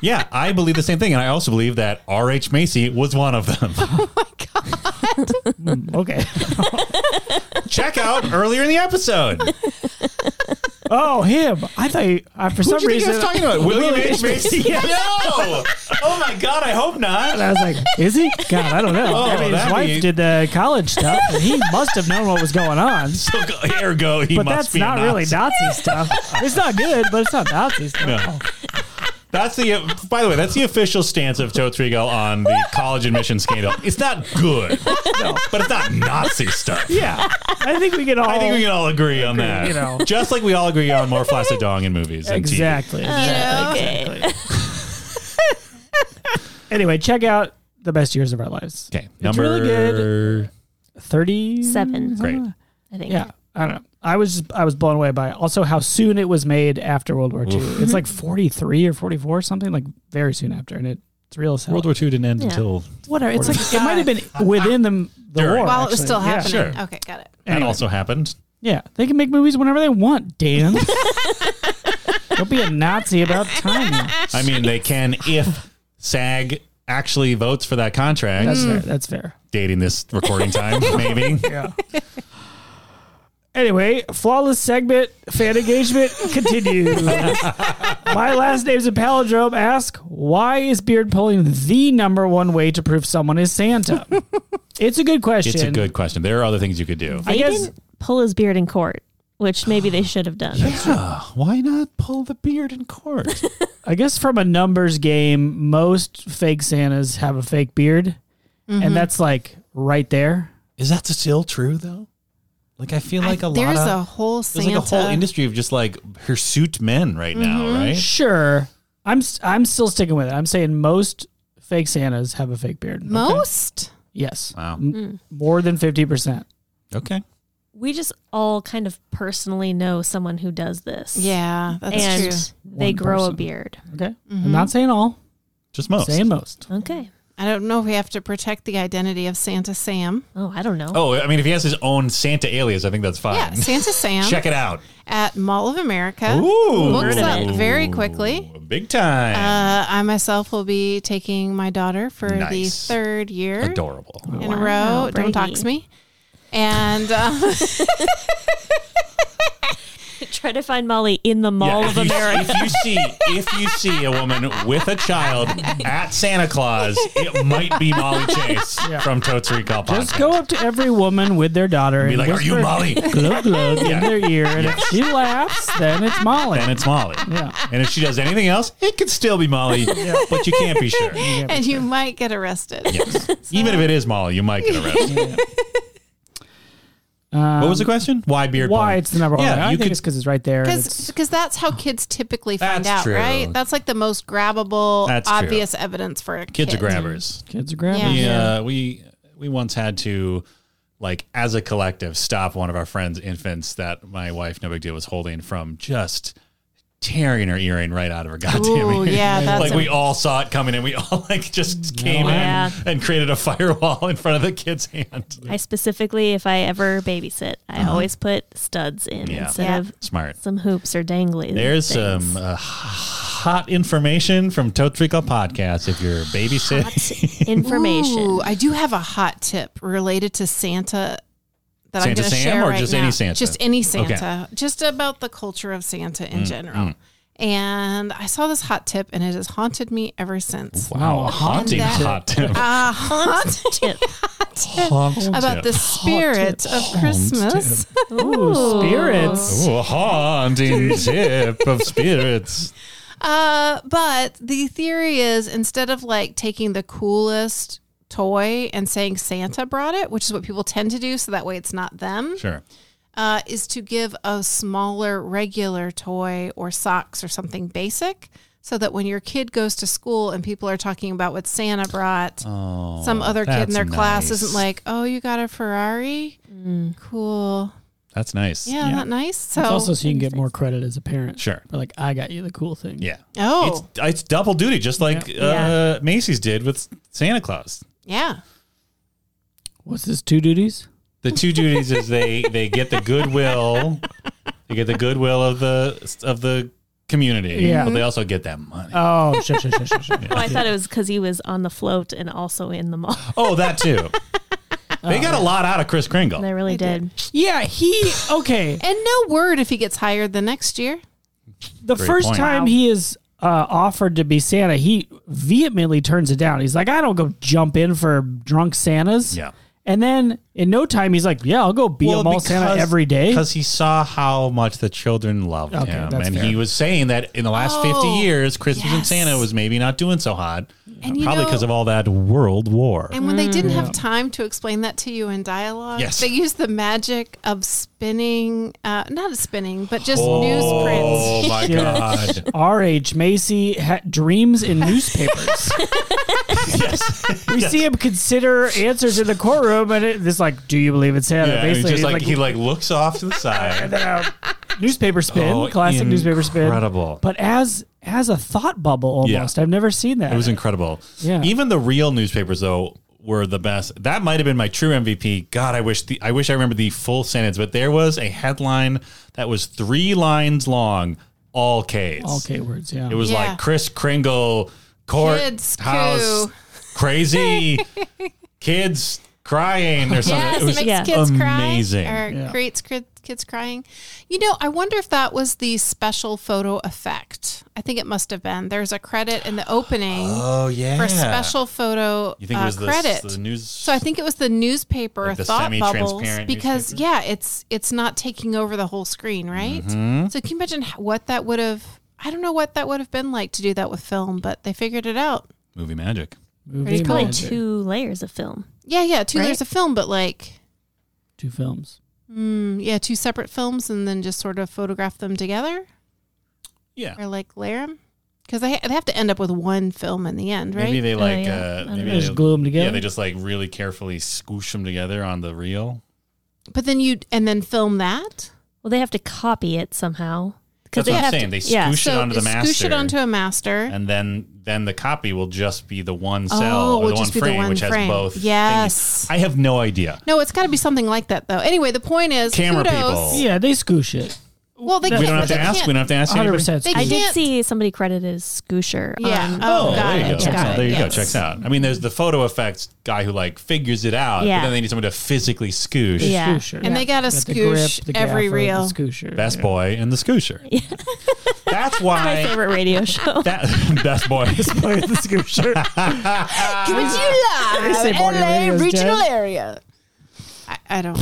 S4: Yeah, I believe the same thing, and I also believe that R.H. Macy was one of them.
S3: Okay.
S4: Check out earlier in the episode.
S3: Oh, him. I thought you, uh, for some
S4: What do you think
S3: reason
S4: I was talking about? William H. Macy?
S3: Yeah.
S4: No! Oh my God, I hope
S3: And
S4: not.
S3: I was like, is he? God, I don't know.
S4: Oh,
S3: I mean, his
S4: that'd
S3: wife
S4: be-
S3: did the college stuff, and he must have known what was going on.
S4: So, ergo, he
S3: But
S4: must
S3: that's
S4: be a
S3: not really
S4: Nazi.
S3: Nazi stuff. It's not good, but it's not Nazi stuff.
S4: No. That's the. By the way, that's the official stance of Totes Regal on the college admission scandal. It's not good, but it's not Nazi stuff.
S3: Yeah, I think we can all.
S4: I think we can all agree on that.
S3: you know.
S4: Just like we all agree on more flaccid dong in movies. and TV.
S3: exactly.
S5: Oh, okay.
S3: Anyway, check out the best years of our lives.
S4: Okay.
S3: It's
S4: Number
S3: really good. Thirty
S5: Seven.
S4: Great.
S5: I think.
S3: Mm-hmm. Yeah, I don't know. I was I was blown away by also how soon it was made after World War II. It's like forty three or forty four something, like very soon after, and it, it's real as hell.
S4: World War II didn't end
S5: Yeah.
S4: until.
S3: Whatever. It's like it might have been within the the
S4: During.
S3: war
S1: While it was
S3: actually.
S1: still
S3: Yeah.
S1: happening.
S4: Sure.
S1: Okay, got it.
S4: That
S3: Anyway.
S4: also happened.
S3: Yeah, they can make movies whenever they want. Dan, don't be a Nazi about timing.
S4: I mean, they can if SAG actually votes for that contract.
S3: That's fair. That's fair.
S4: dating this recording time, maybe.
S3: Yeah. Anyway, flawless segment, fan engagement continues. My last name's a palindrome. Ask, why is beard pulling the number one way to prove someone is Santa? It's a good question.
S4: It's a good question. There are other things you could do.
S5: They
S3: guess-
S5: didn't pull his beard in court, which maybe they should have done.
S4: Yeah, Ah, why not pull the beard in court?
S3: I guess from a numbers game, most fake Santas have a fake beard, and that's like right there.
S4: Is that still true though? Like I feel like a
S1: I-
S4: lot
S1: there's
S4: of
S1: a whole
S4: there's
S1: Santa. Mm-hmm.
S4: like a whole industry of just like hirsute men right now, right?
S3: Sure, I'm s- I'm still sticking with it. I'm saying most fake Santas have a fake beard. okay?
S1: Most. Hmm.
S3: yes,
S4: Wow.
S3: M- more than fifty percent.
S4: Okay.
S5: We just all kind of personally know someone who does this.
S1: Yeah, that's
S5: and
S1: true.
S5: they
S3: One
S5: grow a
S3: person.
S5: beard.
S3: Okay, I'm
S1: Mm-hmm.
S3: not saying all.
S4: Just most.
S3: Saying most.
S5: Okay.
S1: I don't know if we have to protect the identity of Santa Sam.
S5: Oh, I don't know.
S4: Oh, I mean, if he has his own Santa alias, I think that's fine.
S1: Yeah, Santa Sam
S4: Check it out.
S1: at Mall of America.
S4: Ooh,
S1: Looks
S5: Heard of
S1: up very quickly.
S4: Big time.
S1: Uh, I myself will be taking my daughter for the
S4: Nice.
S1: third year
S4: Adorable.
S1: in
S5: Wow,
S1: a row. Don't
S5: Brady.
S1: dox me. And um,
S5: Try to find Molly in the Mall
S4: Yeah,
S5: of
S4: if you-
S5: America.
S4: If you see if you see a woman with a child at Santa Claus, it might be Molly Chase from Totes Recall Podcast.
S3: Just go up to every woman with their daughter
S4: Be
S3: and
S4: like, "Are you
S3: whisper
S4: Molly?"
S3: glug glug
S4: Yeah.
S3: in their ear, and if she laughs, then it's Molly.
S4: Then it's Molly.
S3: Yeah.
S4: And if she does anything else, it could still be Molly, but you can't be sure.
S1: and you might get arrested.
S4: Yes. Even if it is Molly, you might get arrested. what was the question? Why beard?
S3: Why
S4: porn?
S3: it's the number one?
S4: Yeah,
S3: I
S4: you
S3: think
S4: could-
S3: it's because it's right there. and it's-
S1: Because that's how kids typically find
S4: That's
S1: out,
S4: true.
S1: right? That's like the most grabbable,
S4: That's true.
S1: obvious evidence for a
S4: Kids
S1: kid.
S4: are grabbers.
S3: Kids are grabbing.
S1: Yeah.
S4: We, uh, we we once had to like as a collective stop one of our friends' infants that my wife, no big deal, was holding from just tearing her earring right out of her goddamn
S1: Ooh,
S4: ear.
S1: yeah, that's
S4: like
S1: a-
S4: we all saw it coming and we all like just came
S5: Yeah.
S4: in and created a firewall in front of the kid's hand.
S5: I specifically, if I ever babysit, I always put studs in
S4: Uh-huh. Yeah.
S5: instead
S1: Yeah.
S5: of
S4: Smart.
S5: some hoops or dangly.
S4: There's
S5: things.
S4: some uh, h- hot information from Totrico Podcast if you're babysitting.
S5: information.
S1: Ooh, I do have a hot tip related to Santa that I'm
S4: Santa
S1: going to
S4: Sam
S1: share
S4: or
S1: right
S4: just any
S1: now.
S4: Santa?
S1: Just any
S4: Okay. Mm,
S1: Santa. Just about the culture of Santa in general. And I saw this hot tip, and it has haunted me ever since.
S4: Wow, a haunting
S1: And that-
S4: hot tip.
S1: Uh, haunt
S5: Tip.
S4: Haunt
S1: about
S4: tip.
S1: the spirit of Christmas.
S3: Ooh, spirits.
S4: Ooh, a haunting tip of spirits.
S1: Uh, but the theory is instead of like taking the coolest toy and saying Santa brought it, which is what people tend to do, so that way it's not them.
S4: Sure.
S1: uh, is to give a smaller regular toy or socks or something basic so that when your kid goes to school and people are talking about what Santa brought, some other kid in
S4: that's
S1: their class
S4: nice.
S1: isn't like, oh, you got a Ferrari? Cool.
S4: That's nice.
S1: Yeah, not nice. So,
S3: It's also so you can get more credit as a parent.
S4: Sure.
S3: But like, I got you the cool thing.
S4: Yeah.
S1: oh,
S4: It's, it's double duty, just like Uh,
S5: Yeah.
S4: Macy's did with Santa Claus.
S1: yeah.
S3: What's this? Two duties?
S4: The two duties is they they get the goodwill, they get the goodwill of the of the community.
S3: Yeah.
S4: but they also get that money.
S3: Oh, shit, shit, shit, shit, shit.
S5: Oh, I thought it was because he was on the float and also in the mall.
S4: Oh, that too. They got a lot out of Chris Kringle.
S5: They really did.
S3: Yeah, he okay.
S1: And no word if he gets hired the next year.
S3: The
S4: Great
S3: first
S4: point.
S3: time
S5: Wow.
S3: he is uh, offered to be Santa, he vehemently turns it down. He's like, I don't go jump in for drunk Santas.
S4: Yeah.
S3: And then in no time, he's like, Yeah, I'll go be a mall Santa every day.
S4: because he saw how much the children loved
S3: Okay,
S4: him,
S3: that's
S4: and
S3: fair.
S4: he was saying that in the last fifty
S1: Oh,
S4: years, Christmas and
S1: yes.
S4: Santa was maybe not doing so hot,
S1: And you
S4: probably
S1: know-
S4: because of all that world war.
S1: And when they didn't have time to explain that to you in dialogue,
S4: Mm. Yes.
S1: they used the magic of spinning, uh, not spinning, but just
S4: Oh
S1: newsprints.
S4: my god!
S3: R.H. Macy ha- dreams in newspapers.
S4: yes,
S3: We see him consider answers in the courtroom, and it, it's like, "Do you believe in Santa?"
S4: yeah, he's
S3: Basically,
S4: just
S3: it's
S4: like,
S3: like,
S4: he like looks off to the side.
S3: newspaper spin,
S4: Oh,
S3: classic newspaper spin,
S4: incredible.
S3: But as as a thought bubble, almost. I've never seen that.
S4: It was incredible.
S3: Yeah.
S4: Even the real newspapers though were the best. That might have been my true MVP. God, I wish the I wish I remember the full sentence, but there was a headline that was 3 lines long, all K's.
S3: all K words. Yeah,
S4: It was
S1: Yeah.
S4: like Chris Kringle court
S1: Kids
S4: house
S1: coup.
S4: crazy kids crying or something.
S1: Yes,
S4: it was
S1: makes
S5: Yeah.
S1: kids
S4: amazing.
S1: cry or
S3: Yeah.
S1: creates cri- kids crying. You know, I wonder if that was the special photo effect. I think it must have been. There's a credit in the opening
S4: oh yeah,
S1: for special photo
S4: You think
S1: uh,
S4: it was the,
S1: credit.
S4: the news?
S1: so I think it was the newspaper
S4: Like the
S1: thought bubbles
S4: semi-transparent
S1: because yeah, it's it's not taking over the whole screen, right?
S4: Mm-hmm.
S1: So can you imagine h- what that would have? I don't know what that would have been like to do that with film, but they figured it out.
S4: movie magic.
S3: Movie
S5: Probably
S3: magic.
S5: two layers of film.
S1: Yeah, yeah, two
S5: Right?
S1: layers of film, but like
S3: two films.
S1: Mm, yeah, two separate films and then just sort of photograph them together
S4: Yeah,
S1: or like layer them. Because they, ha- they have to end up with one film in the end, right?
S4: maybe they
S5: Oh,
S4: like
S5: yeah. I
S4: uh,
S5: don't
S4: maybe
S5: know.
S4: they,
S3: Just glue 'em together?
S4: Yeah, they just like really carefully squish them together on the reel.
S1: but then you, and then film that?
S5: Well, they have to copy it somehow because
S4: That's
S5: they
S4: what I'm
S5: have
S4: saying.
S5: to.
S4: they
S5: yeah.
S4: scoosh it onto the
S1: it's
S4: master,
S1: scoosh it onto a master.
S4: and then then the copy will just be the one cell
S1: it'll
S4: or the one
S1: Oh, just be the
S4: frame,
S1: one
S4: which
S1: frame.
S4: has both. things.
S1: Yes.
S4: I have no idea.
S1: no, it's got to be something like that, though. Anyway, the point is
S4: Camera
S1: kudos.
S4: people.
S3: Yeah, they scoosh it.
S1: Well, they
S4: We
S1: can't.
S4: don't have
S1: they
S4: to ask.
S1: can't-
S4: We don't have to ask.
S3: Hundred
S4: anybody.
S3: percent.
S1: They
S5: I
S1: can't-
S5: did see somebody credited as Scoosher.
S1: Yeah.
S5: on-
S1: Oh, got
S4: there you
S1: it.
S4: go.
S1: Got
S4: Checks out.
S1: it.
S4: There you go.
S1: Yes.
S4: Checks out. I mean, there's the photo effects guy who like figures it out,
S5: Yeah.
S4: but then they need someone to physically scoosh.
S5: Yeah.
S3: Scoosher.
S1: And they gotta
S3: Got the
S1: scoosh every
S3: gaffer,
S1: reel.
S3: The scoosher.
S4: Best boy and the scoosher. That's
S5: My
S4: why
S5: favorite radio show.
S4: that best boy.
S3: boy with the scoosher.
S1: Coming to you live,
S3: They say Marty
S1: LA
S3: Rubio's
S1: regional
S3: dead.
S1: area. I, I don't.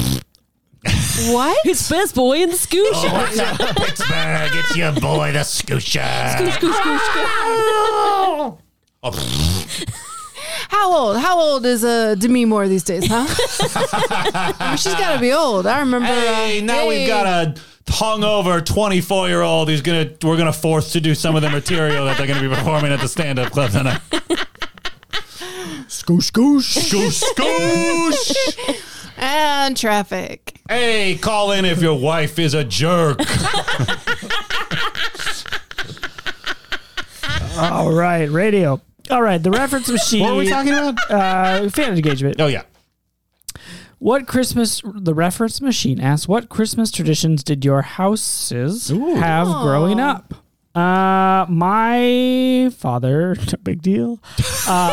S1: what?
S5: It's best boy in the Scoosher.
S4: What's up, Pittsburgh? It's your boy, the scoosher. Oh, pfft.
S1: How old? How old is uh, Demi Moore these days, huh? I mean, she's got to be old. I remember.
S4: hey,
S1: uh,
S4: now
S1: hey.
S4: we've got a hungover 24 year old who's gonna we're gonna force to do some of the material that they're gonna be performing at the stand up club tonight.
S3: Scoosh, scoosh.
S4: Scoosh, scoosh.
S1: and traffic.
S4: Hey, call in if your wife is a jerk.
S3: All right, radio. All right, the reference machine.
S4: what were we talking about?
S3: Uh, fan engagement.
S4: Oh yeah.
S3: What Christmas? The reference machine asks, "What Christmas traditions did your houses have growing up?" Uh, my father, no big deal,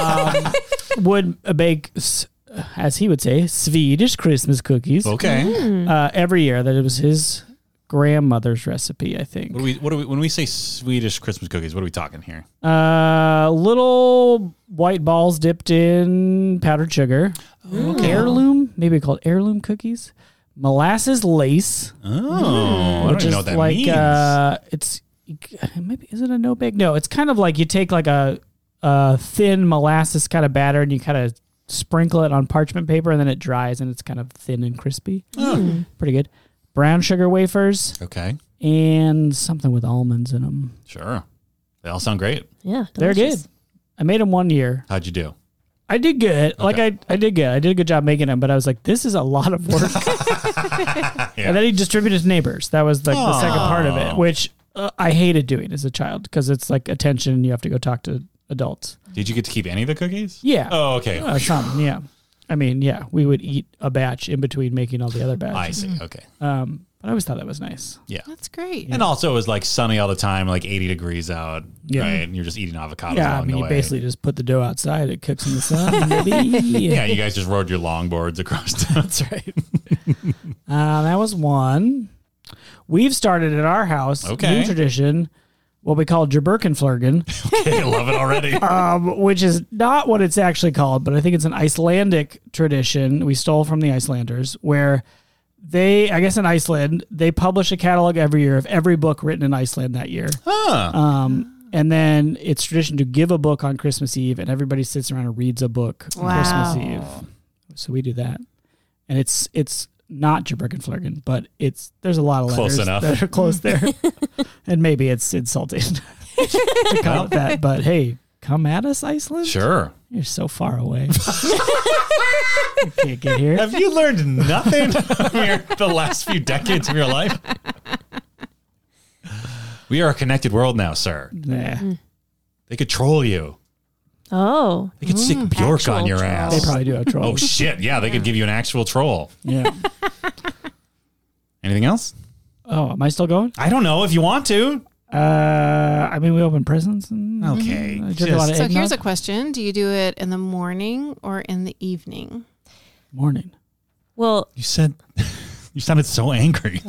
S3: um, would bake, s- as he would say, Swedish Christmas cookies
S4: Okay.
S3: uh, every year. That it was his grandmother's recipe, I think.
S4: What do we? What do we? When we say Swedish Christmas cookies, what are we talking here?
S3: Uh, little white balls dipped in powdered sugar. Heirloom, maybe called heirloom cookies. Molasses lace,
S4: Oh, I don't
S3: which
S4: even
S3: is
S4: know what that
S3: like
S4: means.
S3: uh, it's maybe is it a no bake? No, it's kind of like you take like a, a thin molasses kind of batter and you kind of sprinkle it on parchment paper and then it dries and it's kind of thin and crispy. Pretty good. Brown sugar wafers
S4: okay,
S3: and something with almonds in them.
S4: sure. They all sound great.
S5: yeah,
S3: They're good.
S5: delicious.
S3: I made them one year.
S4: How'd you do?
S3: I did good. Like I, I did good. I did a good job making them, but I was like, this is a lot of work. And then he distributed to neighbors. That was like the second part of it, which uh, I hated doing as a child because it's like attention. and You have to go talk to adults.
S4: Did you get to keep any of the cookies?
S3: Yeah.
S4: Oh, okay.
S3: Uh, some, yeah. I mean, yeah, we would eat a batch in between making all the other
S4: I
S3: batches.
S4: see. Okay.
S3: Um, but I always thought that was nice.
S4: Yeah.
S1: That's great.
S4: And also, it was like sunny all the time, like 80 degrees out,
S3: Yeah.
S4: right? And you're just eating avocados
S3: yeah, I
S4: along
S3: mean,
S4: the
S3: you
S4: way.
S3: basically just put the dough outside. It cooks in the sun. maybe.
S4: yeah, you guys just rode your longboards across town.
S3: That's right. uh, that was one. We've started at our house
S4: Okay.
S3: new tradition, what we call Jaberkenflurgen,
S4: I love it already.
S3: um, which is not what it's actually called, but I think it's an Icelandic tradition we stole from the Icelanders, where they, I guess in Iceland, they publish a catalog every year of every book written in Iceland that year.
S4: Huh.
S3: Um, and then it's tradition to give a book on Christmas Eve, and everybody sits around and reads a book on
S1: Wow.
S3: Christmas Eve. So we do that, and it's it's not Jabberkenflurgen, but it's there's a lot of
S4: Close
S3: letters
S4: enough.
S3: that are close there, and maybe it's insulting to call it that. But hey, come at us, Iceland.
S4: sure.
S3: You're so far away. You can't get here.
S4: Have you learned nothing from your, the last few decades of your life? We are a connected world now, sir.
S3: Nah,
S4: They could troll you.
S5: Oh,
S4: They could stick Bjork
S5: actual
S4: on your
S5: troll.
S3: Mm, they
S4: ass.
S3: probably do have
S4: Oh
S3: trolls.
S4: shit! Yeah, they could give you an actual troll.
S3: yeah.
S4: Anything else?
S3: Oh, am I still going?
S4: I don't know if you want to.
S3: Uh, I mean, we open prisons. And
S1: Mm-hmm.
S4: Okay,
S3: Mm-hmm. I drink a lot of
S1: So here's
S3: eggnog.
S1: a question: Do you do it in the morning or in the evening?
S3: morning.
S5: Well,
S4: You said you sounded so angry.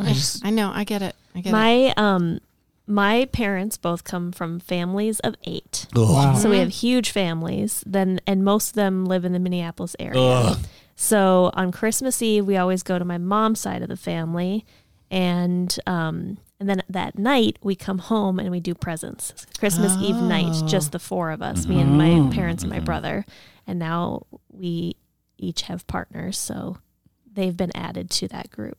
S1: I know. I get it. I get it.
S5: my um my parents both come from families of eight.
S3: Wow.
S1: Uh-huh.
S5: So we have huge families, then and most of them live in the Minneapolis area.
S4: Ugh.
S5: So on Christmas Eve, we always go to my mom's side of the family, and um, and then that night we come home and we do presents. Christmas Eve night, just the four of us, me and my parents and my brother, and now we each have partners, so they've been added to that group.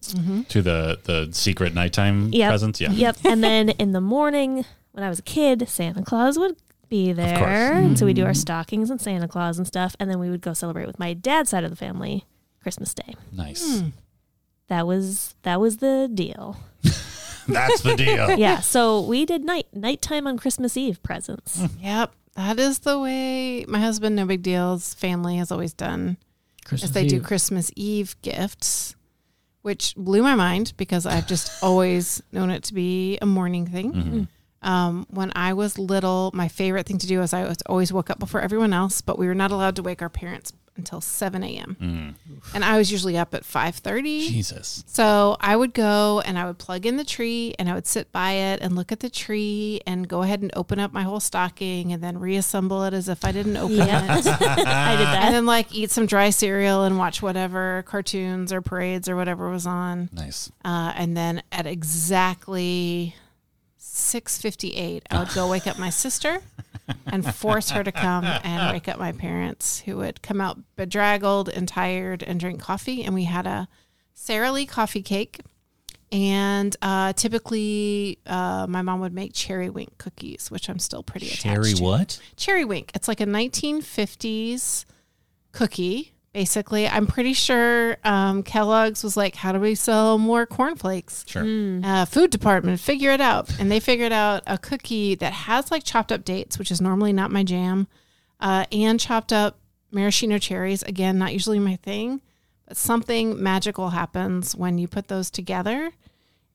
S4: To the the secret nighttime
S5: Yep.
S4: presents. Yeah.
S5: Yep. And then in the morning, when I was a kid, Santa Claus would be there. And so we do our stockings and Santa Claus and stuff. And then we would go celebrate with my dad's side of the family Christmas Day.
S4: Nice.
S1: Hmm.
S5: That was that was the deal.
S4: That's the deal.
S5: Yeah. So we did night nighttime on Christmas Eve presents.
S1: Yep. That is the way my husband, no big deals, family has always done.
S3: Christmas
S1: Is they do
S3: Eve.
S1: Christmas Eve gifts, which blew my mind because I've just always known it to be a morning thing. Um, when I was little, my favorite thing to do is I was always woke up before everyone else, but we were not allowed to wake our parents until seven a.m. And I was usually up at five thirty.
S4: Jesus.
S1: So I would go and I would plug in the tree and I would sit by it and look at the tree and go ahead and open up my whole stocking and then reassemble it as if I didn't open
S5: Yeah.
S1: it.
S5: I did
S1: And
S5: that.
S1: then like eat some dry cereal and watch whatever cartoons or parades or whatever was on.
S4: Nice.
S1: Uh, and then at exactly 6:58, I would go wake up my sister and force her to come and wake up my parents, who would come out bedraggled and tired and drink coffee. And we had a Sara Lee coffee cake, and uh, typically uh, my mom would make cherry wink cookies, which I'm still pretty
S4: Cherry
S1: attached to.
S4: what?
S5: Mm-hmm.
S1: Cherry Wink. It's like a 1950s cookie, basically. I'm pretty sure um, Kellogg's was like, how do we sell more cornflakes?
S4: Sure.
S1: Uh, food department, figure it out. And they figured out a cookie that has like chopped up dates, which is normally not my jam, uh, and chopped up maraschino cherries. Again, not usually my thing, but something magical happens when you put those together.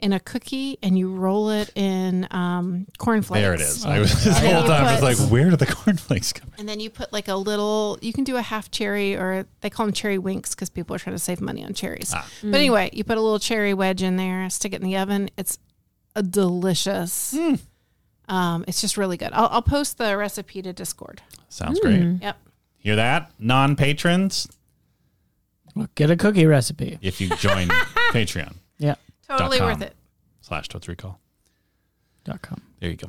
S1: In a cookie, and you roll it in um, cornflakes.
S4: There it is. I was this
S1: Then
S4: whole
S1: you
S4: time I was
S1: put-
S4: like, where do the cornflakes come?
S1: And then you put like a little, you can do a half cherry or they call them cherry winks because people are trying to save money on cherries.
S4: Ah.
S5: Mm.
S1: But anyway, you put a little cherry wedge in there, stick it in the oven. It's a delicious.
S4: Mm.
S1: Um, it's just really good. I'll, I'll post the recipe to Discord.
S4: Sounds great.
S1: Yep.
S4: Hear that? Non patrons,
S3: Well, get a cookie recipe.
S4: if you join Patreon
S3: Yeah.
S1: Totally
S4: com.
S1: worth it.
S4: slash Totes Recall.
S3: Dot com.
S4: There you go.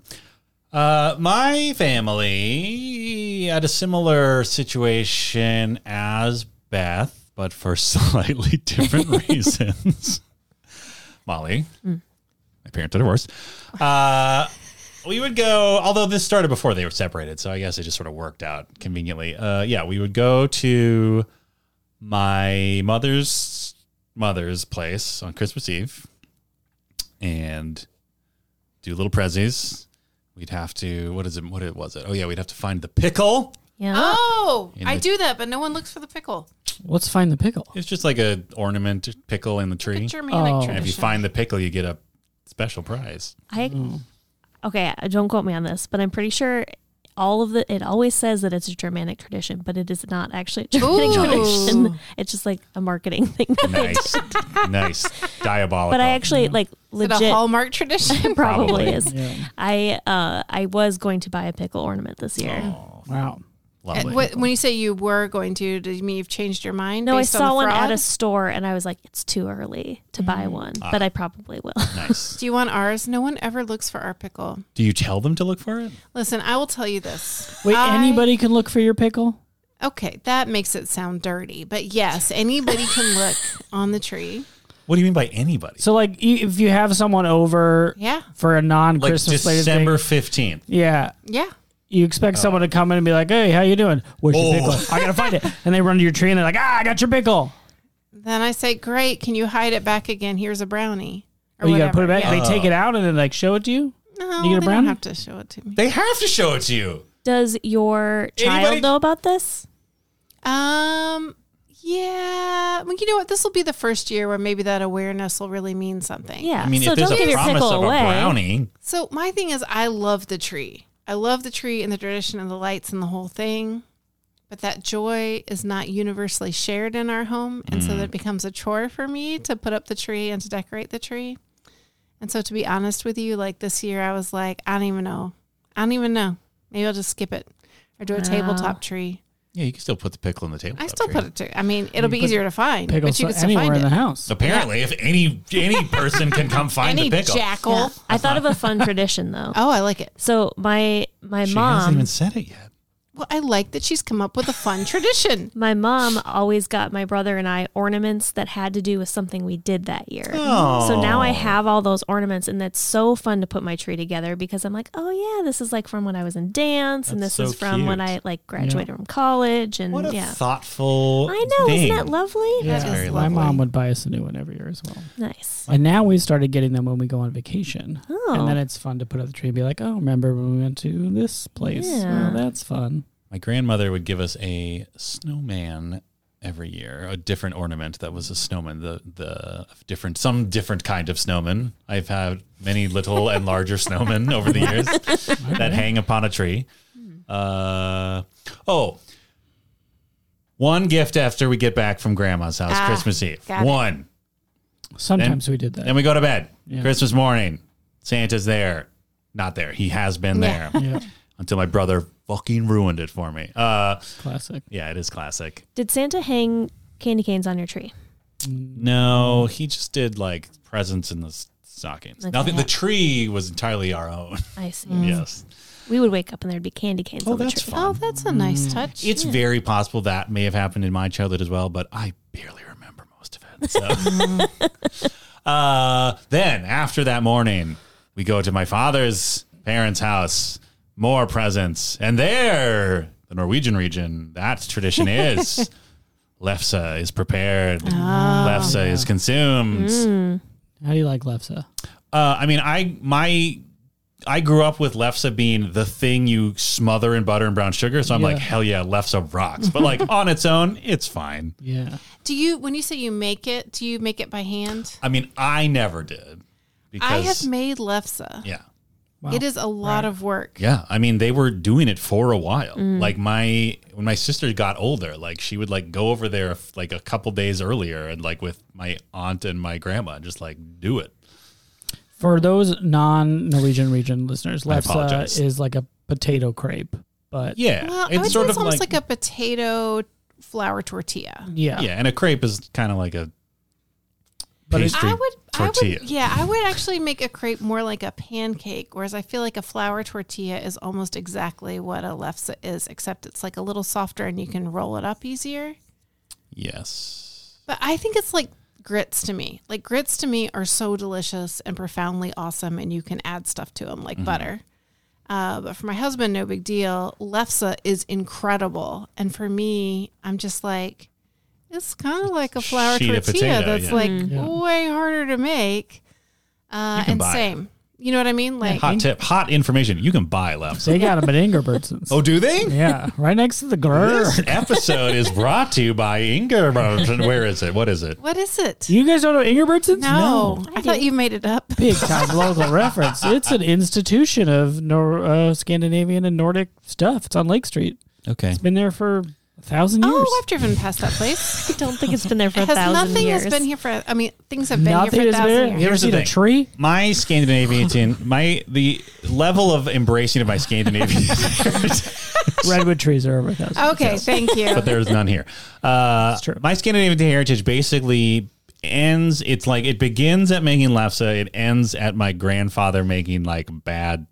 S4: Uh, my family had a similar situation as Beth, but for slightly different reasons. Molly, my parents are divorced. Uh, we would go, although this started before they were separated, so I guess it just sort of worked out conveniently. Uh, yeah, we would go to my mother's mother's place on Christmas Eve, and do little prezzies. We'd have to what is it? What it was it? Oh yeah, we'd have to find the pickle.
S5: Yeah.
S1: Oh,
S4: In
S1: I
S4: the-
S1: do that, but no one looks for the pickle.
S3: Let's find the pickle.
S4: It's just like a ornament pickle in the tree.
S1: Germanic
S3: Oh. And if you
S1: tradition.
S4: And if you find the pickle, you get a special prize.
S5: I okay. uh, Don't quote me on this, but I'm pretty sure all of the it always says that it's a Germanic tradition, but it is not actually a Germanic
S1: Ooh.
S5: tradition. It's just like a marketing thing.
S4: Nice, nice, diabolical.
S5: but I actually like
S1: Is it
S5: legit.
S1: a Hallmark tradition?
S5: probably
S4: Probably.
S5: is.
S3: Yeah.
S5: I uh I was going to buy a pickle ornament this year.
S4: Oh.
S3: Wow.
S4: Lovely.
S1: What- when you say you were going to, do you mean you've changed your mind?
S5: no, I
S1: based on the
S5: saw one at
S1: fraud?
S5: a store and I was like, it's too early to buy
S4: Mm-hmm.
S5: one,
S4: Ah.
S5: but I probably will.
S4: nice.
S1: Do you want ours? No one ever looks for our pickle.
S4: Do you tell them to look for it?
S1: Listen, I will tell you this.
S3: Wait,
S1: I-
S3: anybody can look for your pickle?
S1: Okay, that makes it sound dirty, but yes, anybody can look on the tree.
S4: What do you mean by anybody?
S3: So, like, y- if you have someone over
S1: Yeah,
S3: for a
S4: like
S3: non-Christmas related thing-
S4: December fifteenth.
S3: yeah,
S1: yeah.
S3: you expect someone to come in and be like, "Hey, how you doing? Where's your
S4: Oh.
S3: pickle? I gotta find it." And they run to your tree and they're like, "Ah, I got your pickle."
S1: Then I say, "Great, can you hide it back again? Here's a brownie."
S3: Oh, you gotta put it back.
S1: Yeah.
S3: They take it out and then like show it to you.
S1: no,
S3: You get a
S1: they
S3: brownie?
S1: don't have to show it to me.
S4: They have to show it to you.
S5: Does your child
S4: Anybody-
S5: know about this?
S1: Um, yeah. Well, you know what? This will be the first year where maybe that awareness will really mean something.
S5: Yeah.
S4: I mean,
S5: so
S4: if there's
S5: don't
S4: a
S5: give your
S4: promise
S5: pickle
S4: of
S5: away.
S4: a brownie,
S1: So my thing is, I love the tree. I love the tree and the tradition and the lights and the whole thing. but that joy is not universally shared in our home. And
S3: Mm.
S1: so that it becomes a chore for me to put up the tree and to decorate the tree. And so, to be honest with you, like this year, I was like, I don't even know. I don't even know. Maybe I'll just skip it or do a tabletop tree.
S4: Yeah, you can still put the pickle on the table.
S1: I still put it to, I mean, it'll be easier to find,
S3: Pickles
S1: but you can still
S3: anywhere
S1: find
S3: in the
S1: it.
S3: house.
S4: Apparently, if any any person can come find
S1: Any
S4: the pickle,
S1: jackal.
S5: I
S4: Uh-huh.
S5: thought of a fun tradition though.
S1: Oh, I like it.
S5: So my my
S4: she
S5: mom
S4: hasn't even said it yet.
S1: Well, I like that she's come up with a fun tradition.
S5: my mom always got my brother and I ornaments that had to do with something we did that year. So now I
S4: Oh.
S5: have all those ornaments, and that's so fun to put my tree together because I'm like, oh yeah, this is like from when I was in dance, and
S4: That's
S5: this
S4: so
S5: is from when
S4: cute.
S5: I like graduated from college, and
S4: What a
S5: yeah,
S4: thoughtful.
S5: I know,
S4: thing.
S5: isn't that lovely?
S1: That is
S3: My
S1: lovely.
S3: mom would buy us a new one every year as well.
S5: Nice.
S3: And now we started getting them when we go on vacation.
S5: Oh.
S3: And then it's fun to put up the tree and be like, oh, remember when we went to this place?
S5: Yeah.
S3: Well, that's fun.
S4: My grandmother would give us a snowman every year, a different ornament that was a snowman, the the different some different kind of snowman. I've had many little and larger snowmen over the years that hang upon a tree. Uh, oh, one gift after we get back from grandma's house,
S1: Ah,
S4: Christmas Eve.
S1: got it.
S4: One.
S3: Sometimes we did that.
S4: Then we go to bed.
S3: Yeah.
S4: Christmas morning. Santa's there. Not there. He has been there
S3: yeah,
S4: until my brother fucking ruined it for me. Uh,
S3: classic.
S4: yeah, it is classic.
S5: Did Santa hang candy canes on your tree?
S4: No, he just did like presents in the s- stockings.
S5: That's
S4: Nothing.
S5: it.
S4: The tree was entirely our own.
S5: I see.
S4: yes.
S5: We would wake up and there'd be candy canes
S4: Mm. Oh,
S5: on the
S4: that's
S5: tree.
S4: fun.
S1: Oh, that's a nice touch.
S4: It's very possible that may have happened in my childhood as well, but I barely remember most of it. So. uh, then after that morning, we go to my father's parents' house, more presents, and there, the Norwegian region, that tradition is. Lefse is prepared. Lefse is consumed.
S3: How do you like Lefse?
S4: Uh, I mean, I my I grew up with lefse being the thing you smother in butter and brown sugar. So I'm
S3: Yeah.
S4: like, hell yeah, lefse rocks. But like on its own, it's fine.
S3: Yeah.
S1: Do you, when you say you make it, do you make it by hand?
S4: I mean, I never did because
S1: I have made lefse.
S4: yeah,
S3: Wow.
S1: It is a lot of work.
S4: yeah. I mean, they were doing it for a while.
S1: Mm.
S4: Like my when my sister got older, like she would like go over there like a couple days earlier and like with my aunt and my grandma, and just like do it.
S3: For those non Norwegian region listeners,
S4: apologize.
S3: Lefse is like a potato crepe, but
S4: Yeah,
S1: Well, I would say it's almost like, a potato flour tortilla.
S3: yeah.
S4: yeah, and a crepe is kind of like a
S3: But it-
S4: pastry
S1: I would,
S4: tortilla.
S1: I would, yeah, I would actually make a crepe more like a pancake, whereas I feel like a flour tortilla is almost exactly what a lefse is, except it's like a little softer and you can roll it up easier.
S4: Yes.
S1: But I think it's like grits to me. Like grits to me are so delicious and profoundly awesome, and you can add stuff to them like
S4: Mm-hmm.
S1: butter. Uh, but for my husband, no big deal. Lefse is incredible, and for me, I'm just like, it's kind of like a flour
S4: sheet
S1: tortilla
S4: of potato,
S1: that's
S4: yeah.
S1: like
S3: Yeah.
S1: way harder to make. Uh,
S4: can
S1: and
S4: buy it.
S1: same, you know what I mean? Like,
S4: Hot tip, hot information. You can buy lefse.
S3: they got them at Ingerbertson's.
S4: Oh, do they?
S3: yeah. Right next to the
S4: This
S3: grr.
S4: episode is brought to you by Ingerbertson. Where is it? What is it?
S1: what is it?
S3: You guys don't know Ingerbertson's?
S1: no, I,
S5: I
S1: thought
S5: do.
S1: you made it up.
S3: Big time local reference. It's an institution of Nor- uh, Scandinavian and Nordic stuff. It's on Lake Street.
S4: Okay.
S3: It's been there for a thousand years.
S1: Oh, I've driven past that place.
S5: I don't think it's been there for a
S1: It has
S5: thousand
S1: nothing
S5: years.
S1: has been here for. I mean, things have been
S3: Nothing
S1: here
S3: is
S1: for a thousand
S3: there.
S1: years.
S3: You ever
S4: Here's the
S3: seen a
S4: thing.
S3: tree?
S4: My Scandinavian teen, my the level of embracing of my Scandinavian,
S3: Redwood trees are over a thousand.
S1: Okay, thank you.
S4: but there's none here. Uh,
S3: true.
S4: my Scandinavian heritage basically ends. It's like it begins at making lefse. It ends at my grandfather making like bad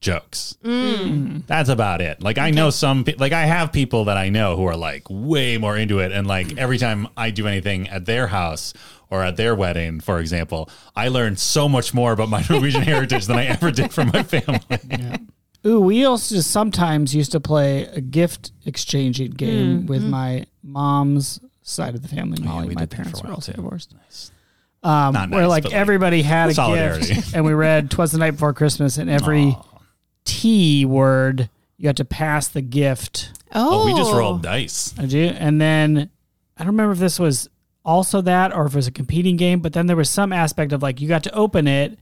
S4: jokes. That's about it. Like I know some, pe- like I have people that I know who are like way more into it, and like every time I do anything at their house or at their wedding, for example, I learn so much more about my Norwegian heritage than I ever did from my family.
S3: Ooh, we also sometimes used to play a gift
S1: Mm,
S3: exchanging game with my mom's side of the family. Molly,
S4: Oh, we
S3: my
S4: did that for a
S3: parents were
S4: while,
S3: also
S4: too.
S3: divorced. Um,
S4: Not
S3: where
S4: nice,
S3: like
S4: but, like,
S3: everybody had a
S4: solidarity.
S3: gift, and we read "Twas the Night Before Christmas," and every T word you had to pass the gift.
S1: Oh,
S4: Oh, we just rolled dice.
S3: I do, and then I don't remember if this was also that or if it was a competing game, but then there was some aspect of like you got to open it,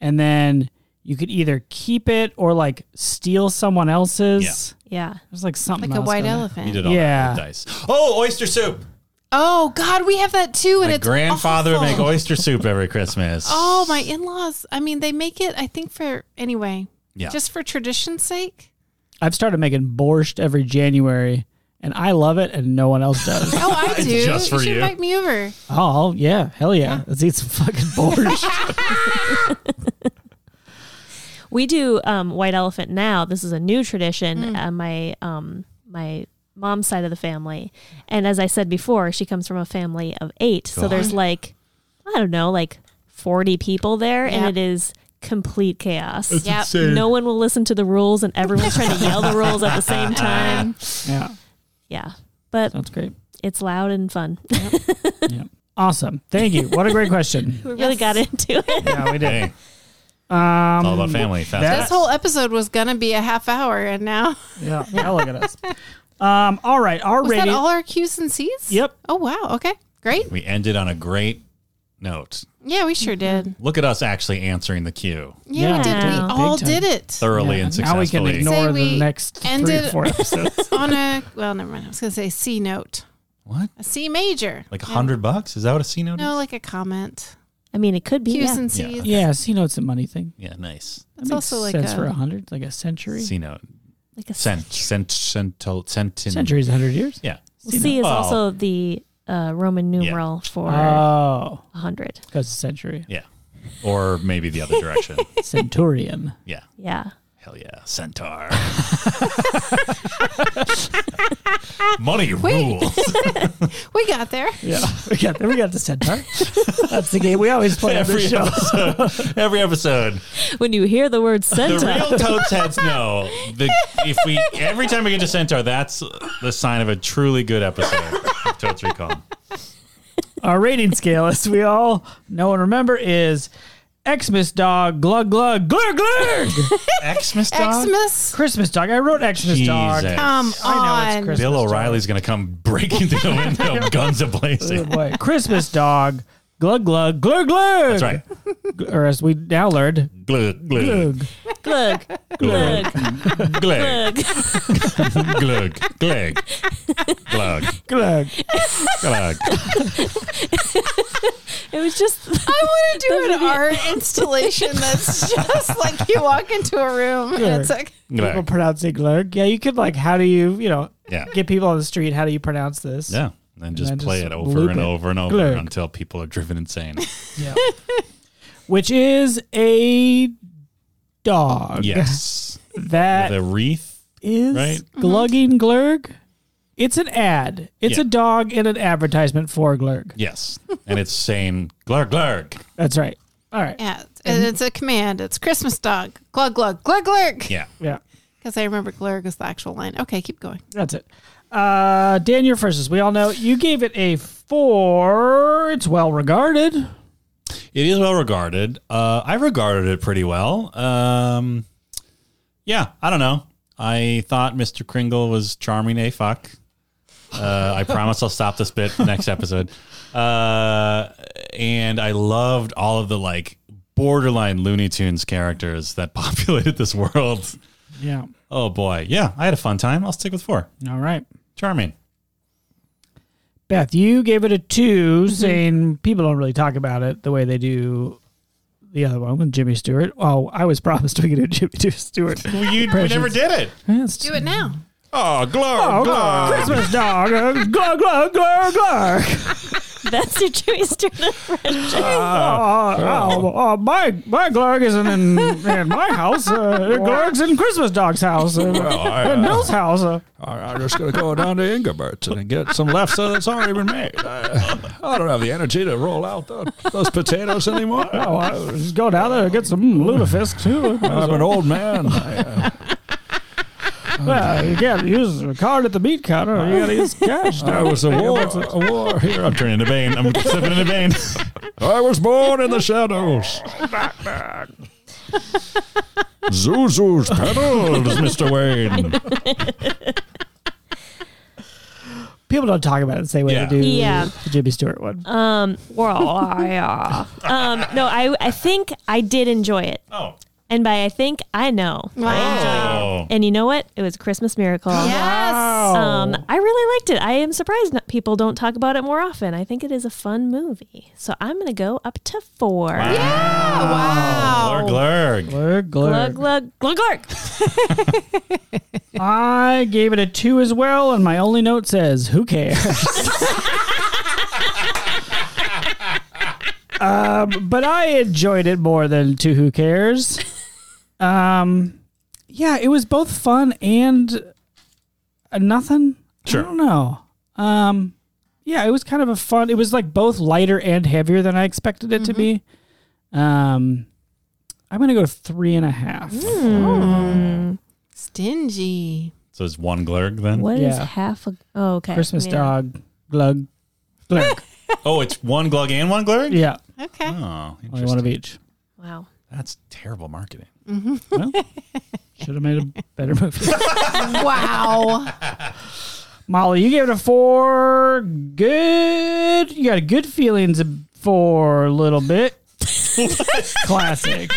S3: and then you could either keep it or like steal someone else's.
S4: Yeah.
S5: Yeah.
S3: There's like something
S1: like a
S3: else
S1: white
S3: in there.
S4: You
S1: elephant.
S4: did all
S3: Yeah.
S4: that with dice. Oh, oyster soup.
S1: Oh God, we have that too, and
S4: My
S1: it's
S4: grandfather would
S1: awful.
S4: make oyster soup every Christmas.
S1: Oh, my in-laws. I mean, they make it. I think for anyway,
S4: yeah.
S1: just for tradition's sake.
S3: I've started making borscht every January, and I love it, and no one else does.
S1: Oh, I do.
S4: Just
S1: you
S4: for
S1: should
S4: you.
S1: invite me over.
S3: oh yeah, hell yeah! Let's eat some fucking borscht.
S5: We do um, white elephant now. This is a new tradition
S1: Mm.
S5: at my um, my mom's side of the family. And as I said before, she comes from a family of eight, so there's like I don't know, like forty people there, and
S1: Yeah.
S5: it is complete chaos.
S1: Yeah.
S5: No one will listen to the rules, and everyone's trying to yell the rules at the same time.
S3: yeah,
S5: Yeah, but
S3: sounds great.
S5: it's loud and fun.
S3: Yeah, awesome. Thank you. What a great question.
S5: we really
S1: Yes.
S5: got into it.
S3: Yeah, we did.
S4: Hey, it's
S3: Um,
S4: all about family. Fast
S3: that-
S1: This whole episode was gonna be a half hour, and now
S3: Yeah, now look at us. Um, all right, our
S1: was that
S3: rating.
S1: all our Q's and C's?
S3: Yep.
S1: Oh wow. Okay. Great.
S4: we ended on a great note.
S1: Yeah, we sure did.
S4: Look at us actually answering the cue
S1: Yeah, we
S5: Yeah.
S1: did. We
S5: Yeah.
S1: all
S3: Big time.
S1: did it
S4: thoroughly
S3: Yeah,
S4: and
S3: now we
S4: successfully.
S3: can ignore
S1: Say
S3: the
S1: we
S3: next three or
S1: ended-
S3: four episodes.
S1: on a. Well, never mind. I was gonna say C note,
S4: what?
S1: a C major.
S4: Like a
S1: Yeah.
S4: hundred bucks? Is that what a C note
S1: No,
S4: is?
S1: like a comment.
S5: I mean, it could be.
S1: Q's
S5: yeah.
S1: and
S4: Yeah.
S1: C's.
S3: yeah, C note's a money thing.
S4: Yeah, nice.
S3: That
S1: It's
S3: makes
S1: also like
S3: sense
S1: a-
S3: for a hundred, like a century.
S4: C note.
S5: Like a
S4: Cent. Cent. Centol. Centin.
S3: Century's a hundred years.
S4: Yeah.
S5: Well, C is
S4: Oh.
S5: also the uh, Roman numeral for a
S3: Oh,
S5: hundred.
S3: because century,
S4: Yeah. Or maybe the other direction.
S3: centurion.
S4: yeah.
S5: Yeah.
S4: Hell yeah. Centaur. Money rules.
S1: We got there.
S3: Yeah, we got we got the centaur. That's the game we always play on
S4: Every
S3: this show.
S4: episode. Every episode.
S5: When you hear the word
S4: The
S5: centaur,
S4: real totes heads know. The, if we every time we get to centaur, that's the sign of a truly good episode of Totes Recall.
S3: Our rating scale, as we all know and remember, is Xmas dog, glug glug, glug glug.
S4: Xmas dog.
S1: Xmas.
S3: Christmas dog. I wrote Xmas dog.
S4: Jesus.
S1: Come
S3: I know it's
S1: on.
S3: Christmas.
S4: Bill O'Reilly's gonna come breaking through the window, guns
S3: Oh,
S4: ablazing.
S3: boy. Christmas dog, glug glug, glug glug.
S4: That's right.
S3: Or as we now learned,
S4: Glug glug
S3: glug.
S5: glug,
S4: glug
S5: glug,
S4: glug.
S5: glug.
S4: Glug, glug, glug,
S3: glug.
S4: glug.
S5: It was just
S1: I want to do an art installation that's just like you walk into a room and it's like
S3: People
S4: glug.
S3: pronounce it glug. Yeah, you could like, how do you, you know,
S4: Yeah.
S3: get people on the street, how do you pronounce this?
S4: Yeah. And just
S3: then
S4: play
S3: just
S4: it
S3: loop
S4: over and
S3: it.
S4: over and over
S3: Glug.
S4: until people are driven insane.
S3: Yeah. Which is a dog.
S4: Yes.
S3: That
S4: the wreath.
S3: is
S4: right?
S3: glugging glurg. It's an ad. It's
S4: Mm-hmm. Yeah.
S3: a dog in an advertisement for glurg.
S4: Yes. And it's saying glug, glug.
S3: That's right. All right.
S1: yeah,
S3: Mm-hmm.
S1: and it's a command. It's Christmas dog. Glug glug glug glug.
S4: Yeah.
S3: Yeah.
S1: Because I remember glurg is the actual line. Okay, keep going.
S3: That's it. Uh, Dan, your first, as we all know, you gave it a four. It's well regarded.
S4: It is well regarded. Uh, I regarded it pretty well. Um, yeah, I don't know. I thought Mr. Kringle was charming a fuck. Uh, I promise I'll stop this bit next episode. Uh, and I loved all of the like borderline Looney Tunes characters that populated this world.
S3: Yeah.
S4: Oh boy, yeah, I had a fun time. I'll stick with four.
S3: All right.
S4: Charming.
S3: Beth, you gave it a 2 saying people don't really talk about it the way they do the other one with Jimmy Stewart. Oh, I was promised we could do Jimmy T- Stewart.
S4: Well, you, you never did it.
S1: Do it now.
S4: Oh, glory,
S3: Oh, Christmas dog. Uh, glug, glug, glug, glug.
S5: that's your Jimmy Stewart impression.
S3: Oh, oh, oh, my my Glurg isn't in, in my house. Uh, Glurg's in Christmas Dog's house.
S4: Oh,
S3: Uh, in Bill's house. Uh,
S6: I'm just going to go down to Ingebert's and get some leftover that's already been made. I, I don't have the energy to roll out tho- those potatoes anymore.
S3: oh, I just go down there and get some lutefisk too.
S6: I'm an old man. I, uh,
S3: Well, you can't use a card at the meat counter. You gotta use cash.
S6: I was a war, a war hero.
S4: I'm turning into Bane. I'm slipping into Bane.
S6: I was born in the shadows. Zuzu's petals, Mr. Wayne.
S3: People don't talk about it the same way
S4: Yeah.
S3: they do
S5: Yeah.
S3: the Jimmy Stewart one.
S5: Um, well, I, uh, um, no, I, I think I did enjoy it.
S4: Oh,
S5: And by I think I know.
S1: Wow.
S4: Oh.
S5: And you know what? It was a Christmas miracle.
S1: Yes.
S3: Oh,
S5: Um, I really liked it. I am surprised not, people don't talk about it more often. I think it is a fun movie. So I'm going to go up to four.
S1: Yeah. Wow.
S4: Glurg, glurg.
S3: Glug,
S5: Glug,
S3: glug.
S5: glug, glug, glug.
S3: I gave it a two as well, and my only note says, "Who cares." um, but I enjoyed it more than two. Who cares? Um, yeah, it was both fun and uh, nothing.
S4: Sure.
S3: I don't know. Um, yeah, it was kind of a fun. It was like both lighter and heavier than I expected it to be. Um, I'm gonna go three and a half. Hmm.
S5: Hmm.
S1: Stingy.
S4: So it's one glurg then?
S5: What is
S3: Yeah.
S5: half a. Oh, okay.
S3: Christmas
S5: Yeah.
S3: dog glug glug.
S4: Oh, it's one glug and one glurg?
S3: yeah.
S1: Okay.
S4: Oh,
S3: Only one
S4: interesting.
S3: of each.
S5: Wow.
S4: That's terrible marketing.
S3: Should have made a better movie.
S1: wow.
S3: Molly, you gave it a four. Good. You got good feelings for a little bit. Classic.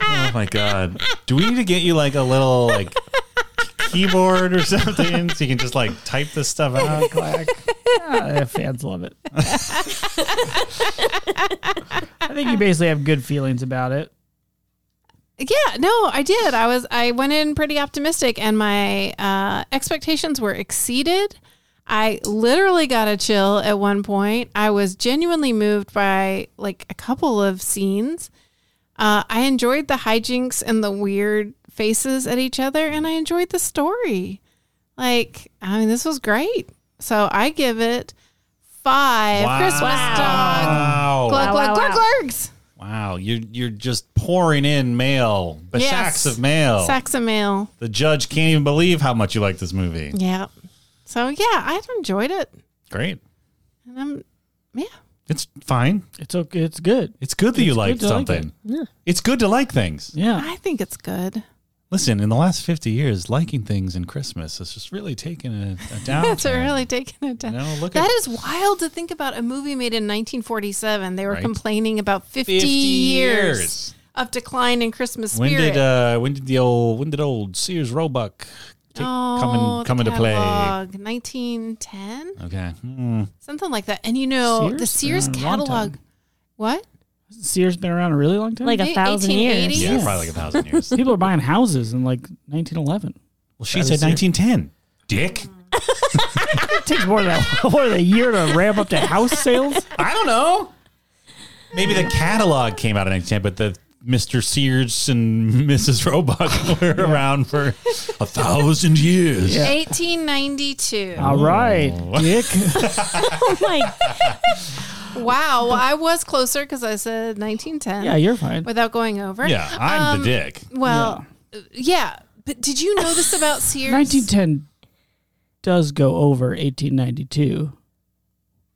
S4: Oh my god. Do we need to get you like a little like keyboard or something so you can just like type this stuff out?
S3: Clack. Ah, fans love it. I think you basically have good feelings about it.
S1: Yeah, no, I did. I was I went in pretty optimistic and my uh expectations were exceeded. I literally got a chill at one point. I was genuinely moved by like a couple of scenes. Uh, I enjoyed the hijinks and the weird faces at each other, and I enjoyed the story. Like, I mean, this was great. So I give it five Christmas dog
S4: Wow.
S1: glug glug glug glugs.
S4: Wow. You're you're just pouring in mail. The
S1: Yes.
S4: sacks of mail.
S1: Sacks of mail.
S4: the judge can't even believe how much you like this movie.
S1: Yeah. So yeah, I enjoyed it,
S4: Great.
S1: and I'm yeah.
S4: It's fine.
S3: It's okay. It's good.
S4: It's good that you liked
S3: to like
S4: something. It's good to like things.
S3: Yeah.
S1: I think it's good.
S4: Listen, in the last 50 years, liking things in Christmas has just really taken a, a down.
S1: That's really taking it down.
S4: No, look
S1: That
S4: at-
S1: is wild to think about a movie made in 1947. They were
S4: Right.
S1: complaining about 50, years, of decline in Christmas
S4: When
S1: spirit.
S4: did uh when did the old when did old Sears Roebuck take,
S1: Oh,
S4: come
S1: the
S4: and come into play?
S1: catalog, 1910,
S4: Okay. Hmm.
S1: something like that. And you know the
S3: Sears?
S1: Sears
S4: Mm,
S3: Been around a long
S1: catalog.
S3: time.
S1: What?
S3: Sears been around a really long time.
S5: Like a
S1: Maybe
S5: thousand years.
S1: 1880s?
S4: Yeah,
S3: Yes.
S4: probably like a thousand years.
S3: people are buying houses in like 1911.
S4: Well, she
S3: That
S4: said
S3: is serious.
S4: 1910. Dick.
S3: It takes more than more than a year to ramp up to house sales.
S4: I don't know. Maybe the catalog came out in 1910, but the Mr. Sears and Mrs. Roebuck were around for a thousand years.
S1: 1892.
S3: All right, Dick.
S5: Oh, my.
S1: Wow. Well, I was closer because I said 1910.
S3: Yeah, you're fine.
S1: without going over.
S4: Yeah, I'm
S1: Um,
S4: the dick.
S1: Well, yeah. but did you know this about Sears?
S3: 1910 does go over 1892.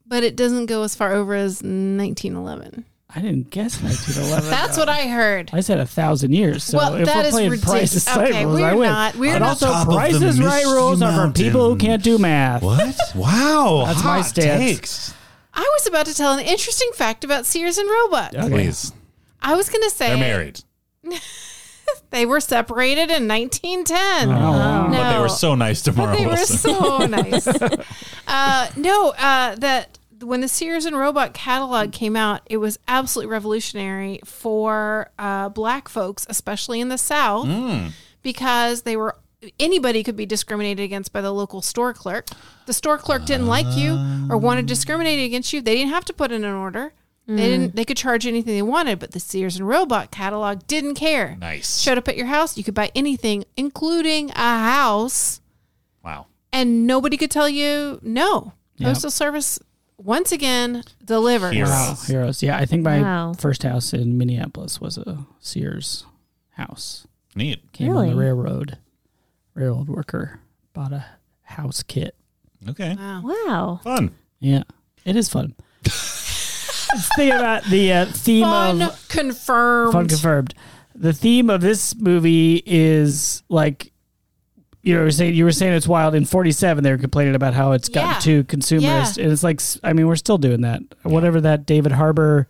S1: but it doesn't go as far over as 1911.
S3: I didn't guess 1911.
S1: That's what I heard.
S3: I said a thousand years. So
S1: Well,
S3: if
S1: that
S3: we're
S1: is
S3: playing
S1: ridiculous.
S3: Price is Right
S1: Okay,
S3: rules,
S1: we're
S3: I win.
S1: not- we're
S3: but
S1: not-
S3: also,
S4: Top of the
S3: Price is Right
S4: Misty
S3: rules are for
S4: Mountain.
S3: people who can't do math.
S4: What? Wow.
S3: That's my
S4: hot
S3: stance.
S4: takes.
S1: I was about to tell an interesting fact about Sears and Roebuck.
S3: Okay.
S4: Please.
S1: I was going to say
S4: They're married.
S1: they were separated in 1910.
S3: Oh, wow.
S1: No.
S4: But they were so nice to
S1: But
S4: Mara
S1: they were
S4: Wilson.
S1: so nice. Uh, no, uh, that when the Sears and Roebuck catalog came out, it was absolutely revolutionary for uh, black folks, especially in the South, because they were anybody could be discriminated against by the local store clerk. The store clerk didn't like you or wanted to discriminate against you. They didn't have to put in an order. They didn't. They could charge anything they wanted, but the Sears and Roebuck catalog didn't care.
S4: Nice.
S1: Showed up at your house. You could buy anything, including a house
S4: Wow.
S1: and nobody could tell you no. Postal Service once again delivers.
S4: Here.
S3: Wow, heroes. Yeah, I think my
S5: Wow.
S3: first house in Minneapolis was a Sears house.
S4: Neat.
S3: Came on the
S5: Really?
S3: railroad. Railroad worker bought a house kit.
S4: Okay.
S1: Wow.
S5: Wow.
S4: Fun.
S3: Yeah, it is fun. Let's think about the uh, theme
S1: Fun
S3: of
S1: confirmed.
S3: Fun confirmed. The theme of this movie is like you know, you were saying you were saying it's wild. In forty seven, they were complaining about how it's gotten
S1: Yeah.
S3: too consumerist,
S1: Yeah.
S3: and it's like I mean, we're still doing that. Whatever that David Harbor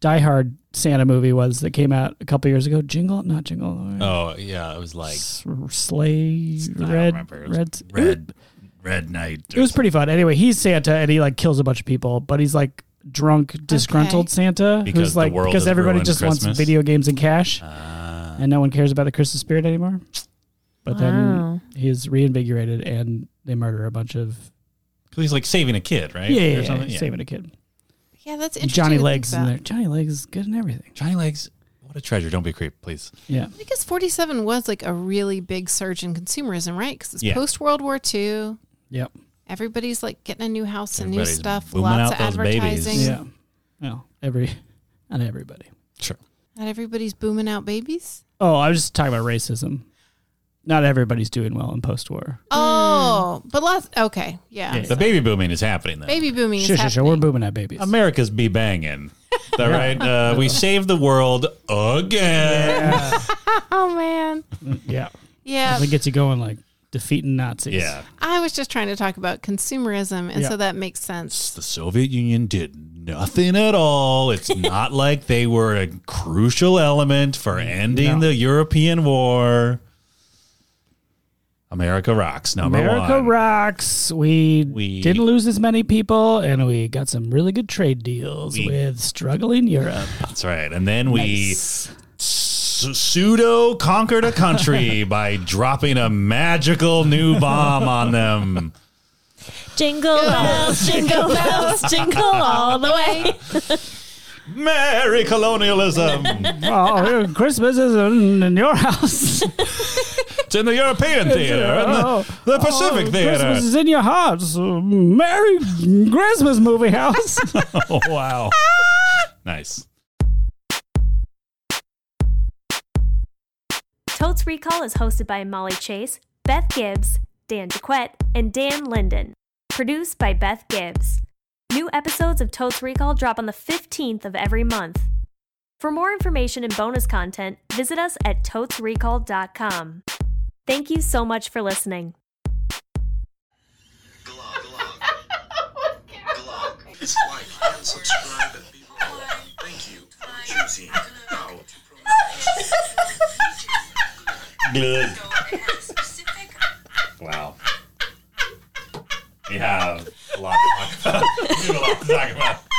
S3: Die Hard Santa movie was that came out a couple years ago. Jingle, not Jingle.
S4: Oh yeah, it was like
S3: S- Sleigh,
S4: I don't
S3: Red,
S4: remember. It was
S3: Red.
S4: Red Red Knight.
S3: It was pretty fun. Anyway, he's Santa and he like kills a bunch of people, but he's like drunk, disgruntled
S1: Okay.
S3: Santa
S4: Because
S3: who's
S4: the
S3: like
S4: world
S3: because
S4: has
S3: everybody
S4: ruined
S3: just
S4: Christmas.
S3: wants video games and cash,
S4: Ah.
S3: and no one cares about the Christmas spirit anymore. But then
S5: Wow.
S3: he's reinvigorated, and they murder a bunch of
S4: 'Cause he's like saving a kid, right?
S3: yeah, yeah,
S4: Or
S3: yeah,
S4: something?
S3: saving a kid.
S1: Yeah, that's interesting.
S3: Johnny
S1: to think
S3: Legs in
S1: about.
S3: there. Johnny Legs is good in everything.
S4: Johnny Legs, what a treasure! Don't be a creep, please.
S3: Yeah,
S1: I guess 47 was like a really big surge in consumerism, right? Because it's
S4: Yeah.
S1: post World War II.
S3: Yep.
S1: Everybody's like getting a new house and
S4: Everybody's
S1: new stuff,
S4: booming
S1: lots
S4: out those
S1: of
S4: babies.
S1: advertising.
S3: yeah. Well, every not everybody.
S4: Sure.
S1: Not everybody's booming out babies.
S3: Oh, I was just talking about racism. Not everybody's doing well in post-war.
S1: Oh, but lots. Okay. Yeah.
S4: The baby booming is happening. Though.
S1: Baby booming
S3: Sure,
S1: is
S3: sure,
S1: happening.
S3: sure. We're booming at babies.
S4: America's be banging. Is that right? Uh, we saved the world again.
S1: oh, man.
S3: yeah,
S1: Yeah.
S3: that gets you going like defeating Nazis.
S4: Yeah.
S1: I was just trying to talk about consumerism. And
S3: Yeah.
S1: so that makes sense.
S4: The Soviet Union did nothing at all. It's not like they were a crucial element for ending
S3: Mm, No.
S4: the European war. America rocks. Number
S3: America
S4: one.
S3: rocks. We,
S4: We-
S3: didn't lose as many people, and we got some really good trade deals
S4: We-
S3: with struggling Europe.
S4: That's right. And then we
S3: Nice.
S4: pseudo conquered a country by dropping a magical new bomb on them.
S5: Jingle bells, jingle bells, jingle all the way.
S4: Merry colonialism.
S3: oh, Christmas isn't in your house.
S4: It's in the European theater and the, the Pacific theater.
S3: Oh, Christmas is in your house. Merry Christmas movie house.
S4: Oh, wow. nice.
S2: Totes Recall is hosted by Molly Chase, Beth Gibbs, Dan Jaquette, and Dan Linden. Produced by Beth Gibbs. New episodes of Totes Recall drop on the 15th of every month. For more information and bonus content, visit us at totesrecall.com. Thank you so much for listening.
S7: Glock, Glock, Glock. Like and subscribe and be rolling. Thank you for choosing how to promote.
S4: Good. Wow. We have a lot to talk about. We have a lot to talk about.